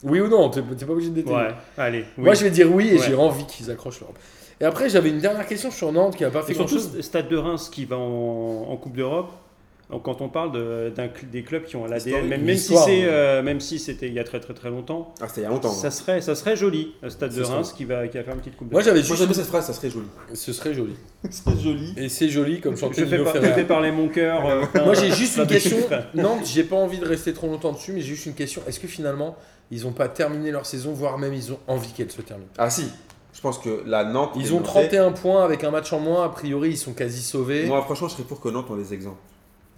Speaker 1: Oui ou non, t'es t'es pas obligé de détailler.
Speaker 3: Ouais, allez. oui.
Speaker 1: Moi, je vais dire oui et
Speaker 3: Ouais.
Speaker 1: j'ai envie qu'ils accrochent l'Europe. Et après, j'avais une dernière question sur Nantes qui a pas fait
Speaker 3: Et surtout,
Speaker 1: grand-chose.
Speaker 3: le Stade de Reims qui va en, en Coupe d'Europe. Donc, Quand on parle de- d'un cl- des clubs qui ont l'ADN,
Speaker 2: Historique.
Speaker 3: même, même si
Speaker 1: L'histoire,
Speaker 3: c'est,
Speaker 1: ouais.
Speaker 3: euh, même si c'était il y a très très très longtemps,
Speaker 2: Ah, c'était il y a longtemps.
Speaker 3: ça
Speaker 2: hein.
Speaker 3: serait, ça serait joli, le Stade de
Speaker 2: Ça serait-
Speaker 3: Reims qui va, qui va faire une petite Coupe
Speaker 1: Moi,
Speaker 3: d'Europe.
Speaker 1: j'avais
Speaker 2: Moi,
Speaker 1: juste.
Speaker 2: j'aime bien cette phrase, ça serait joli.
Speaker 1: Ce serait
Speaker 2: *laughs*
Speaker 1: joli.
Speaker 2: C'est joli.
Speaker 1: Et c'est joli comme chantait
Speaker 3: je, fais
Speaker 1: Nino
Speaker 3: par- je
Speaker 1: Ferrer.
Speaker 3: fais parler mon cœur. euh, plein-
Speaker 1: Moi, j'ai juste
Speaker 3: plein
Speaker 1: une
Speaker 3: de
Speaker 1: question.
Speaker 3: chiffres.
Speaker 1: Nantes, j'ai pas envie de rester trop longtemps dessus, mais j'ai juste une question. Est-ce que finalement, ils ont pas terminé leur saison, voire même ils ont envie qu'elle se termine
Speaker 2: Ah, si. Je pense que la Nantes. est
Speaker 1: Ils ont
Speaker 2: montée.
Speaker 1: 31 points avec un match en moins. A priori, ils sont quasi sauvés.
Speaker 2: Moi, franchement, je serais pour que Nantes, on les exempte.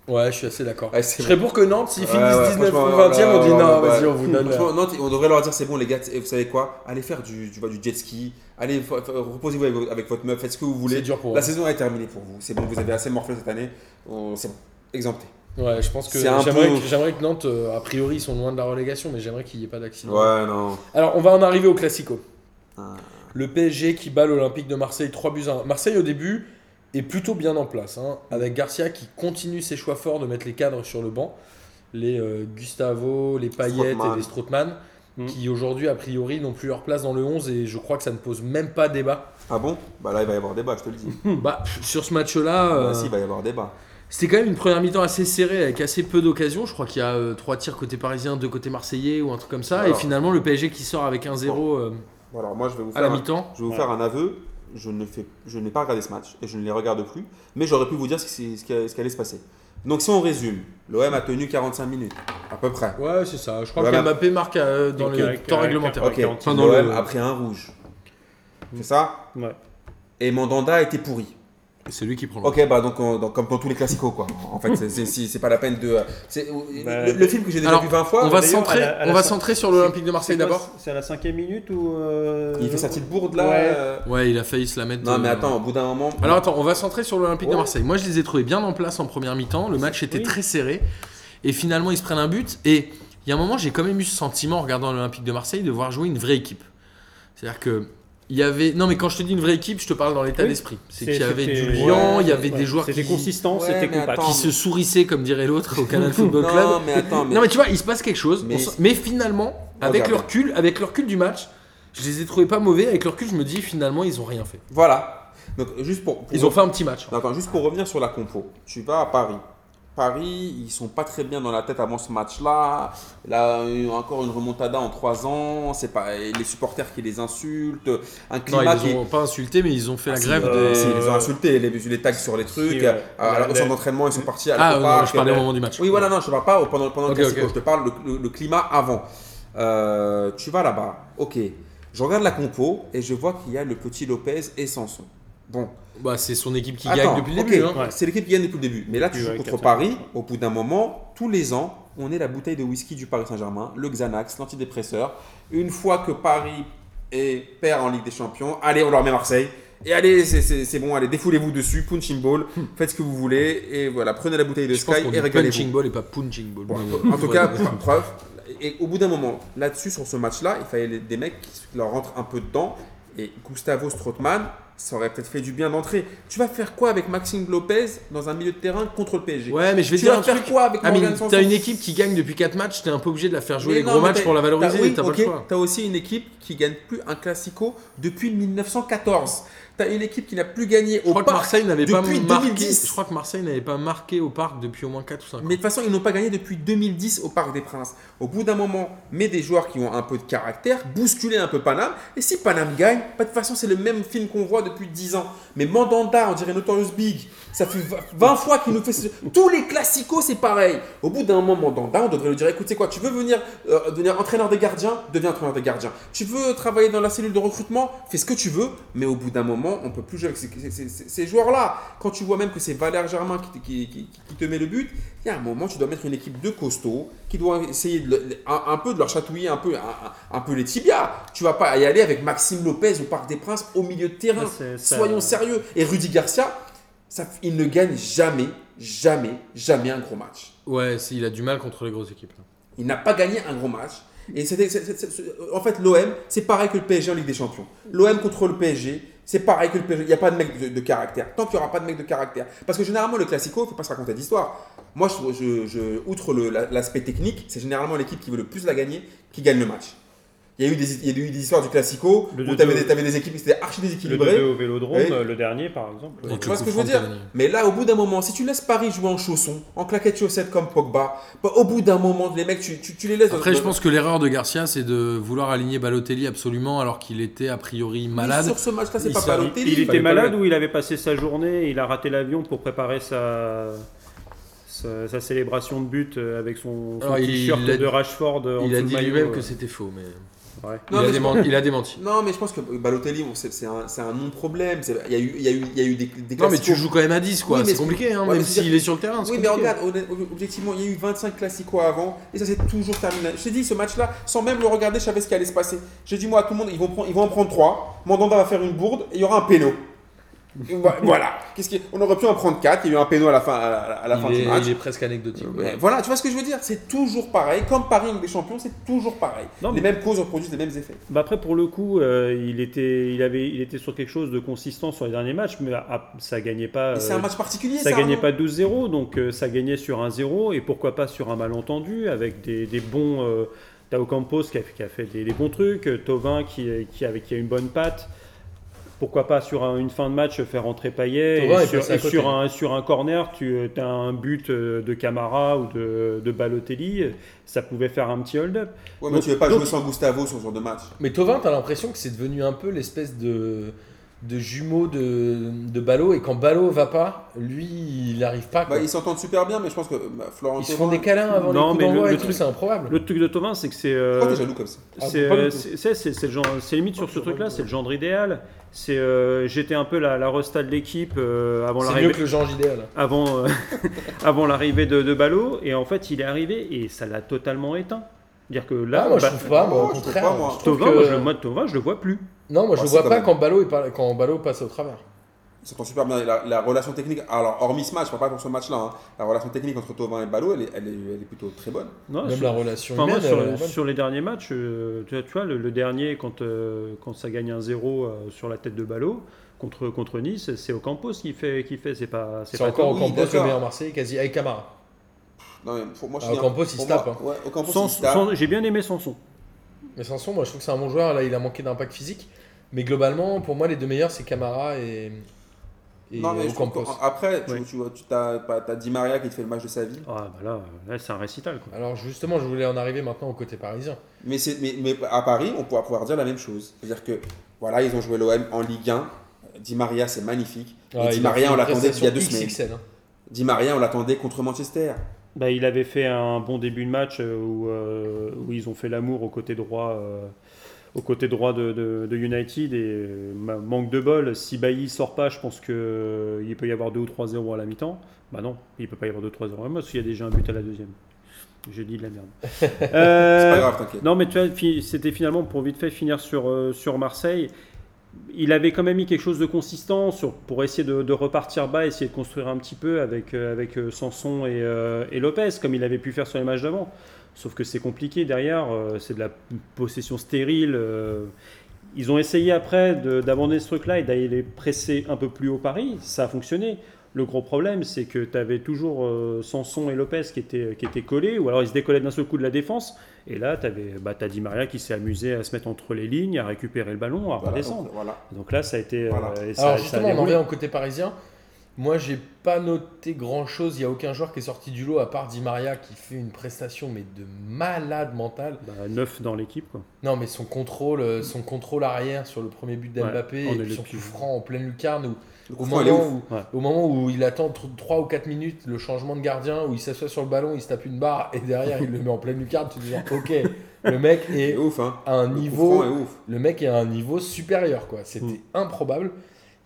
Speaker 1: Ouais, je suis assez d'accord.
Speaker 2: Ouais,
Speaker 1: je
Speaker 2: c'est
Speaker 1: serais pour que Nantes, s'ils
Speaker 2: Ouais,
Speaker 1: finissent
Speaker 2: ouais,
Speaker 1: 19 ou
Speaker 2: franchement,
Speaker 1: 20e, on dit non,
Speaker 2: ouais, ouais,
Speaker 1: vas-y,
Speaker 2: ouais.
Speaker 1: on vous donne. la-
Speaker 2: Franchement, Nantes, on devrait leur dire c'est bon les gars, t- vous savez quoi Allez faire du, tu vois, du jet ski, allez fa- fa- reposez-vous avec, vo- avec votre meuf, faites ce que vous
Speaker 1: C'est
Speaker 2: voulez.
Speaker 1: dur pour
Speaker 2: La
Speaker 1: eux.
Speaker 2: saison est terminée pour vous, c'est bon, vous avez assez morflé cette année, On- c'est bon, exempté.
Speaker 1: Ouais, je pense que
Speaker 2: C'est un
Speaker 1: j'aimerais
Speaker 2: peu-
Speaker 1: que, j'aimerais que Nantes, euh, a priori, ils sont loin de la relégation, mais j'aimerais qu'il n'y ait pas d'accident.
Speaker 2: Ouais, non.
Speaker 1: Alors, on va en arriver au Classico.
Speaker 2: Ah.
Speaker 1: Le PSG qui bat l'Olympique de Marseille 3 buts à 1. Marseille, au début, est plutôt bien en place, hein, avec Garcia qui continue ses choix forts de mettre les cadres sur le banc, les euh, Gustavo, les Payet
Speaker 2: Strootman.
Speaker 1: et les Strootman,
Speaker 3: Mm.
Speaker 1: qui aujourd'hui, a priori, n'ont plus leur place dans le 11, et je crois que ça ne pose même pas débat.
Speaker 2: Ah bon Bah là, il va y avoir débat, je te *laughs* le dis.
Speaker 1: Bah, pff, sur ce match-là,
Speaker 2: Bah
Speaker 1: euh,
Speaker 2: si, il va y avoir débat.
Speaker 1: c'était quand même une première mi-temps assez serrée, avec assez peu d'occasions. Je crois qu'il y a 3 tirs côté parisien, 2 côté marseillais, ou un truc comme ça,
Speaker 2: Alors.
Speaker 1: et finalement, le PSG qui sort avec 1-0 euh,
Speaker 2: Bon, alors moi, je vais vous
Speaker 1: à
Speaker 2: faire,
Speaker 1: la
Speaker 2: un,
Speaker 1: mi-temps.
Speaker 2: je vais vous
Speaker 3: Ouais.
Speaker 2: faire un aveu, je ne fais, je n'ai pas regardé ce match et je ne les regarde plus, mais j'aurais pu vous dire ce qui, ce qui- ce qui allait se passer. Donc si on résume, l'OM a tenu 45 minutes, à peu près.
Speaker 1: Ouais, c'est ça. Je crois
Speaker 2: Voilà.
Speaker 1: que Mbappé marque euh, dans
Speaker 3: Donc,
Speaker 1: le
Speaker 3: avec-
Speaker 1: temps
Speaker 3: avec-
Speaker 1: réglementaire.
Speaker 2: bah, Ok,
Speaker 3: avec-
Speaker 1: Enfin, dans
Speaker 2: l'OM
Speaker 1: le-
Speaker 3: Mm.
Speaker 2: a pris un rouge. C'est ça
Speaker 3: Ouais.
Speaker 2: Et Mandanda a été pourri.
Speaker 1: C'est lui qui prend le
Speaker 2: Ok, bah donc, on- donc comme dans tous les classicos, quoi. En fait, c'est- c'est c'est- c'est pas la peine de. euh, c'est-
Speaker 3: Bah,
Speaker 2: le, le film que j'ai déjà
Speaker 1: alors,
Speaker 2: vu 20 fois,
Speaker 1: on va
Speaker 3: d'ailleurs,
Speaker 1: centrer,
Speaker 3: à la- à la
Speaker 1: on va
Speaker 3: fin-
Speaker 1: centrer sur l'Olympique de Marseille
Speaker 3: C'est quoi,
Speaker 1: d'abord.
Speaker 3: C'est à la cinquième minute ou. euh,
Speaker 2: il fait sa petite bourde là.
Speaker 3: Ouais.
Speaker 2: euh,
Speaker 1: Ouais, il a failli se la mettre. euh,
Speaker 2: Non,
Speaker 1: de-
Speaker 2: mais attends, au bout d'un moment.
Speaker 1: Alors attends, on va centrer sur l'Olympique de
Speaker 2: Ouais.
Speaker 1: Marseille. Moi, je les ai trouvés bien en place en première mi-temps. Le match était
Speaker 3: Oui.
Speaker 1: très serré. Et finalement, ils se prennent un but. Et il y a un moment, j'ai quand même eu ce sentiment en regardant l'Olympique de Marseille de voir jouer une vraie équipe. C'est-à-dire que. Il y avait. Non, mais quand je te dis une vraie équipe, je te parle dans l'état
Speaker 3: Oui.
Speaker 1: d'esprit. C'est
Speaker 3: C'est-
Speaker 1: qu'il y avait
Speaker 3: c'était-
Speaker 1: du lion,
Speaker 2: Ouais,
Speaker 1: il y avait des
Speaker 3: ouais,
Speaker 1: joueurs qui,
Speaker 3: C'était consistant,
Speaker 2: Ouais,
Speaker 3: c'était
Speaker 2: mais
Speaker 3: compact.
Speaker 2: attends.
Speaker 1: qui se sourissaient, comme dirait l'autre, au Canal Football Club.
Speaker 2: *laughs* Non, mais attends, mais.
Speaker 1: Non mais tu vois, il se passe quelque chose.
Speaker 2: Mais-
Speaker 1: On s- Mais, finalement, avec
Speaker 2: Regarde.
Speaker 1: le recul, avec le recul du match, je les ai trouvés pas mauvais. Avec le recul, je me dis finalement, ils ont rien fait.
Speaker 2: Voilà. Donc, juste pour. pour-
Speaker 1: Ils ont fait un petit match.
Speaker 2: Non, Attends, juste pour revenir sur la compo, tu vas à Paris. Paris, ils sont pas très bien dans la tête avant ce match-là. Là, euh, encore une remontada en trois ans. C'est pas et les supporters qui les insultent. Un
Speaker 1: Non,
Speaker 2: climat
Speaker 1: ils
Speaker 2: qui.
Speaker 1: les ont pas insultés, mais ils ont fait la
Speaker 2: Si,
Speaker 1: grève
Speaker 2: euh,
Speaker 1: des.
Speaker 2: si, ils les ont insultés, les, les tags sur les trucs.
Speaker 3: Si, ouais.
Speaker 2: à- à la-
Speaker 3: La-
Speaker 2: au centre
Speaker 3: la-
Speaker 2: d'entraînement, ils sont partis à
Speaker 1: Ah
Speaker 2: l'autre
Speaker 1: non,
Speaker 2: part,
Speaker 1: je parlais au
Speaker 2: euh,
Speaker 1: moment du match.
Speaker 2: Oui, voilà, non, je te parle pas au- pendant, pendant
Speaker 1: Ok,
Speaker 2: le classico.
Speaker 1: ok.
Speaker 2: Je te parle le, le- le climat avant. Euh, tu vas là-bas. Ok. Je regarde la compo et je vois qu'il y a le petit Lopez et Sanson. Bon.
Speaker 1: Bah c'est son équipe qui
Speaker 2: Attends,
Speaker 1: gagne depuis le
Speaker 2: ok,
Speaker 1: début. hein.
Speaker 3: Ouais.
Speaker 2: C'est l'équipe qui gagne depuis le début. Mais là, tu
Speaker 3: Depuis,
Speaker 2: joues
Speaker 3: ouais,
Speaker 2: contre
Speaker 3: 4-5.
Speaker 2: Paris. Au bout d'un moment, tous les ans, on est la bouteille de whisky du Paris Saint-Germain, le Xanax, l'antidépresseur. Une fois que Paris est perd en Ligue des Champions, allez, on leur met Marseille. Et allez, c'est- c'est c'est bon, allez, défoulez-vous dessus, punching ball, faites ce que vous voulez. Et voilà, prenez la bouteille de
Speaker 1: Hmm. Je pense
Speaker 2: Sky
Speaker 1: qu'on
Speaker 2: et
Speaker 1: dit
Speaker 2: régalez-vous.
Speaker 1: punching ball et pas punching ball.
Speaker 2: Bon,
Speaker 1: Mais
Speaker 2: en tout
Speaker 1: ouais,
Speaker 2: cas, *laughs*
Speaker 1: ouais.
Speaker 2: pre- preuve. Et au bout d'un moment, là-dessus, sur ce match-là, il fallait les- des mecs qui qui leur rentrent un peu dedans. Et Gustavo Strootman, ça aurait peut-être fait du bien d'entrer. Tu vas faire quoi avec Maxime Lopez dans un milieu de terrain contre le PSG
Speaker 1: Ouais, mais je vais
Speaker 2: Tu
Speaker 1: te dire
Speaker 2: vas
Speaker 1: un
Speaker 2: faire
Speaker 1: truc.
Speaker 2: quoi avec
Speaker 1: Ah, mais
Speaker 2: Morgan Sanson
Speaker 1: t'as une équipe qui gagne depuis 4 matchs, t'es un peu obligé de la faire jouer
Speaker 2: Mais
Speaker 1: les
Speaker 2: non,
Speaker 1: gros
Speaker 2: mais
Speaker 1: matchs
Speaker 2: t'as-
Speaker 1: pour la valoriser.
Speaker 2: t'as- oui,
Speaker 1: T'as pas
Speaker 2: ok,
Speaker 1: le choix.
Speaker 2: t'as aussi une équipe qui gagne plus un Classico depuis 1914. T'as une équipe qui n'a plus gagné
Speaker 1: Je
Speaker 2: au
Speaker 1: crois que
Speaker 2: parc.
Speaker 1: Marseille n'avait pas
Speaker 2: depuis
Speaker 1: marqué.
Speaker 2: 2010.
Speaker 1: Je crois que Marseille n'avait pas marqué au parc depuis au moins 4 ou 5 ans.
Speaker 2: Mais de toute façon, ils n'ont pas gagné depuis 2010 au Parc des Princes. Au bout d'un moment, mets des joueurs qui ont un peu de caractère, bousculer un peu Paname. Et si Paname gagne, pas de toute façon, c'est le même film qu'on voit depuis 10 ans. Mais Mandanda, on dirait Notorious Big. Ça fait 20 fois qu'il nous fait. ce- Tous les classicos, c'est pareil. Au bout d'un moment, Mandanda, on devrait lui dire écoute, c'est quoi, tu veux venir euh, devenir entraîneur des gardiens Deviens entraîneur des gardiens. Tu veux travailler dans la cellule de recrutement Fais ce que tu veux. Mais au bout d'un moment, on peut plus jouer avec ces, ces- ces- ces- ces joueurs-là. Quand tu vois même que c'est Valère Germain qui, te- qui- qui- qui te met le but, il y a un moment, tu dois mettre une équipe de costauds qui doit essayer de le- un, un peu de leur chatouiller un peu, un, un- un peu les tibias. Tu vas pas y aller avec Maxime Lopez au Parc des Princes au milieu de terrain.
Speaker 3: Ouais, c'est- ça-
Speaker 2: Soyons sérieux. Et Rudy Garcia, ça, il ne gagne jamais, jamais, jamais un gros match.
Speaker 1: Ouais, si, il a du mal contre les grosses équipes. là.
Speaker 2: Il n'a pas gagné un gros match. Et c'était, c'est- c'est- c'est- en fait, l'OM, c'est pareil que le PSG en Ligue des Champions. L'OM contre le PSG, c'est pareil que le PSG. Il n'y a pas de mec de, de caractère. Tant qu'il n'y aura pas de mec de caractère. Parce que généralement, le Classico, il ne faut pas se raconter d'histoire. Moi, je, je- je- outre le- la- l'aspect technique, c'est généralement l'équipe qui veut le plus la gagner qui gagne le match. Il y a eu des, il y a eu des histoires du Classico
Speaker 3: Le
Speaker 2: où
Speaker 3: 2-2.
Speaker 2: tu avais des, t'avais des équipes qui étaient archi
Speaker 3: Le
Speaker 2: déséquilibrées.
Speaker 3: 2 au Vélodrome,
Speaker 2: Et-
Speaker 3: euh, le dernier par exemple.
Speaker 1: Donc,
Speaker 2: tu
Speaker 1: le
Speaker 2: vois ce
Speaker 1: coup
Speaker 2: que je
Speaker 1: franc
Speaker 2: veux dire
Speaker 1: de Cavani.
Speaker 2: Mais là, au bout d'un moment, si tu laisses Paris jouer en chaussons, en claquettes chaussettes comme Pogba, bah, au bout d'un moment, les mecs, tu, tu- tu les laisses. dans-
Speaker 1: Après, je
Speaker 2: dans-
Speaker 1: pense que l'erreur de Garcia, c'est de vouloir aligner Balotelli absolument alors qu'il était a priori
Speaker 2: Mais
Speaker 1: malade.
Speaker 2: Sur ce match-là, c'est
Speaker 1: Il
Speaker 2: pas
Speaker 1: s'est-
Speaker 2: Balotelli.
Speaker 3: Il
Speaker 2: Fallait
Speaker 3: était
Speaker 2: pas
Speaker 3: malade
Speaker 2: le-
Speaker 3: ou il avait passé sa journée, il a raté l'avion pour préparer sa, sa, sa célébration de but euh, avec son, son
Speaker 1: Alors, il-
Speaker 3: t-shirt
Speaker 1: il a-
Speaker 3: de Rashford. euh, en
Speaker 1: Il a
Speaker 3: dessous
Speaker 1: dit
Speaker 3: le maillot,
Speaker 1: lui-même
Speaker 3: euh,
Speaker 1: que c'était faux, mais
Speaker 3: ouais.
Speaker 2: Non,
Speaker 1: il, a
Speaker 2: mais je
Speaker 1: démen- il a démenti.
Speaker 2: Non, mais je pense que Balotelli, on sait- c'est un, c'est un non-problème. C'est- Il y, a eu- il y, a eu- il y a eu des, des
Speaker 1: Non, mais tu
Speaker 2: classicos.
Speaker 1: joues hein quand même à 10, quoi.
Speaker 2: Oui, mais
Speaker 1: c'est
Speaker 2: c'est-
Speaker 1: compliqué, hein,
Speaker 2: ouais, mais
Speaker 1: même
Speaker 2: c'est-à-dire-
Speaker 1: s'il est sur le terrain. c'est
Speaker 2: Oui, mais
Speaker 1: compliqué.
Speaker 2: regarde, honnête- objectivement, il y a eu 25 classicos avant et ça s'est toujours terminé. Je t'ai dit, ce match-là, sans même le regarder, je savais ce qui allait se passer. J'ai dit, moi, à tout le monde, ils vont, prendre- ils vont en prendre 3. Mandanda va faire une bourde et il y aura un
Speaker 1: *laughs*
Speaker 2: péno. Et vo- voilà. Qu'est-ce qui- On aurait pu en prendre 4. Il y a eu un péno à la fin, à la, à la fin
Speaker 1: il,
Speaker 2: du
Speaker 1: est,
Speaker 2: match.
Speaker 1: il est presque anecdotique.
Speaker 2: Mais voilà, tu vois ce que je veux dire C'est toujours pareil. Comme Paris en Ligue des Champions, c'est toujours pareil.
Speaker 3: Non,
Speaker 2: les mêmes causes reproduisent les mêmes effets.
Speaker 3: Bah après, pour le coup, euh, il, était, il, avait, il était sur quelque chose de consistant sur les derniers matchs, mais ah, ça gagnait pas.
Speaker 2: Et c'est
Speaker 3: euh,
Speaker 2: un match particulier,
Speaker 3: ça
Speaker 2: ça,
Speaker 3: gagnait
Speaker 2: non
Speaker 3: pas 12-0, donc euh, ça gagnait sur un 0, et pourquoi pas sur un malentendu, avec des, des bons. Euh, Tao Campos qui a, qui a fait des, des bons trucs, euh, Tovin qui, qui, avait, qui a une bonne patte. Pourquoi pas sur un- une fin de match faire rentrer Payet
Speaker 1: Thauvin est
Speaker 3: et, sur,
Speaker 1: passé à
Speaker 3: et
Speaker 1: côté.
Speaker 3: sur un, sur un corner, tu as un but euh, de Camara ou de, de Balotelli, euh, ça pouvait faire un petit hold-up.
Speaker 2: Ouais, mais
Speaker 3: Donc-
Speaker 2: tu veux pas
Speaker 3: donc-
Speaker 2: jouer sans Gustavo sur ce genre de match.
Speaker 1: Mais Tovin, t'as l'impression que c'est devenu un peu l'espèce de de jumeaux de, de Ballot et quand Ballot va pas, lui il n'arrive pas. quoi.
Speaker 2: Bah, ils s'entendent super bien, mais je pense que bah, Florent
Speaker 1: Ils se font
Speaker 2: Thauvin-
Speaker 1: des câlins avant
Speaker 3: Non,
Speaker 1: les
Speaker 3: mais
Speaker 1: coups d'envoi
Speaker 3: le-
Speaker 1: et
Speaker 3: le
Speaker 1: tout,
Speaker 3: truc-
Speaker 1: c'est improbable.
Speaker 3: Le truc de Tovin, c'est que c'est.
Speaker 2: Pourquoi
Speaker 3: euh,
Speaker 2: t'es jaloux comme ça
Speaker 1: Ah,
Speaker 3: C'est
Speaker 1: pas du
Speaker 3: euh,
Speaker 1: tout. Ah,
Speaker 3: c'est- c'est- c'est- c'est le genre, c'est limite sur ce truc-là, c'est le genre idéal. C'est euh, j'étais un peu la, la resta de l'équipe euh, avant
Speaker 1: C'est mieux
Speaker 3: l'arrivée
Speaker 1: que le Jean idéal.
Speaker 3: avant euh, *laughs* avant l'arrivée de, de Ballot et en fait il est arrivé et ça l'a totalement éteint. Dire que là,
Speaker 1: Ah, moi je
Speaker 3: bah,
Speaker 1: trouve pas, moi, au
Speaker 2: je trouve
Speaker 1: contraire.
Speaker 2: pas, moi.
Speaker 1: je trouve
Speaker 3: Thauvin,
Speaker 1: que- euh,
Speaker 3: moi, je, le- moi, Thauvin, je le vois plus.
Speaker 1: Non, moi je
Speaker 2: Ah,
Speaker 1: le
Speaker 2: si,
Speaker 1: vois
Speaker 2: quand
Speaker 1: pas
Speaker 2: même.
Speaker 1: quand Ballot, est pas- quand Ballot passe au travers.
Speaker 2: Ils s'entendent super bien. Et La, la relation technique, alors hormis ce match, je parle pas pour ce match-là, hein, la relation technique entre Tovin et Ballot, elle est, elle est- elle est plutôt très bonne.
Speaker 3: Non,
Speaker 1: Même
Speaker 3: sur-
Speaker 1: la relation
Speaker 3: Ah, Enfin, moi,
Speaker 1: humaine.
Speaker 3: sur,
Speaker 1: elle est bonne.
Speaker 3: sur les derniers matchs, euh, tu, vois- tu vois, le, le dernier, quand, euh, quand ça gagne un 0 euh, sur la tête de Ballot, contre, contre Nice, c'est Ocampos qui fait, qui fait c'est pas...
Speaker 1: C'est
Speaker 3: pas
Speaker 1: encore au
Speaker 2: oui,
Speaker 1: Campos le
Speaker 2: d'accord.
Speaker 1: meilleur Marseillais, quasi avec Camara.
Speaker 2: Non, mais pour moi, je
Speaker 1: Ah,
Speaker 2: suis un-
Speaker 1: Ocampos, il
Speaker 2: pour
Speaker 1: se
Speaker 2: moi-
Speaker 1: tape, hein.
Speaker 2: Ouais, Ocampos,
Speaker 3: Sans-
Speaker 2: il se tape.
Speaker 3: sans- J'ai bien aimé Sanson.
Speaker 1: Mais Sanson, moi je trouve que c'est un bon joueur. Là, il a manqué d'impact physique. Mais globalement, pour moi, les deux meilleurs, c'est Camara et, et
Speaker 2: Non, mais je trouve
Speaker 1: Ocampos.
Speaker 2: que- après, tu,
Speaker 3: Ouais.
Speaker 2: tu vois, tu as, Di Maria qui te fait le match de sa vie.
Speaker 3: Ah, bah là, là, c'est un récital. Quoi.
Speaker 1: Alors justement, je voulais en arriver maintenant au côté parisien.
Speaker 2: Mais, c'est- mais, mais à Paris, on pourra pouvoir dire la même chose. C'est-à-dire que, voilà, ils ont joué l'OM en Ligue 1. Di Maria, c'est magnifique. Et
Speaker 1: Ah, il
Speaker 2: Di
Speaker 1: a fait
Speaker 2: Maria, on
Speaker 1: une
Speaker 2: l'attendait il y a deux
Speaker 1: prestation
Speaker 2: semaines.
Speaker 1: XXL, hein.
Speaker 2: Di Maria, on l'attendait contre Manchester.
Speaker 3: Bah, il avait fait un bon début de match euh, où, euh, où ils ont fait l'amour au côté droit, euh, au côté droit de, de- de United. Et euh, ma- manque de bol, si Bailly sort pas, je pense qu'il peut y avoir 2 ou 3-0 à la mi-temps. Bah non, il peut pas y avoir 2 ou 3-0 à la mi-temps parce qu'il y a déjà un but à la deuxième. J'ai dit de la
Speaker 2: *laughs*
Speaker 3: merde. Euh,
Speaker 2: C'est pas grave, t'inquiète.
Speaker 3: non, mais tu vois, fi- c'était finalement pour vite fait finir sur, euh, sur Marseille. Il avait quand même mis quelque chose de consistant sur- pour essayer de, de repartir bas, essayer de construire un petit peu avec, euh, avec euh, Sanson et, euh, et Lopez, comme il avait pu faire sur les matchs d'avant. Sauf que c'est compliqué derrière, euh, c'est de la possession stérile. euh. Ils ont essayé après de- d'abandonner ce truc-là et d'aller les presser un peu plus haut Paris, ça a fonctionné. Le gros problème, c'est que tu avais toujours euh, Sanson et Lopez qui étaient, qui étaient collés, ou alors ils se décollaient d'un seul coup de la défense. Et là, tu bah, t'as Di Maria qui s'est amusé à se mettre entre les lignes, à récupérer le ballon, à
Speaker 2: Voilà,
Speaker 3: redescendre.
Speaker 2: donc, voilà.
Speaker 3: Donc, là, ça a été. euh,
Speaker 2: Voilà.
Speaker 3: et ça-
Speaker 1: Alors
Speaker 3: ça a
Speaker 1: justement, on en
Speaker 3: déroulé.
Speaker 1: revient au côté parisien. Moi, j'ai pas noté grand chose. Il y a aucun joueur qui est sorti du lot à part Di Maria qui fait une prestation mais de malade mental.
Speaker 3: Bah, neuf dans l'équipe. quoi.
Speaker 1: Non, mais son contrôle, euh, son contrôle arrière sur le premier but
Speaker 3: Ouais,
Speaker 1: d'Mbappé
Speaker 3: on
Speaker 1: et
Speaker 3: est
Speaker 1: puis
Speaker 3: le
Speaker 1: son
Speaker 3: pire.
Speaker 1: coup franc en pleine lucarne où
Speaker 2: Le
Speaker 1: au
Speaker 2: coup franc, il est
Speaker 1: moment
Speaker 2: ouf.
Speaker 1: où,
Speaker 3: Ouais.
Speaker 1: au moment où il attend 3 ou 4 minutes le changement de gardien, où il s'assoit sur le ballon, il se tape une barre et derrière il le met en pleine lucarne, tu te dis genre, ok, le mec
Speaker 2: Il
Speaker 1: est
Speaker 2: est ouf, hein.
Speaker 1: à un
Speaker 2: *laughs* Le coup
Speaker 1: niveau,
Speaker 2: franc est ouf.
Speaker 1: le mec est à un niveau supérieur quoi. C'était
Speaker 3: Mm.
Speaker 1: improbable.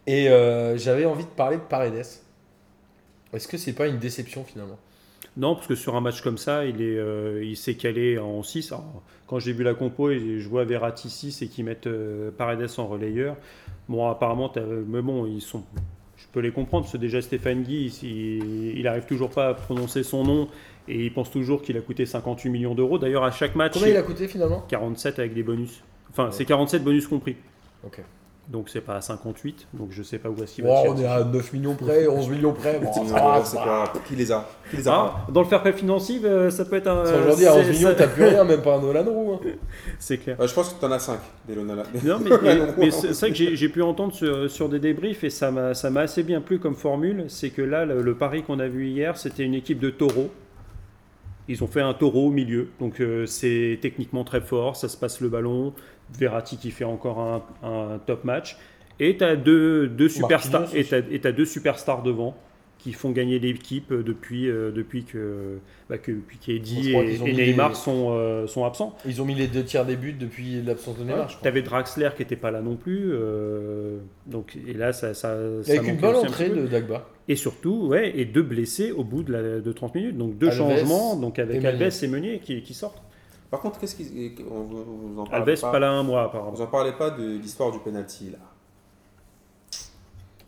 Speaker 1: Et euh, j'avais envie de parler de Paredes. Est-ce que c'est pas une déception finalement
Speaker 3: Non, parce que sur un match comme ça, il est, euh, il s'est calé en 6. Quand j'ai vu la compo, et je vois Verratti 6 et qu'ils mettent euh, Paredes en relayeur. Bon, apparemment, t'as- euh, mais bon, ils sont. Je peux les comprendre, parce que déjà Stéphane Guy, il, il arrive toujours pas à prononcer son nom et il pense toujours qu'il a coûté 58 millions d'euros. D'ailleurs, à chaque match.
Speaker 1: Combien il a coûté finalement
Speaker 3: 47 avec des bonus. Enfin,
Speaker 1: Ouais.
Speaker 3: c'est 47 bonus compris.
Speaker 1: Ok.
Speaker 3: Donc c'est pas à 58, donc je sais pas où est-ce qu'il
Speaker 1: Wow,
Speaker 3: va.
Speaker 1: Oh, on
Speaker 3: tirer.
Speaker 1: est à 9 millions
Speaker 3: *laughs*
Speaker 1: près, 11 millions près. Bon,
Speaker 2: C'est
Speaker 1: Ah, ça
Speaker 2: pas-
Speaker 1: va,
Speaker 2: euh, c'est
Speaker 1: ça va.
Speaker 2: pas- Qui les a Qui les a
Speaker 3: Hein Dans le fair play financier, euh, ça peut être un.
Speaker 1: Parce qu'aujourd'hui, à 11
Speaker 3: c'est-
Speaker 1: millions,
Speaker 3: ça-
Speaker 1: t'as plus
Speaker 3: *laughs*
Speaker 1: rien, même pas un Nolan Roux. hein.
Speaker 3: C'est clair.
Speaker 2: pas Euh, Je pense que t'en as 5, des Lonala.
Speaker 1: *laughs*
Speaker 3: Non, mais, mais- mais c'est c'est vrai que j'ai- j'ai pu entendre sur, sur des débriefs et ça m'a ça m'a assez bien plu comme formule. C'est que là, le, le pari qu'on a vu hier, c'était une équipe de taureaux. Ils ont fait un taureau au milieu, donc euh, c'est techniquement très fort. Ça se passe le ballon. Verratti qui fait encore un, un top match. Et tu as deux, deux superstars.
Speaker 1: Marquinhos
Speaker 3: Et t'as- et t'as deux superstars devant qui font gagner l'équipe depuis euh, depuis que bah, que depuis qu'Eddie
Speaker 1: Je crois
Speaker 3: et,
Speaker 1: qu'ils ont
Speaker 3: et
Speaker 1: mis
Speaker 3: Neymar
Speaker 1: des-
Speaker 3: sont euh, sont absents.
Speaker 1: Ils ont mis les deux tiers des buts depuis l'absence de Neymar, je crois.
Speaker 3: T'avais Draxler qui était pas là non plus. euh, donc, et là, ça. ça, ça
Speaker 1: Avec une
Speaker 3: manquait
Speaker 1: bonne
Speaker 3: aussi un
Speaker 1: entrée
Speaker 3: petit peu.
Speaker 1: de Dagba.
Speaker 3: Et surtout, ouais, et deux blessés au bout de, la- de 30 minutes. Donc, deux
Speaker 1: Alves
Speaker 3: changements. Donc, avec
Speaker 1: et
Speaker 3: Alves
Speaker 1: Meunier.
Speaker 3: et Meunier qui, qui sortent.
Speaker 2: Par contre, qu'est-ce qu'ils. On vous- vous en parle
Speaker 3: Alves, pas là un mois, apparemment.
Speaker 2: Vous en parlez pas de l'histoire du penalty là.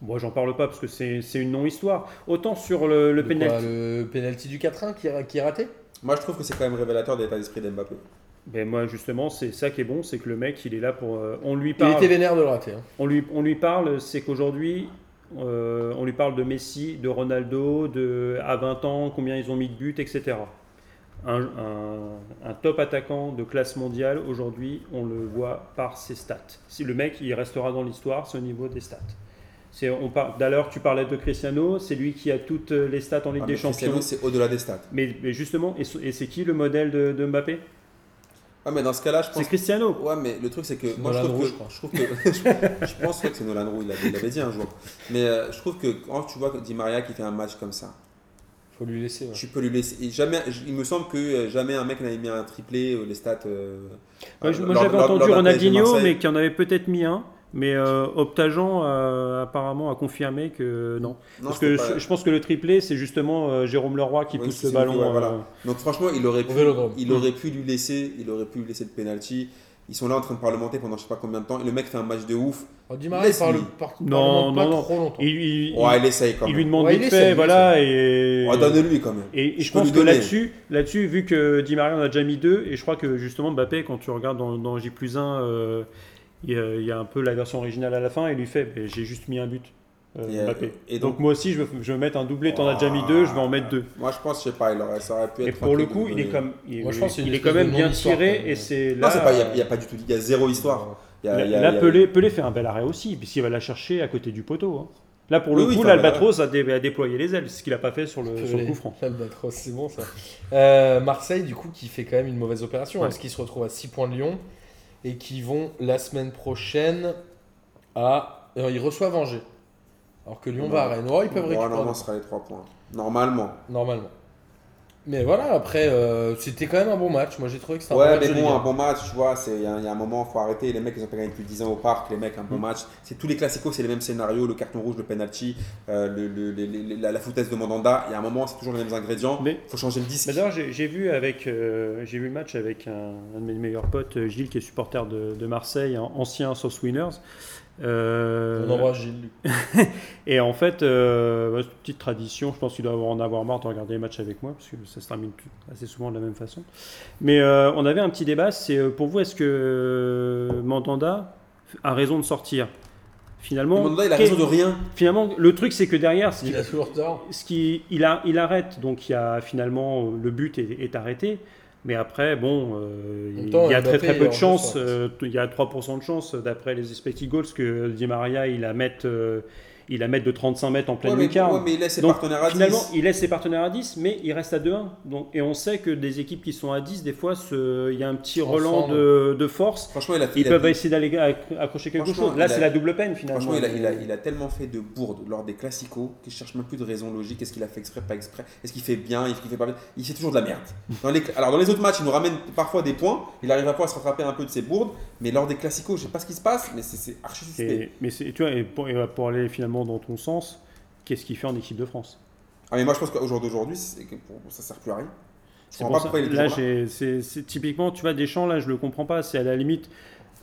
Speaker 3: Moi, j'en parle pas parce que c'est c'est une non-histoire. Autant sur le, le
Speaker 1: De quoi,
Speaker 3: penalty.
Speaker 1: le penalty du 4-1 qui, est- qui est raté
Speaker 2: Moi, je trouve que c'est quand même révélateur de l'état d'esprit d'Mbappé. Ah,
Speaker 3: Ben, moi, justement, c'est ça qui est bon. C'est que le mec, il est là pour. euh, on lui
Speaker 1: Il
Speaker 3: parle.
Speaker 1: était vénère de le rater. hein.
Speaker 3: On lui, on lui parle, c'est qu'aujourd'hui, euh, on lui parle de Messi, de Ronaldo, de à 20 ans, combien ils ont mis de buts, etc. Un, un- un top attaquant de classe mondiale, aujourd'hui, on le voit par ses stats. Si le mec, il restera dans l'histoire, c'est au niveau des stats. C'est, on par- D'ailleurs, tu parlais de Cristiano, c'est lui qui a toutes euh, les stats en Ligue
Speaker 2: Ah, mais
Speaker 3: des Champions.
Speaker 2: Cristiano, c'est au-delà des stats.
Speaker 3: Mais, mais justement, et, ce- et c'est qui le modèle de, de Mbappé
Speaker 2: Ah, mais dans ce cas-là, je
Speaker 3: C'est
Speaker 2: pense.
Speaker 3: Cristiano.
Speaker 2: Ouais, mais le truc, c'est
Speaker 3: Euh,
Speaker 2: que.
Speaker 1: C'est
Speaker 2: Moi, je
Speaker 1: Nolan
Speaker 2: trouve,
Speaker 1: Roux,
Speaker 2: que,
Speaker 1: je crois.
Speaker 2: je trouve que. *laughs* je- je pense ouais, que c'est Nolan Roux, il l'avait, il l'avait dit un jour. Mais euh, je trouve que quand tu vois que Di Maria qui fait un match comme ça,
Speaker 1: Faut lui laisser. ouais.
Speaker 2: tu peux lui laisser. et jamais, j- il me semble que euh, jamais un mec n'avait mis un triplé, euh, les stats. euh,
Speaker 3: Moi,
Speaker 2: euh,
Speaker 3: je- moi,
Speaker 2: lors-
Speaker 3: j'avais
Speaker 2: lors- lors
Speaker 3: entendu
Speaker 2: d'un PSG
Speaker 3: Ronaldinho,
Speaker 2: Marseille.
Speaker 3: mais qui en avait peut-être mis un. Mais euh, Optajan euh, apparemment a confirmé que non.
Speaker 2: Non,
Speaker 3: Parce
Speaker 2: c'était
Speaker 3: que
Speaker 2: pas-
Speaker 3: je, je pense que le triplé, c'est justement euh, Jérôme Leroy qui
Speaker 2: Oui,
Speaker 3: pousse
Speaker 2: c'est
Speaker 3: le
Speaker 2: lui,
Speaker 3: ballon.
Speaker 2: ouais,
Speaker 3: euh,
Speaker 2: voilà. Donc franchement, il aurait
Speaker 1: Au
Speaker 2: pu,
Speaker 1: Vélodrome.
Speaker 2: il aurait pu lui laisser, il aurait pu lui laisser le penalty. Ils sont là en train de parlementer pendant je sais pas combien de temps. Et le mec fait un match de ouf.
Speaker 1: Alors, Di Maria, Oh, il
Speaker 2: Laisse-lui.
Speaker 1: parle, par- parle
Speaker 3: Non,
Speaker 1: pas
Speaker 3: non, non.
Speaker 1: trop longtemps.
Speaker 3: Il, il-
Speaker 2: Ouais, il essaye quand
Speaker 3: il
Speaker 2: même.
Speaker 3: lui demande
Speaker 1: Ouais, il
Speaker 3: vite
Speaker 1: essaie,
Speaker 3: fait,
Speaker 1: il
Speaker 3: voilà. Et,
Speaker 2: Ouais, Donne-lui quand même.
Speaker 3: et- et je
Speaker 2: peux
Speaker 3: pense
Speaker 2: lui
Speaker 3: que
Speaker 2: donner.
Speaker 3: là-dessus, là-dessus, vu que Di Maria en a déjà mis deux, et je crois que justement Mbappé, quand tu regardes dans, dans J 1, il, y a- il y a un peu la version originale à la fin, et il lui fait mais J'ai juste mis un but. euh,
Speaker 2: Et, euh,
Speaker 3: Mbappé.
Speaker 2: et
Speaker 3: donc,
Speaker 2: donc-
Speaker 3: moi aussi, je veux, je veux mettre un doublé. T'en as déjà mis deux, je vais en mettre deux.
Speaker 2: Moi, je pense, je sais pas, il aurait, ça aurait pu
Speaker 3: Et
Speaker 2: être.
Speaker 3: pour le
Speaker 2: rapide de
Speaker 3: coup,
Speaker 2: lui
Speaker 3: il est
Speaker 2: donner.
Speaker 3: comme, il,
Speaker 1: Moi, je pense que c'est une
Speaker 3: il est
Speaker 1: espèce
Speaker 3: quand même
Speaker 1: de
Speaker 3: bien
Speaker 1: non-histoire,
Speaker 3: tiré,
Speaker 1: quand même.
Speaker 3: et c'est là.
Speaker 2: Non, c'est pas, il y a- il y a, pas du tout, il y a zéro histoire. Il y a-
Speaker 3: Là,
Speaker 2: il y a- il y a-
Speaker 3: Pelé, Pelé fait un bel arrêt aussi, puisqu'il va la chercher à côté du poteau. hein. Là, pour le
Speaker 2: Oui, oui,
Speaker 3: coup,
Speaker 2: enfin,
Speaker 3: l'Albatros a, dé- a déployé les ailes, ce qu'il n'a pas fait sur le, sur le coup franc.
Speaker 1: L'Albatros, c'est bon ça. Euh, Marseille, du coup, qui fait quand même une mauvaise opération, hein,
Speaker 3: Ouais.
Speaker 1: parce qu'ils se retrouvent à 6 points de Lyon et qui vont la semaine prochaine à. euh, ils reçoivent Angers. Alors que Lyon
Speaker 2: Ouais.
Speaker 1: va à Rennes. Oh, ils peuvent
Speaker 2: Ouais,
Speaker 1: récupérer.
Speaker 2: normalement, ce sera les trois points. Normalement.
Speaker 1: Normalement. Mais voilà, après, euh, c'était quand même un bon match. Moi, j'ai trouvé que c'était un
Speaker 2: Ouais,
Speaker 1: bon match.
Speaker 2: mais
Speaker 1: de Ligue
Speaker 2: bon,
Speaker 1: un.
Speaker 2: un bon match, tu vois, c'est- il y, a il y a un moment, faut arrêter. Les mecs, ils ont pas gagné depuis 10 ans au parc. Les mecs, un bon match. C'est tous les classicos, c'est les mêmes scénarios le carton rouge, le penalty, euh, le- le- le- le- la, la foutaise de Mandanda. Il y a un moment, c'est toujours les mêmes ingrédients.
Speaker 3: Mais-
Speaker 2: faut changer le disque.
Speaker 3: Mais D'ailleurs, j'ai j'ai vu, avec, euh, j'ai vu le match avec un, un de mes meilleurs potes, euh, Gilles, qui est supporter de, de Marseille, an- ancien Source Winners. Euh,
Speaker 1: On embrasse Gilles. Luc.
Speaker 3: et en fait, euh, bah, c'est une petite tradition, je pense qu'il doit en avoir marre de regarder les matchs avec moi, parce que ça se termine tout- assez souvent de la même façon. Mais euh, on avait un petit débat, c'est euh, pour vous, est-ce que euh, Mandanda a raison de sortir Finalement,
Speaker 2: Mandanda, il a
Speaker 3: qu'est-
Speaker 2: raison de rien.
Speaker 3: finalement, le truc, c'est que derrière, ce qui-
Speaker 1: Il a toujours tort.
Speaker 3: ce qui, il, a, il arrête, donc il y a finalement euh, le but est, est arrêté. Mais après, bon, euh,
Speaker 1: En même
Speaker 3: il
Speaker 1: temps,
Speaker 3: y a très
Speaker 1: Mbappé
Speaker 3: très peu
Speaker 1: est
Speaker 3: de
Speaker 1: hors
Speaker 3: chances.
Speaker 1: de sorte.
Speaker 3: euh, Il y a 3% de chances, euh, d'après les expected goals, que Di Maria il la mette, euh, il la mette de 35 mètres en
Speaker 2: Ouais,
Speaker 3: pleine
Speaker 2: mais,
Speaker 3: lucarne.
Speaker 2: ouais, mais il laisse ses
Speaker 3: Donc,
Speaker 2: partenaires à 10.
Speaker 3: Finalement, il laisse ses partenaires à 10, mais il reste à 2-1. Donc, et on sait que des équipes qui sont à 10, des fois, ce- il y a un petit
Speaker 1: Ensemble.
Speaker 3: relan de, de force.
Speaker 2: Franchement, il a fait.
Speaker 3: Ils
Speaker 2: il a-
Speaker 3: peuvent essayer d'aller acc- accrocher quelque
Speaker 2: Franchement,
Speaker 3: chose. Là,
Speaker 2: il a-
Speaker 3: c'est la double peine finalement.
Speaker 2: Franchement, il a, il a- il a tellement fait de bourdes lors des classicos qu'il cherche même plus de raison logique. Est-ce qu'il a fait exprès, pas exprès Est-ce qu'il fait bien Est-ce qu'il fait pas bien Il fait toujours de la merde. Dans les, cl- alors, dans les autres matchs, il nous ramène parfois des points. Il arrive à pas à se rattraper un peu de ses bourdes. Mais lors des classicos, je sais pas ce qui se passe, mais c'est- c'est archi suspect.
Speaker 3: Et- mais c'est- tu vois, et pour, et pour aller finalement dans ton sens, qu'est-ce qu'il fait en équipe de France
Speaker 2: Ah, mais moi, je pense qu'au jour d'aujourd'hui, c'est que pour- ça sert plus à rien. Je
Speaker 3: C'est
Speaker 2: comprends
Speaker 3: pour
Speaker 2: pas pourquoi
Speaker 3: ça.
Speaker 2: il est
Speaker 3: Là,
Speaker 2: toujours là.
Speaker 3: j'ai- c'est c'est typiquement, tu vois, Deschamps, là, je le comprends pas. C'est à la limite,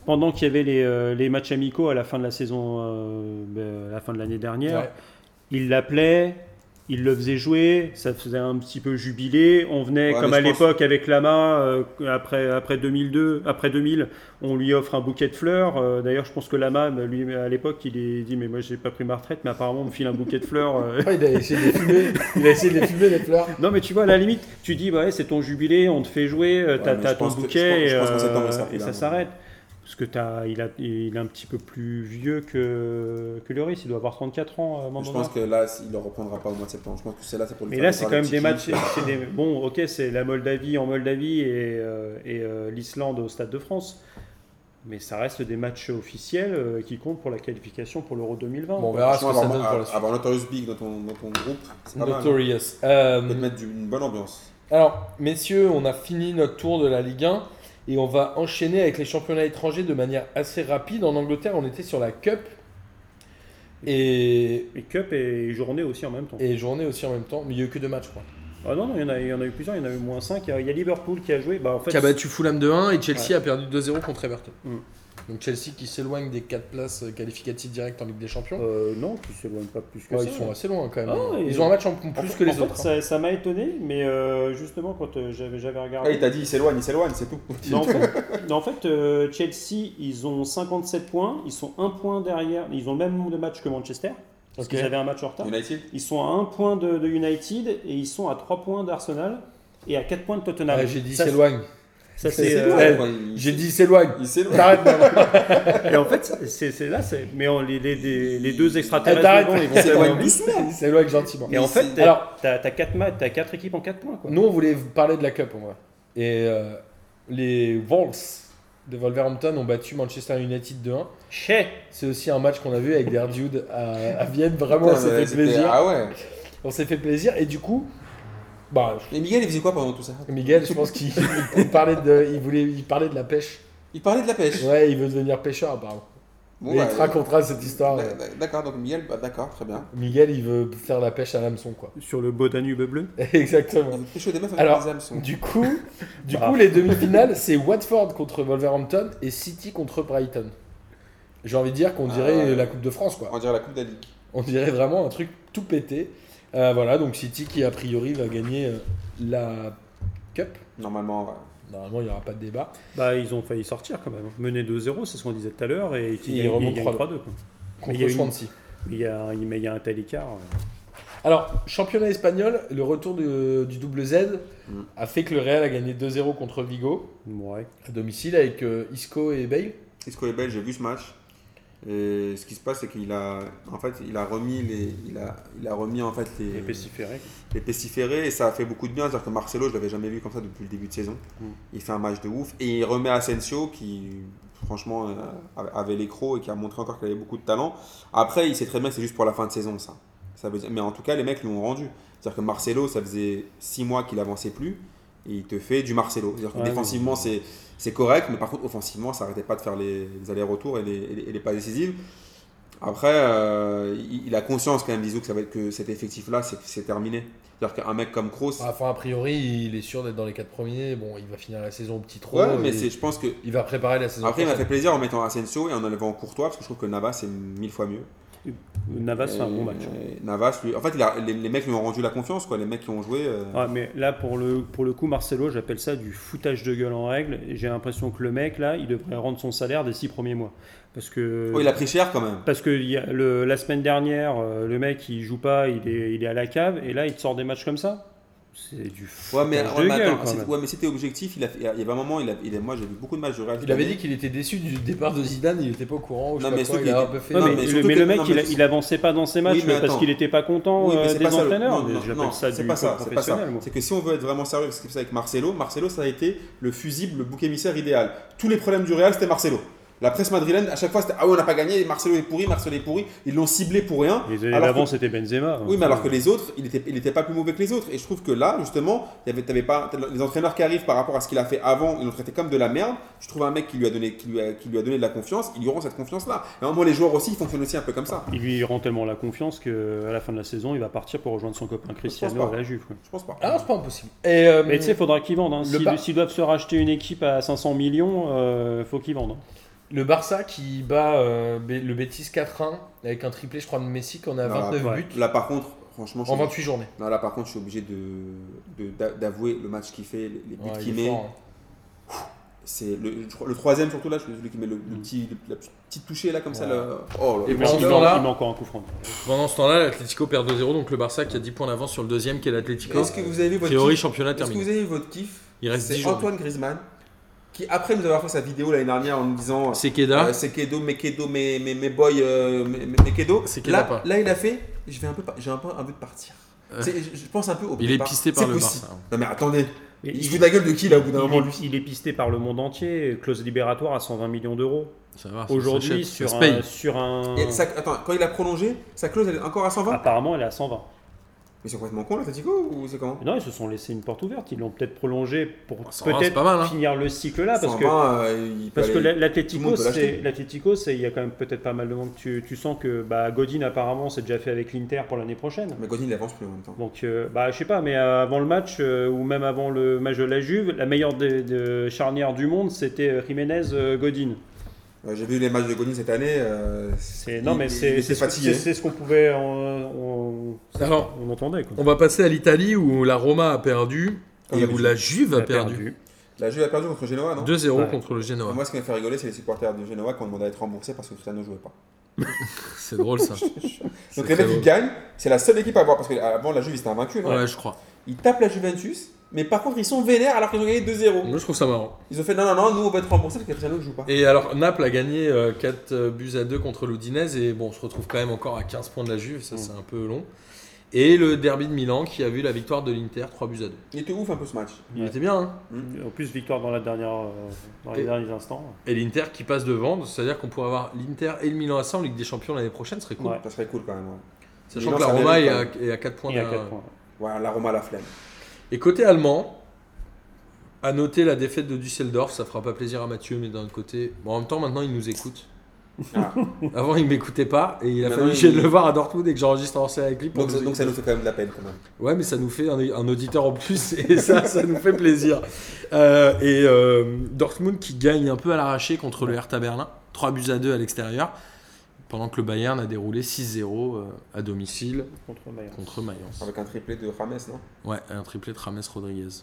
Speaker 3: pendant qu'il y avait les, euh, les matchs amicaux à la fin de la saison, euh, ben, à la fin de l'année dernière,
Speaker 1: Ouais.
Speaker 3: il l'appelait, il le faisait jouer, ça faisait un petit peu jubilé. On venait,
Speaker 2: Ouais,
Speaker 3: comme
Speaker 2: mais
Speaker 3: à
Speaker 2: je pense-
Speaker 3: l'époque avec Lama, euh, après, après 2002, après 2000, on lui offre un bouquet de fleurs. Euh, D'ailleurs, je pense que Lama, lui, à l'époque, il est- il dit Mais moi, j'ai pas pris ma retraite, mais apparemment, on me file un bouquet de fleurs. euh. *laughs*
Speaker 1: Ah, il a essayé de les fumer. il a essayé de les fumer, les fleurs.
Speaker 3: Non, mais tu vois, à la limite, tu dis, bah ouais, c'est ton jubilé, on te fait jouer, euh, t'as
Speaker 2: mais
Speaker 3: t'as
Speaker 2: je
Speaker 3: ton
Speaker 2: pense que-
Speaker 3: bouquet,
Speaker 2: je pense- je pense qu'en
Speaker 3: et,
Speaker 2: septembre,
Speaker 3: euh,
Speaker 2: ça fait
Speaker 3: et
Speaker 2: là,
Speaker 3: ça
Speaker 2: moi.
Speaker 3: s'arrête. Parce que t'as, il, a, il est un petit peu plus vieux que, que Lloris, il doit avoir 34 ans, euh,
Speaker 2: Je
Speaker 3: Mandanda.
Speaker 2: pense que là, il le reprendra pas au mois de septembre. Je pense que c'est là, c'est pour le
Speaker 3: Mais
Speaker 2: faire
Speaker 3: là, c'est
Speaker 2: faire
Speaker 3: quand
Speaker 2: les
Speaker 3: même des
Speaker 2: petits
Speaker 3: matchs.
Speaker 2: clips.
Speaker 3: c'est des- Bon, ok, c'est la Moldavie en Moldavie et, euh, et, euh, l'Islande au Stade de France. Mais ça reste des matchs officiels euh, qui comptent pour la qualification pour l'Euro 2020.
Speaker 1: Bon, on
Speaker 3: quoi.
Speaker 1: verra ce que
Speaker 2: Franchement,
Speaker 1: ça donne
Speaker 2: avoir-
Speaker 1: pour la suite.
Speaker 2: avoir Notorious Big dans ton, dans ton groupe, c'est pas mal. hein.
Speaker 1: Notorious. Euh,
Speaker 2: peut te mettre du- une bonne ambiance.
Speaker 1: Alors, messieurs, on a fini notre tour de la Ligue 1 et on va enchaîner avec les championnats étrangers de manière assez rapide. En Angleterre, on était sur la Cup et,
Speaker 3: Et Cup et journée aussi en même temps.
Speaker 1: et journée aussi en même temps. Mais il n'y a eu que deux matchs, quoi.
Speaker 3: Ah non, non, il y, en a, il y en a eu plusieurs, il y en a eu moins 5. Il y a, il y a Liverpool qui a joué. Bah, en fait,
Speaker 1: Qui a battu Fulham de 1 et Chelsea
Speaker 3: Ouais.
Speaker 1: a perdu 2-0 contre Everton.
Speaker 3: Mm.
Speaker 1: Donc Chelsea qui s'éloigne des 4 places qualificatives directes en Ligue des Champions.
Speaker 3: euh, non, qui s'éloigne pas plus que
Speaker 1: Ouais,
Speaker 3: ça.
Speaker 1: ils sont assez loin quand même.
Speaker 3: Ah,
Speaker 1: ils
Speaker 3: et-
Speaker 1: ont un match en
Speaker 3: En
Speaker 1: plus
Speaker 3: fait-
Speaker 1: que
Speaker 3: en
Speaker 1: les
Speaker 3: fait,
Speaker 1: autres. hein.
Speaker 3: ça- Ça m'a étonné, mais euh, justement, quand euh, j'avais j'avais regardé.
Speaker 2: Ah, il t'a dit, il s'éloigne, il s'éloigne,
Speaker 1: *laughs*
Speaker 2: c'est tout.
Speaker 3: Mais en fait, mais en fait, euh, Chelsea, ils ont 57 points, ils sont un point derrière, ils ont le même nombre de matchs que Manchester, parce
Speaker 1: Ok.
Speaker 3: qu'ils avaient un match en retard.
Speaker 2: United
Speaker 3: Ils sont à un point de, de United et ils sont à 3 points d'Arsenal et à 4 points de Tottenham.
Speaker 1: Ouais, hein. Ah, J'ai dit
Speaker 3: ça,
Speaker 1: s'éloigne.
Speaker 3: ça,
Speaker 2: Il
Speaker 3: c'est.
Speaker 2: s'éloigne,
Speaker 3: euh,
Speaker 2: quoi, il-
Speaker 1: J'ai dit s'éloigne.
Speaker 2: Il s'éloigne.
Speaker 1: T'arrêtes maintenant.
Speaker 3: et en fait, c'est c'est là, c'est- mais on- les, les- les- les deux
Speaker 1: Eh,
Speaker 3: extraterrestres,
Speaker 1: T'arrêtes.
Speaker 3: devant, ils
Speaker 2: Il
Speaker 3: vont
Speaker 2: s'éloigne
Speaker 1: Ils
Speaker 2: doucement.
Speaker 1: s'éloignent- Ils s'éloignent gentiment.
Speaker 3: Et en fait, t'as-
Speaker 1: Alors-
Speaker 3: t'as 4 matchs, t'as 4 équipes en 4 points. Quoi.
Speaker 1: Nous, on voulait vous parler de la Cup, en vrai. Et euh, les Wolves de Wolverhampton ont battu Manchester United 2-1.
Speaker 3: Chez
Speaker 1: C'est aussi un match qu'on a vu avec des Dude à, à Vienne. Vraiment, on
Speaker 2: Putain,
Speaker 1: s'est fait
Speaker 2: c'était-
Speaker 1: plaisir.
Speaker 2: Ah ouais.
Speaker 1: On s'est fait plaisir. Et du coup, bah,
Speaker 2: Et Miguel, il faisait quoi pendant tout ça
Speaker 1: Miguel, je pense qu'il il parlait, de, il, voulait, il parlait de la pêche.
Speaker 2: Il parlait de la pêche.
Speaker 1: Ouais, il veut devenir pêcheur, apparemment.
Speaker 2: Bon,
Speaker 1: Mais
Speaker 2: bah,
Speaker 1: il te racontera cette histoire.
Speaker 2: d- d- D'accord, donc Miguel, bah, d'accord, très bien.
Speaker 1: Miguel, il veut faire la pêche à l'hameçon, quoi. *laughs*
Speaker 3: Sur le beau Danube bleu
Speaker 1: Exactement.
Speaker 2: On pêche des meufs avec
Speaker 1: Alors,
Speaker 2: des hameçons.
Speaker 1: Du coup, du
Speaker 3: Bah.
Speaker 1: coup les demi-finales, c'est Watford contre Wolverhampton et City contre Brighton. J'ai envie de dire qu'on
Speaker 2: Ah
Speaker 1: dirait
Speaker 2: ouais.
Speaker 1: la Coupe de France, quoi.
Speaker 2: On dirait la Coupe de la Ligue.
Speaker 1: On dirait vraiment un truc tout pété. Euh, voilà, donc City qui, a priori, va gagner euh, la Cup.
Speaker 2: Normalement, ouais.
Speaker 1: Normalement, il n'y aura pas de débat.
Speaker 3: Bah, ils ont failli sortir quand même. Mené 2-0, c'est ce qu'on disait tout à l'heure, et qui
Speaker 1: Ils
Speaker 3: gagnent-
Speaker 1: remontent
Speaker 3: ils gagnent
Speaker 1: 3-2.
Speaker 3: 3-2. quoi. Mais il y a
Speaker 1: Contre
Speaker 3: une-
Speaker 1: Swansea.
Speaker 3: Mais il y a, un- mais il y a un tel écart. euh.
Speaker 1: Alors, championnat espagnol, le retour de- du double Z
Speaker 2: Mm.
Speaker 1: a fait que le Real a gagné 2-0 contre Vigo
Speaker 3: Ouais.
Speaker 1: à domicile avec euh, Isco et Bale.
Speaker 2: Isco est belge, j'ai vu ce match. Et ce qui se passe, c'est qu'il a, en fait, il a remis les, il a, il a remis en fait les,
Speaker 3: Et pestiféré.
Speaker 2: les pestiférés et ça a fait beaucoup de bien. C'est-à-dire que Marcelo, je l'avais jamais vu comme ça depuis le début de saison.
Speaker 3: Mm.
Speaker 2: Il fait un match de ouf et il remet Asensio qui, franchement, euh, avait les crocs et qui a montré encore qu'il avait beaucoup de talent. Après, il sait très bien que c'est juste pour la fin de saison, ça. ça veut dire- Mais en tout cas, les mecs l'ont rendu. C'est-à-dire que Marcelo, ça faisait six mois qu'il avançait plus. Et il te fait du Marcelo. C'est-à-dire que
Speaker 3: Ouais,
Speaker 2: défensivement, c'est c'est correct, mais par contre, offensivement, ça n'arrêtait pas de faire les, les allers-retours et les, et les- et les passes décisives. Après, euh, il, il a conscience quand même, Zizou, que, ça va être, que cet effectif-là, c'est c'est terminé. C'est-à-dire qu'un mec comme Kroos,
Speaker 3: Ah,
Speaker 1: Enfin, a priori, il est sûr d'être dans les 4 premiers. Bon, il va finir la saison au petit 3.
Speaker 2: ouais, mais c'est- je pense que.
Speaker 1: Il va préparer la saison
Speaker 2: Après, il m'a fait
Speaker 1: prochaine.
Speaker 2: plaisir en mettant Asensio et en enlevant Courtois, parce que je trouve que Navas est mille fois mieux.
Speaker 3: Navas fait un bon match. hein.
Speaker 2: Et Navas, lui, en fait, il a- les, les mecs lui ont rendu la confiance, quoi. Les mecs qui ont joué. euh,
Speaker 3: Ouais, mais là, pour le, pour le coup, Marcelo, j'appelle ça du foutage de gueule en règle. Et J'ai l'impression que le mec, là, il devrait rendre son salaire des six premiers mois. Parce que.
Speaker 2: Oh, il a pris cher quand même.
Speaker 3: Parce que il y a le- la semaine dernière, euh, le mec, il joue pas, il est, il est à la cave, et là, il te sort des matchs comme ça. C'est du
Speaker 2: Ouais,
Speaker 3: foutage
Speaker 2: mais,
Speaker 3: de
Speaker 2: ouais, mais
Speaker 3: gueule,
Speaker 2: attends,
Speaker 3: quand
Speaker 2: c'est-
Speaker 3: même.
Speaker 2: ouais, mais c'était objectif. Il, a, il y a un moment, il a, il a- moi j'ai vu beaucoup de matchs du Real. cette
Speaker 1: Il avait
Speaker 2: année.
Speaker 1: dit qu'il était déçu du départ de Zidane, il était pas au courant. ou je
Speaker 2: Non,
Speaker 1: sais
Speaker 2: mais
Speaker 1: pas quoi,
Speaker 2: ceux
Speaker 1: il
Speaker 2: qui
Speaker 1: a un
Speaker 2: étaient-
Speaker 1: peu fait.
Speaker 3: Non,
Speaker 2: Non,
Speaker 3: mais,
Speaker 2: mais
Speaker 3: le,
Speaker 2: surtout
Speaker 3: mais
Speaker 2: que-
Speaker 3: le mec,
Speaker 2: non, mais
Speaker 3: il, a-
Speaker 2: c'est-
Speaker 3: il avançait pas dans ses matchs
Speaker 2: Oui, mais
Speaker 3: parce
Speaker 2: attends.
Speaker 3: qu'il était pas content
Speaker 2: Oui, mais
Speaker 3: euh,
Speaker 2: c'est
Speaker 3: des
Speaker 2: pas ça le-
Speaker 3: entraîneurs.
Speaker 2: non, non,
Speaker 3: J'appelle
Speaker 2: non,
Speaker 3: ça
Speaker 2: c'est
Speaker 3: du
Speaker 2: pas ça, c'est pas ça.
Speaker 3: professionnel. moi.
Speaker 2: C'est que si on veut être vraiment sérieux, parce que c'est ça avec Marcelo, Marcelo ça a été le fusible, le bouc émissaire idéal. Tous les problèmes du Real c'était Marcelo. La presse madrilène à chaque fois c'était ah ouais, on n'a pas gagné, Marcelo est pourri, Marcelo est pourri. Ils l'ont ciblé pour rien.
Speaker 3: Les années
Speaker 2: Alors
Speaker 3: d'avant,
Speaker 2: que-
Speaker 3: c'était Benzema. hein.
Speaker 2: Oui, mais alors que les autres, il n'était il était pas plus mauvais que les autres. Et je trouve que là, justement, il y avait, t'avais pas, les entraîneurs qui arrivent par rapport à ce qu'il a fait avant, ils l'ont traité comme de la merde. Je trouve un mec qui lui a donné, qui lui a, qui lui a donné de la confiance, ils lui auront cette confiance-là. Et à un moment, les joueurs aussi, ils fonctionnent aussi un peu comme ça.
Speaker 3: Il lui rend tellement la confiance qu'à la fin de la saison, il va partir pour rejoindre son copain Cristiano
Speaker 2: pas.
Speaker 3: à la Juve. quoi.
Speaker 2: Je pense pas.
Speaker 1: Ah, c'est pas impossible. Et, euh,
Speaker 3: Mais tu sais, il faudra qu'ils vendent. hein.
Speaker 1: Le
Speaker 3: S'ils
Speaker 1: Bar-
Speaker 3: s'ils doivent se racheter une équipe à 500 millions, euh, faut qu'ils vendent. hein.
Speaker 1: Le Barça qui bat euh, B- le Betis 4-1 avec un triplé, je crois, de Messi qu'on a
Speaker 2: Non,
Speaker 1: 29
Speaker 3: ouais.
Speaker 1: buts
Speaker 2: Là, par contre, franchement, je
Speaker 1: en
Speaker 2: suis-
Speaker 1: 28 journées.
Speaker 2: Non, là par contre, je suis obligé de- de- d'a- d'avouer le match qu'il fait, les les buts
Speaker 1: Ouais,
Speaker 2: qu'il
Speaker 1: il est
Speaker 2: met.
Speaker 1: fort, hein.
Speaker 2: C'est le, je crois- le troisième surtout là, celui qui met le, le
Speaker 3: Mm.
Speaker 2: petit, le- la petite- petite touchée là comme ça.
Speaker 1: Ouais.
Speaker 2: là. Oh là
Speaker 1: Et
Speaker 2: là.
Speaker 3: Il manque-
Speaker 1: pendant ce
Speaker 3: il
Speaker 1: temps-là-
Speaker 3: manque il manque encore un coup franc.
Speaker 1: Pendant ce temps-là, l'Atlético perd 2-0, donc le Barça qui a 10 points d'avance sur le deuxième qui est l'Atlético.
Speaker 2: Est-ce que vous avez vu votre
Speaker 1: Théorie,
Speaker 2: kiff
Speaker 1: championnat
Speaker 2: Est-ce que
Speaker 1: terminé.
Speaker 2: vous avez vu votre kiff
Speaker 1: Il reste 10
Speaker 2: C'est
Speaker 1: jours.
Speaker 2: Antoine Griezmann qui après nous avoir fait sa vidéo l'année dernière en nous disant
Speaker 1: C'est Keda.
Speaker 2: euh, c'est Kedo, mes Kedo, mes, mes, mes boys, euh, mes, mes- mes Kedo.
Speaker 1: C'est Keda
Speaker 2: Là,
Speaker 1: pas.
Speaker 2: là, il a fait, je vais un peu, par- j'ai un peu envie de partir.
Speaker 1: Euh.
Speaker 2: C'est- Je je pense un peu au
Speaker 1: Il est
Speaker 2: départ.
Speaker 1: pisté par
Speaker 2: C'est
Speaker 1: le
Speaker 2: possible.
Speaker 1: Barça.
Speaker 2: Non mais attendez,
Speaker 3: Mais
Speaker 2: il se
Speaker 3: il-
Speaker 2: fout de la gueule de qui là au bout d'un
Speaker 3: il
Speaker 2: moment lui
Speaker 3: est, il est pisté par le monde entier, clause libératoire à 120 millions d'euros.
Speaker 1: Ça va, Ah, ça
Speaker 3: Aujourd'hui,
Speaker 1: s'achète, ça
Speaker 3: sur
Speaker 1: se
Speaker 3: un,
Speaker 1: paye.
Speaker 3: sur un.
Speaker 2: Et ça- attends, quand il a prolongé, sa clause elle est encore à 120
Speaker 3: Apparemment, elle est à 120.
Speaker 2: Mais c'est complètement con l'Atletico ou c'est comment
Speaker 3: Non, ils se sont laissés une porte ouverte. Ils l'ont peut-être prolongé pour
Speaker 1: Ça va, c'est
Speaker 3: peut-être
Speaker 1: pas mal, hein.
Speaker 3: finir le cycle là. Ah, Parce que,
Speaker 2: 120, euh, il peut
Speaker 3: parce que
Speaker 2: aller-
Speaker 3: la-
Speaker 2: tout le
Speaker 3: l'Atletico,
Speaker 2: monde peut
Speaker 3: c'est-
Speaker 2: l'acheter.
Speaker 3: l'Atletico, c'est- il y a quand même peut-être pas mal de monde. Tu, tu sens que bah, Godin, apparemment, c'est déjà fait avec l'Inter pour l'année prochaine.
Speaker 2: Mais Godin il avance plus en même temps.
Speaker 3: Donc, euh, bah, je sais pas, mais euh, avant le match, euh, ou même avant le match de la Juve, la meilleure des, des charnières du monde, c'était euh, Jiménez euh, Godin.
Speaker 2: Euh, J'ai vu les matchs de Godin cette année. euh,
Speaker 3: C'est-
Speaker 2: il-
Speaker 3: Non, mais
Speaker 2: il-
Speaker 3: c'est
Speaker 2: il
Speaker 3: c'est
Speaker 2: était
Speaker 3: ce que-
Speaker 2: fatigué.
Speaker 3: c'est- c'est ce qu'on pouvait. euh, on, on-
Speaker 1: Alors,
Speaker 3: on entendait quoi.
Speaker 1: On va passer à l'Italie où la Roma a perdu
Speaker 2: Comme
Speaker 1: et où
Speaker 2: d'habitude.
Speaker 1: la Juve a
Speaker 3: On a
Speaker 1: perdu.
Speaker 2: La Juve a perdu contre Genoa, Ah non
Speaker 1: 2-0
Speaker 3: Ouais.
Speaker 1: contre le Genoa.
Speaker 2: Moi, ce qui m'a fait rigoler, c'est les supporters de Genoa qui ont demandé à être remboursés parce que Cristiano ne jouait pas.
Speaker 1: C'est drôle
Speaker 2: *laughs*
Speaker 1: ça. C'est
Speaker 2: Donc les
Speaker 1: très
Speaker 2: mecs, ils
Speaker 1: drôle.
Speaker 2: gagnent. C'est la seule équipe à avoir parce qu'avant, la Juve, ils étaient invaincus. non
Speaker 1: Ouais, je crois.
Speaker 2: Ils tapent la Juventus, mais par contre, ils sont vénères alors qu'ils ont gagné 2-0.
Speaker 1: Moi je trouve ça marrant.
Speaker 2: Ils ont fait non, non, non, nous, on va être remboursés parce que Cristiano ne joue pas.
Speaker 1: Et alors Naples a gagné euh,
Speaker 3: Mm.
Speaker 1: 4 buts à 2 contre l'Udinese et bon on se retrouve quand même encore à 15 points de la Juve, ça c'est un peu long. Et le derby de Milan qui a vu la victoire de l'Inter 3 buts à 2.
Speaker 2: Il était ouf un peu ce match. Hmm.
Speaker 1: Il
Speaker 3: Ouais.
Speaker 1: était bien, hein
Speaker 3: En plus, victoire dans, la dernière, euh, dans les
Speaker 1: Et-
Speaker 3: derniers instants. hein.
Speaker 1: Et l'Inter qui passe devant, c'est-à-dire qu'on pourrait avoir l'Inter et le Milan AC en Ligue des Champions l'année prochaine, ce serait cool.
Speaker 3: Ouais.
Speaker 2: Ça serait cool quand même. Ouais,
Speaker 1: Sachant
Speaker 2: Milan,
Speaker 1: que la
Speaker 2: ça
Speaker 1: Roma est
Speaker 2: mérite
Speaker 1: à,
Speaker 2: pas.
Speaker 1: est à 4 points.
Speaker 3: Et à
Speaker 1: d'un-
Speaker 3: 4 points.
Speaker 2: Voilà, la Roma à la flemme.
Speaker 1: Et côté allemand, à noter la défaite de Düsseldorf, ça fera pas plaisir à Mathieu, mais d'un autre côté, bon, en même temps maintenant il nous écoute.
Speaker 2: Ah.
Speaker 1: *laughs* Avant il m'écoutait pas et il a
Speaker 2: Maintenant,
Speaker 1: fallu
Speaker 2: il-
Speaker 1: que je le voir à Dortmund et que j'enregistre en série avec lui. pour
Speaker 2: donc,
Speaker 1: nous
Speaker 2: ça- donc ça
Speaker 1: écouter.
Speaker 2: nous fait quand même de la peine quand même.
Speaker 1: Ouais, mais ça nous fait un, un auditeur en plus *laughs* et ça, ça nous fait plaisir. Euh, et euh, Dortmund qui gagne un peu à l'arraché contre le Hertha Berlin, 3 buts à 2 à l'extérieur, pendant que le Bayern a déroulé 6-0 euh, à domicile
Speaker 3: Contre Bayern.
Speaker 1: contre Mayence.
Speaker 2: Avec un triplé de Rames, non
Speaker 1: Ouais, un triplé de Rames Rodriguez.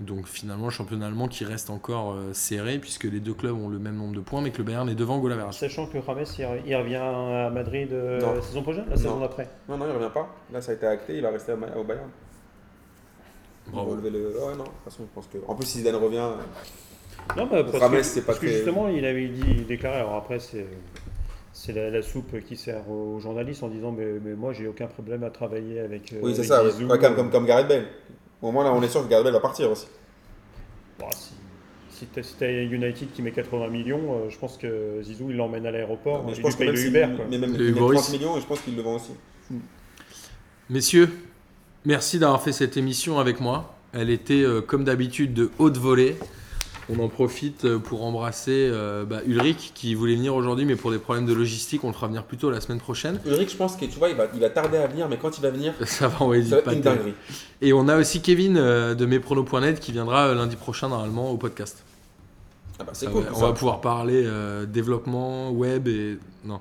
Speaker 1: Donc finalement, le championnat allemand qui reste encore euh, serré puisque les deux clubs ont le même nombre de points, mais que le Bayern est devant Gola
Speaker 3: Sachant que Rames, il re- il revient à Madrid euh,
Speaker 2: Non.
Speaker 3: la saison prochaine, la saison
Speaker 2: Non.
Speaker 3: d'après.
Speaker 2: Non, non, il revient pas. Là, ça a été acté, il va rester au Ma- au Bayern. On va
Speaker 1: Bravo.
Speaker 2: lever le. Ouais, non, de toute façon, je pense que. En plus, si Zidane revient. euh,
Speaker 3: Non, bah, parce,
Speaker 2: Rames,
Speaker 3: que,
Speaker 2: c'est pas
Speaker 3: parce que
Speaker 2: très-
Speaker 3: justement, il avait dit, il déclarait. Alors après, c'est c'est la, la soupe qui sert aux journalistes en disant mais, mais moi j'ai aucun problème à travailler avec. euh,
Speaker 2: Oui, c'est
Speaker 3: avec
Speaker 2: ça,
Speaker 3: Zizou.
Speaker 2: ouais, comme, comme, comme Gareth Bale. Au moins, là, on est sûr que Gareth Bale va partir aussi.
Speaker 3: Bah, si si t'as si t'as United qui met 80 millions, euh, je pense que Zizou il l'emmène à l'aéroport.
Speaker 2: Mais
Speaker 3: Il lui paye le
Speaker 2: s'il-
Speaker 3: Uber. quoi.
Speaker 2: mais même
Speaker 1: Le
Speaker 2: il met
Speaker 1: Boris.
Speaker 2: 30 millions, et je pense qu'il le vend aussi.
Speaker 1: Messieurs, merci d'avoir fait cette émission avec moi. Elle était euh, comme d'habitude de haute volée. On en profite euh, pour embrasser euh, bah, Ulrich qui voulait venir aujourd'hui, mais pour des problèmes de logistique, on le fera venir plus tôt la semaine prochaine. *laughs*
Speaker 2: Ulrich, je pense que tu vois, il va, il va tarder à venir, mais quand il va venir,
Speaker 1: Ça va, on va
Speaker 2: ça
Speaker 1: hésiter
Speaker 2: va
Speaker 1: pas.
Speaker 2: être une dinguerie.
Speaker 1: Et on a aussi Kevin euh, de mespronos.net qui viendra euh, lundi prochain normalement au podcast.
Speaker 2: Ah bah, c'est
Speaker 1: Ça
Speaker 2: cool.
Speaker 1: va-
Speaker 2: tout
Speaker 1: on
Speaker 2: ça.
Speaker 1: va pouvoir parler euh, développement, web et. Non.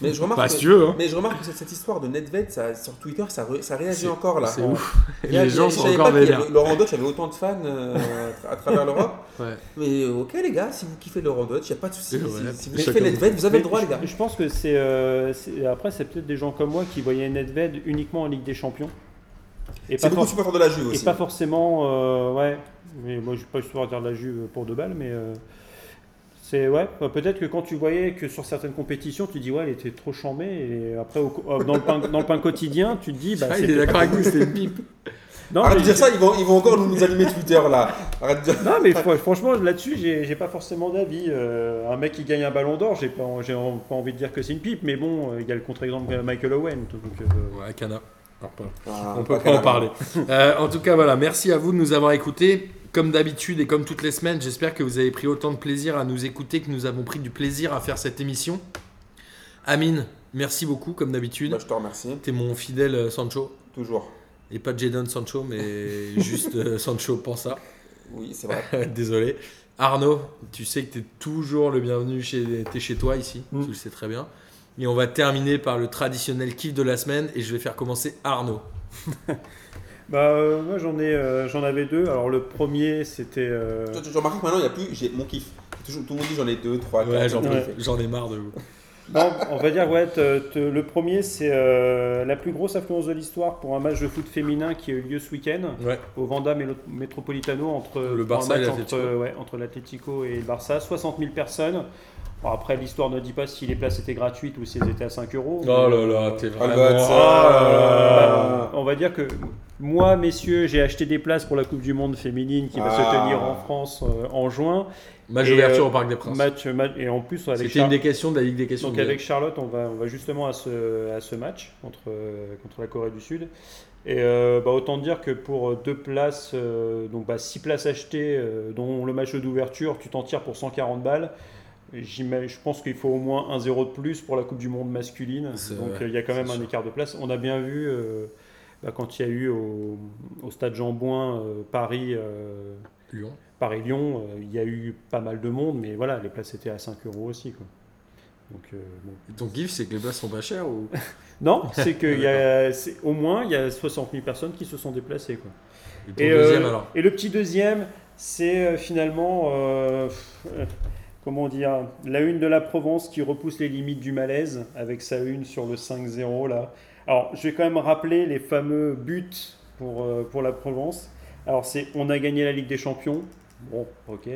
Speaker 2: Mais je remarque.
Speaker 1: Pas
Speaker 2: que-
Speaker 1: si tu veux, hein.
Speaker 2: Mais je remarque que cette, cette histoire de Nedved, ça, sur Twitter, ça, re- ça réagit
Speaker 1: C'est-
Speaker 2: encore là.
Speaker 1: C'est
Speaker 2: On- *laughs*
Speaker 1: ouf. Et
Speaker 2: Là,
Speaker 1: les
Speaker 2: je-
Speaker 1: gens
Speaker 2: je
Speaker 1: sont
Speaker 2: savais
Speaker 1: encore
Speaker 2: pas qu'il y avait-
Speaker 1: vénères.
Speaker 2: Laurent Deutsch avait autant de fans euh,
Speaker 1: *laughs*
Speaker 2: à travers l'Europe.
Speaker 1: Ouais.
Speaker 2: Mais euh, ok les gars, si vous kiffez Laurent Deutsch, il n'y a pas de souci.
Speaker 1: Et voilà.
Speaker 2: Si, si vous
Speaker 1: Chacun
Speaker 2: kiffez
Speaker 1: vous-
Speaker 2: Nedved, vous avez
Speaker 3: Mais
Speaker 2: le droit les
Speaker 3: je-
Speaker 2: gars.
Speaker 3: Je pense que c'est. euh, c'est- après, c'est peut-être des gens comme moi qui voyaient Nedved uniquement en Ligue des Champions. Et
Speaker 2: C'est
Speaker 3: pas,
Speaker 2: beaucoup
Speaker 3: for-
Speaker 2: de supporters de la Juve
Speaker 3: et
Speaker 2: aussi.
Speaker 3: pas forcément. euh, ouais. Mais moi, je suis pas histoire de dire la Juve pour deux balles, mais. euh, c'est ouais, bah, peut-être que quand tu voyais que sur certaines compétitions, tu dis ouais, elle était trop chambée. Et après, au co- euh, dans, le pain, dans le pain quotidien, tu te dis bah,
Speaker 1: Ah,
Speaker 3: c'est-
Speaker 1: il est d'accord avec nous, c'est une pipe.
Speaker 3: non,
Speaker 2: Arrête de
Speaker 3: mais-
Speaker 2: dire ça, ils vont, ils vont encore nous, nous allumer Twitter là. Arrête de dire.
Speaker 3: Non, mais fr- franchement, là-dessus, j'ai j'ai pas forcément d'avis. Euh, un mec qui gagne un ballon d'or, j'ai pas, j'ai en- pas envie de dire que c'est une pipe, mais bon, euh, il y a le contre-exemple de Michael Owen. donc, euh,
Speaker 1: Ouais, Cana. Alors, pas-
Speaker 2: Ah,
Speaker 1: on peut pas
Speaker 2: carrément.
Speaker 1: en
Speaker 2: *laughs*
Speaker 1: parler. Euh, en tout cas, voilà, merci à vous de nous avoir écoutés. Comme d'habitude et comme toutes les semaines, j'espère que vous avez pris autant de plaisir à nous écouter que nous avons pris du plaisir à faire cette émission. Amine, merci beaucoup, comme d'habitude.
Speaker 2: Bah, je te remercie,
Speaker 1: T'es mon fidèle euh, Sancho.
Speaker 2: toujours.
Speaker 1: Et pas Jadon Sancho,
Speaker 2: *laughs*
Speaker 1: mais juste euh, Sancho pense ça.
Speaker 2: Oui, c'est
Speaker 1: *laughs*
Speaker 2: vrai.
Speaker 1: Désolé. Arnaud, tu sais que tu es toujours le bienvenu chez, t'es chez toi ici,
Speaker 3: Mm.
Speaker 1: tu le sais très bien. Et on va terminer par le traditionnel kiff de la semaine et je vais faire commencer Arnaud.
Speaker 3: bah, euh, moi, j'en ai, euh, j'en avais deux. Alors, le premier, c'était. euh,
Speaker 2: Tu- tu- Tu remarques que maintenant, il n'y a plus j'ai mon kiff. Toujours, tout le monde dit j'en ai deux, trois,
Speaker 1: Ouais,
Speaker 2: quatre.
Speaker 1: j'en, peux-
Speaker 3: Ah, Ouais.
Speaker 1: j'en ai marre de vous.
Speaker 3: non, on va dire, ouais, te- te- le premier, c'est euh, la plus grosse influence de l'histoire pour un match de foot féminin qui a eu lieu ce week-end
Speaker 1: Ouais.
Speaker 3: au Vanda Melo- Metropolitano entre
Speaker 1: Le
Speaker 3: pour un
Speaker 1: Barça et
Speaker 3: match
Speaker 1: l'Atlético.
Speaker 3: entre, ouais, entre l'Atlético et le Barça. 60 000 personnes. Bon, après, l'histoire ne dit pas si les places étaient gratuites ou si elles étaient à 5 euros.
Speaker 1: Oh là là, t'es
Speaker 2: Ah, le
Speaker 1: vraiment.
Speaker 2: vote, ça.
Speaker 3: Bah, on va dire que moi, messieurs, j'ai acheté des places pour la Coupe du Monde féminine qui va se
Speaker 2: Ah.
Speaker 3: tenir en France euh, en juin.
Speaker 1: Match
Speaker 3: Et,
Speaker 1: d'ouverture
Speaker 3: euh,
Speaker 1: au Parc des Princes.
Speaker 3: Match, match- et en plus, avec,
Speaker 1: C'était
Speaker 3: Char-
Speaker 1: une des questions de la Ligue des questions.
Speaker 3: donc
Speaker 1: de-
Speaker 3: avec Charlotte, on va, on va justement à ce, à ce match contre, euh, contre la Corée du Sud. Et euh, bah, autant dire que pour deux places, euh, donc bah, six places achetées, euh, dont le match d'ouverture, tu t'en tires pour 140 balles. J'ima- Je pense qu'il faut au moins un zéro de plus pour la Coupe du Monde masculine.
Speaker 1: C'est
Speaker 3: Donc
Speaker 1: vrai,
Speaker 3: euh, il y a quand même
Speaker 1: c'est
Speaker 3: un
Speaker 1: sûr.
Speaker 3: écart de place. On a bien vu euh, bah, quand il y a eu au, au stade Jean Bouin euh, Paris. euh,
Speaker 1: Lyon.
Speaker 3: Paris-Lyon, euh, il y a eu pas mal de monde, mais voilà, les places étaient à 5 euros aussi. Quoi. Donc, euh, bon.
Speaker 1: Ton kiff, c'est que les places sont pas chères
Speaker 3: *laughs*
Speaker 1: ou
Speaker 3: Non, c'est que il y a, c'est- au moins, il y a 60 000 personnes qui se sont déplacées. Quoi.
Speaker 1: Et ton
Speaker 3: Et,
Speaker 1: deuxième
Speaker 3: euh,
Speaker 1: alors
Speaker 3: et le petit deuxième, c'est euh, finalement, euh, pff, euh, comment dire, la une de la Provence qui repousse les limites du malaise avec sa une sur le 5-0 là. Alors, je vais quand même rappeler les fameux buts pour, euh, pour la Provence. Alors, c'est on a gagné la Ligue des Champions. Bon, ok.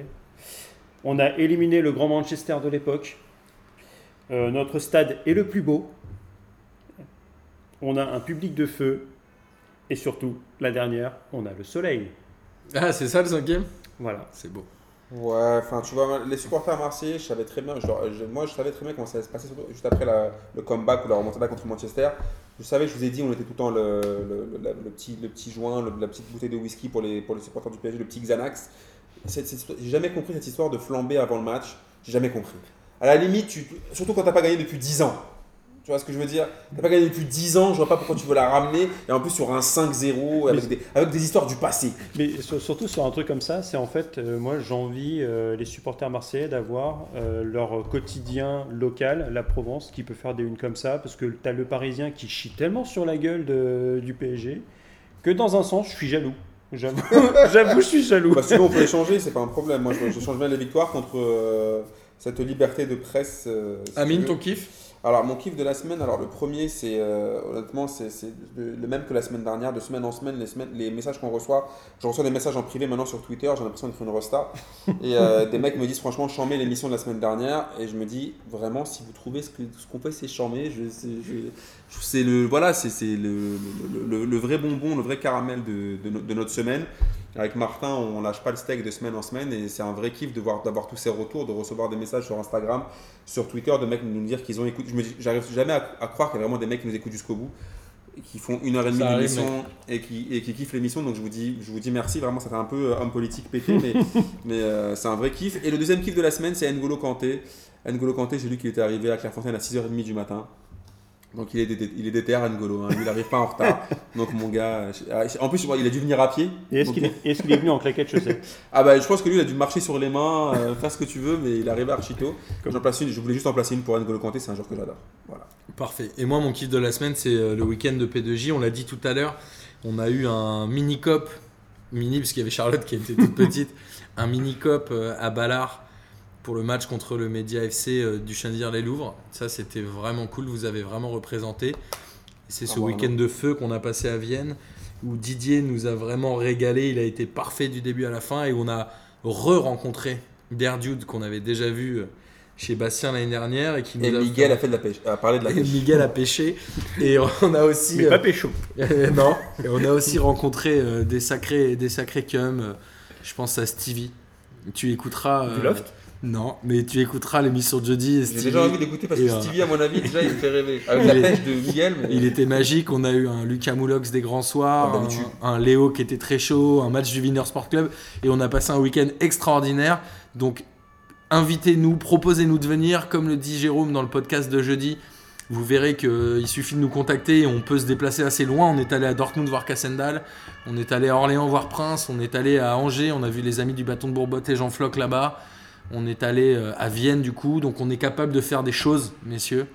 Speaker 3: On a éliminé le grand Manchester de l'époque. Euh, notre stade est le plus beau. on a un public de feu. Et surtout, la dernière, on a le soleil.
Speaker 1: Ah, c'est ça le cinquième
Speaker 3: Voilà.
Speaker 1: C'est beau.
Speaker 2: Ouais, enfin, tu vois, les supporters marseillais, je savais très bien, genre, je- moi je savais très bien comment ça allait se passer, surtout juste après la- le comeback ou la remontada contre Manchester. Je savais, je vous ai dit, on était tout le temps le, le- le- la- le petit, le petit joint, le- la petite bouteille de whisky pour les, pour les supporters du PSG, le petit Xanax. Cette- cette histoire- J'ai jamais compris cette histoire de flamber avant le match, j'ai jamais compris. À la limite, tu, surtout quand t'as pas gagné depuis 10 ans. Tu vois ce que je veux dire T'as pas gagné depuis 10 ans, je vois pas pourquoi tu veux la ramener, et en plus sur un 5-0 avec des, avec des histoires du passé.
Speaker 3: Mais sur- surtout sur un truc comme ça, c'est en fait, euh, moi j'envie euh, les supporters marseillais d'avoir euh, leur quotidien local, la Provence, qui peut faire des unes comme ça, parce que t'as le Parisien qui chie tellement sur la gueule de- du PSG, que dans un sens, je suis jaloux. J'avoue, *laughs* j'avoue, je suis jaloux.
Speaker 2: Bah, sinon, on peut les changer, c'est pas un problème. Moi, je, je change bien les victoires contre euh, cette liberté de presse. euh, si
Speaker 1: Amine,
Speaker 2: tu veux.
Speaker 1: ton kiff
Speaker 2: Alors, mon kiff de la semaine, alors le premier, c'est euh, honnêtement, c'est c'est le le même que la semaine dernière. De semaine en semaine, les, semaines, les messages qu'on reçoit, je reçois des messages en privé maintenant sur Twitter, j'ai l'impression d'être une rosta. Et euh, des mecs me disent, franchement, chambé l'émission de la semaine dernière. Et je me dis, vraiment, si vous trouvez ce que- ce qu'on fait, c'est chambé. Je, c'est- je- je- c'est le, voilà, c'est c'est le, le- le- le vrai bonbon, le vrai caramel de- de no- de notre semaine. Avec Martin, on lâche pas le steak de semaine en semaine et c'est un vrai kiff de voir d'avoir tous ces retours, de recevoir des messages sur Instagram, sur Twitter, de mecs nous dire qu'ils ont écouté. Je me dis- j'arrive jamais à, à croire qu'il y a vraiment des mecs qui nous écoutent jusqu'au bout, et qui font une heure et demie
Speaker 1: Ça arrive,
Speaker 2: d'émission et qui, et qui kiffent l'émission. Donc je vous dis, je vous dis merci. Vraiment, ça fait un peu euh, homme politique pété,
Speaker 1: *laughs*
Speaker 2: mais, mais euh, c'est un vrai kiff. Et le deuxième kiff de la semaine, c'est N'Golo Kanté. N'Golo Kanté, j'ai lu qu'il était arrivé à Clairefontaine à 6h30 du matin. Donc il est, dé- il est déter N'Golo, hein. Lui, il n'arrive pas en retard. Donc mon gars, je- en plus je vois, il a dû venir à pied.
Speaker 3: Et est-ce
Speaker 2: Donc,
Speaker 3: qu'il est, est-ce qu'il est venu en claquette chaussettes
Speaker 2: ah bah je pense que lui il a dû marcher sur les mains, euh, faire ce que tu veux, mais il arrive à Archito.
Speaker 3: Comme-
Speaker 2: J'en place une, je voulais juste en placer une pour N'Golo Kanté, c'est un joueur que j'adore. Voilà.
Speaker 1: Parfait. Et moi, mon kiff de la semaine, c'est euh, le week-end de P2J. On l'a dit tout à l'heure, on a eu un mini-cop, mini parce qu'il y avait Charlotte qui était toute
Speaker 2: *laughs*
Speaker 1: petite, un mini-cop euh, à Ballard pour le match contre le Média FC euh, du Chendir-les-Louvres. Ça, c'était vraiment cool, vous avez vraiment représenté. C'est ce
Speaker 2: Ah, voilà.
Speaker 1: week-end de feu qu'on a passé à Vienne, où Didier nous a vraiment régalé, il a été parfait du début à la fin, et on a re-rencontré Berdude qu'on avait déjà vu euh, chez Bastien l'année dernière. Et, qui nous
Speaker 2: Et
Speaker 1: a
Speaker 2: Miguel a fait de la pêche, a parlé de la
Speaker 1: et
Speaker 2: pêche.
Speaker 1: Miguel a pêché. Et on a aussi.
Speaker 3: Mais
Speaker 1: euh,
Speaker 3: pas pécho.
Speaker 1: euh, *laughs* non. Et on a aussi rencontré euh, des sacrés, des sacrés cums. euh, je pense à Stevie. Tu écouteras. euh,
Speaker 3: Du loft
Speaker 1: Non, mais tu écouteras l'émission de jeudi. Et
Speaker 2: J'ai
Speaker 1: Stevie,
Speaker 2: déjà envie d'écouter parce
Speaker 1: et,
Speaker 2: que
Speaker 1: euh,
Speaker 2: Stevie à mon avis déjà il me fait rêver. Avec la
Speaker 1: il est-
Speaker 2: pêche de Miguel, mais-
Speaker 1: *laughs* il était magique. On a eu un Lucas Moulox des grands soirs,
Speaker 2: Comme d'habitude.
Speaker 1: un, un Léo qui était très chaud, un match du Wiener Sport Club. Et on a passé un week-end extraordinaire. Donc, invitez-nous, proposez-nous de venir. Comme le dit Jérôme dans le podcast de jeudi, vous verrez qu'il suffit de nous contacter. et On peut se déplacer assez loin. On est allé à Dortmund voir Cassendal. On est allé à Orléans voir Prince. On est allé à Angers. On a vu les amis du bâton de Bourbotte et Jean Floch là-bas. On est allé euh, à Vienne du coup, donc on est capable de faire des choses, messieurs.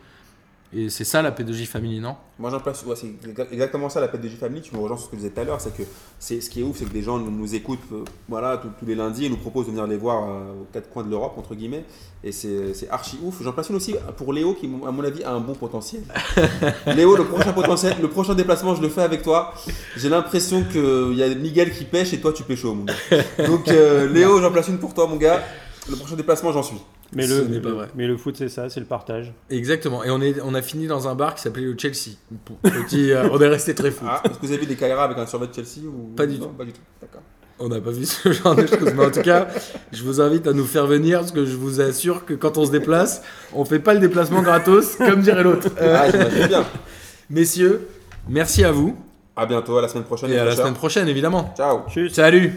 Speaker 1: Et c'est ça la P2J Family, non
Speaker 2: Moi j'en place, ouais, c'est exa- exactement ça la pêche de J-Family, tu me rejoins sur ce que je disais tout à l'heure, c'est que c'est, ce qui est ouf, c'est que des gens nous, nous écoutent euh, voilà, tous- tous les lundis et nous proposent de venir les voir euh, aux quatre coins de l'Europe, entre guillemets, et c'est, c'est archi ouf. J'en place une aussi pour Léo qui, à mon avis, a un bon
Speaker 1: *laughs*
Speaker 2: potentiel. Léo, le prochain, potentiel, le prochain déplacement, je le fais avec toi. J'ai l'impression qu'il y a Miguel qui pêche et toi tu pêches au mon gars.
Speaker 1: *laughs*
Speaker 2: Donc euh, Léo, j'en place une pour toi, mon gars. Le prochain déplacement, j'en suis.
Speaker 3: Mais
Speaker 1: Ce
Speaker 3: le,
Speaker 1: n'est pas
Speaker 3: le-
Speaker 1: vrai.
Speaker 3: mais le foot, c'est ça, c'est le partage.
Speaker 1: Exactement. Et on, est, on a fini dans un bar qui s'appelait le Chelsea. Petit, euh, on est resté très fou.
Speaker 2: Ah, est-ce que vous avez vu des Kaira avec un survêt de Chelsea ou...
Speaker 1: Pas du
Speaker 2: Non,
Speaker 1: tout.
Speaker 2: Pas du tout. D'accord.
Speaker 1: On n'a pas vu ce genre de choses. Mais en tout cas, je vous invite à nous faire venir parce que je vous assure que quand on se déplace, on fait pas le déplacement gratos, comme dirait l'autre. Euh,
Speaker 2: Ah, j'imagine bien.
Speaker 1: messieurs, merci à vous.
Speaker 2: À bientôt, à la semaine prochaine.
Speaker 1: Et à la
Speaker 2: prochain.
Speaker 1: semaine prochaine, évidemment.
Speaker 2: Ciao.
Speaker 3: Tchuss.
Speaker 1: Salut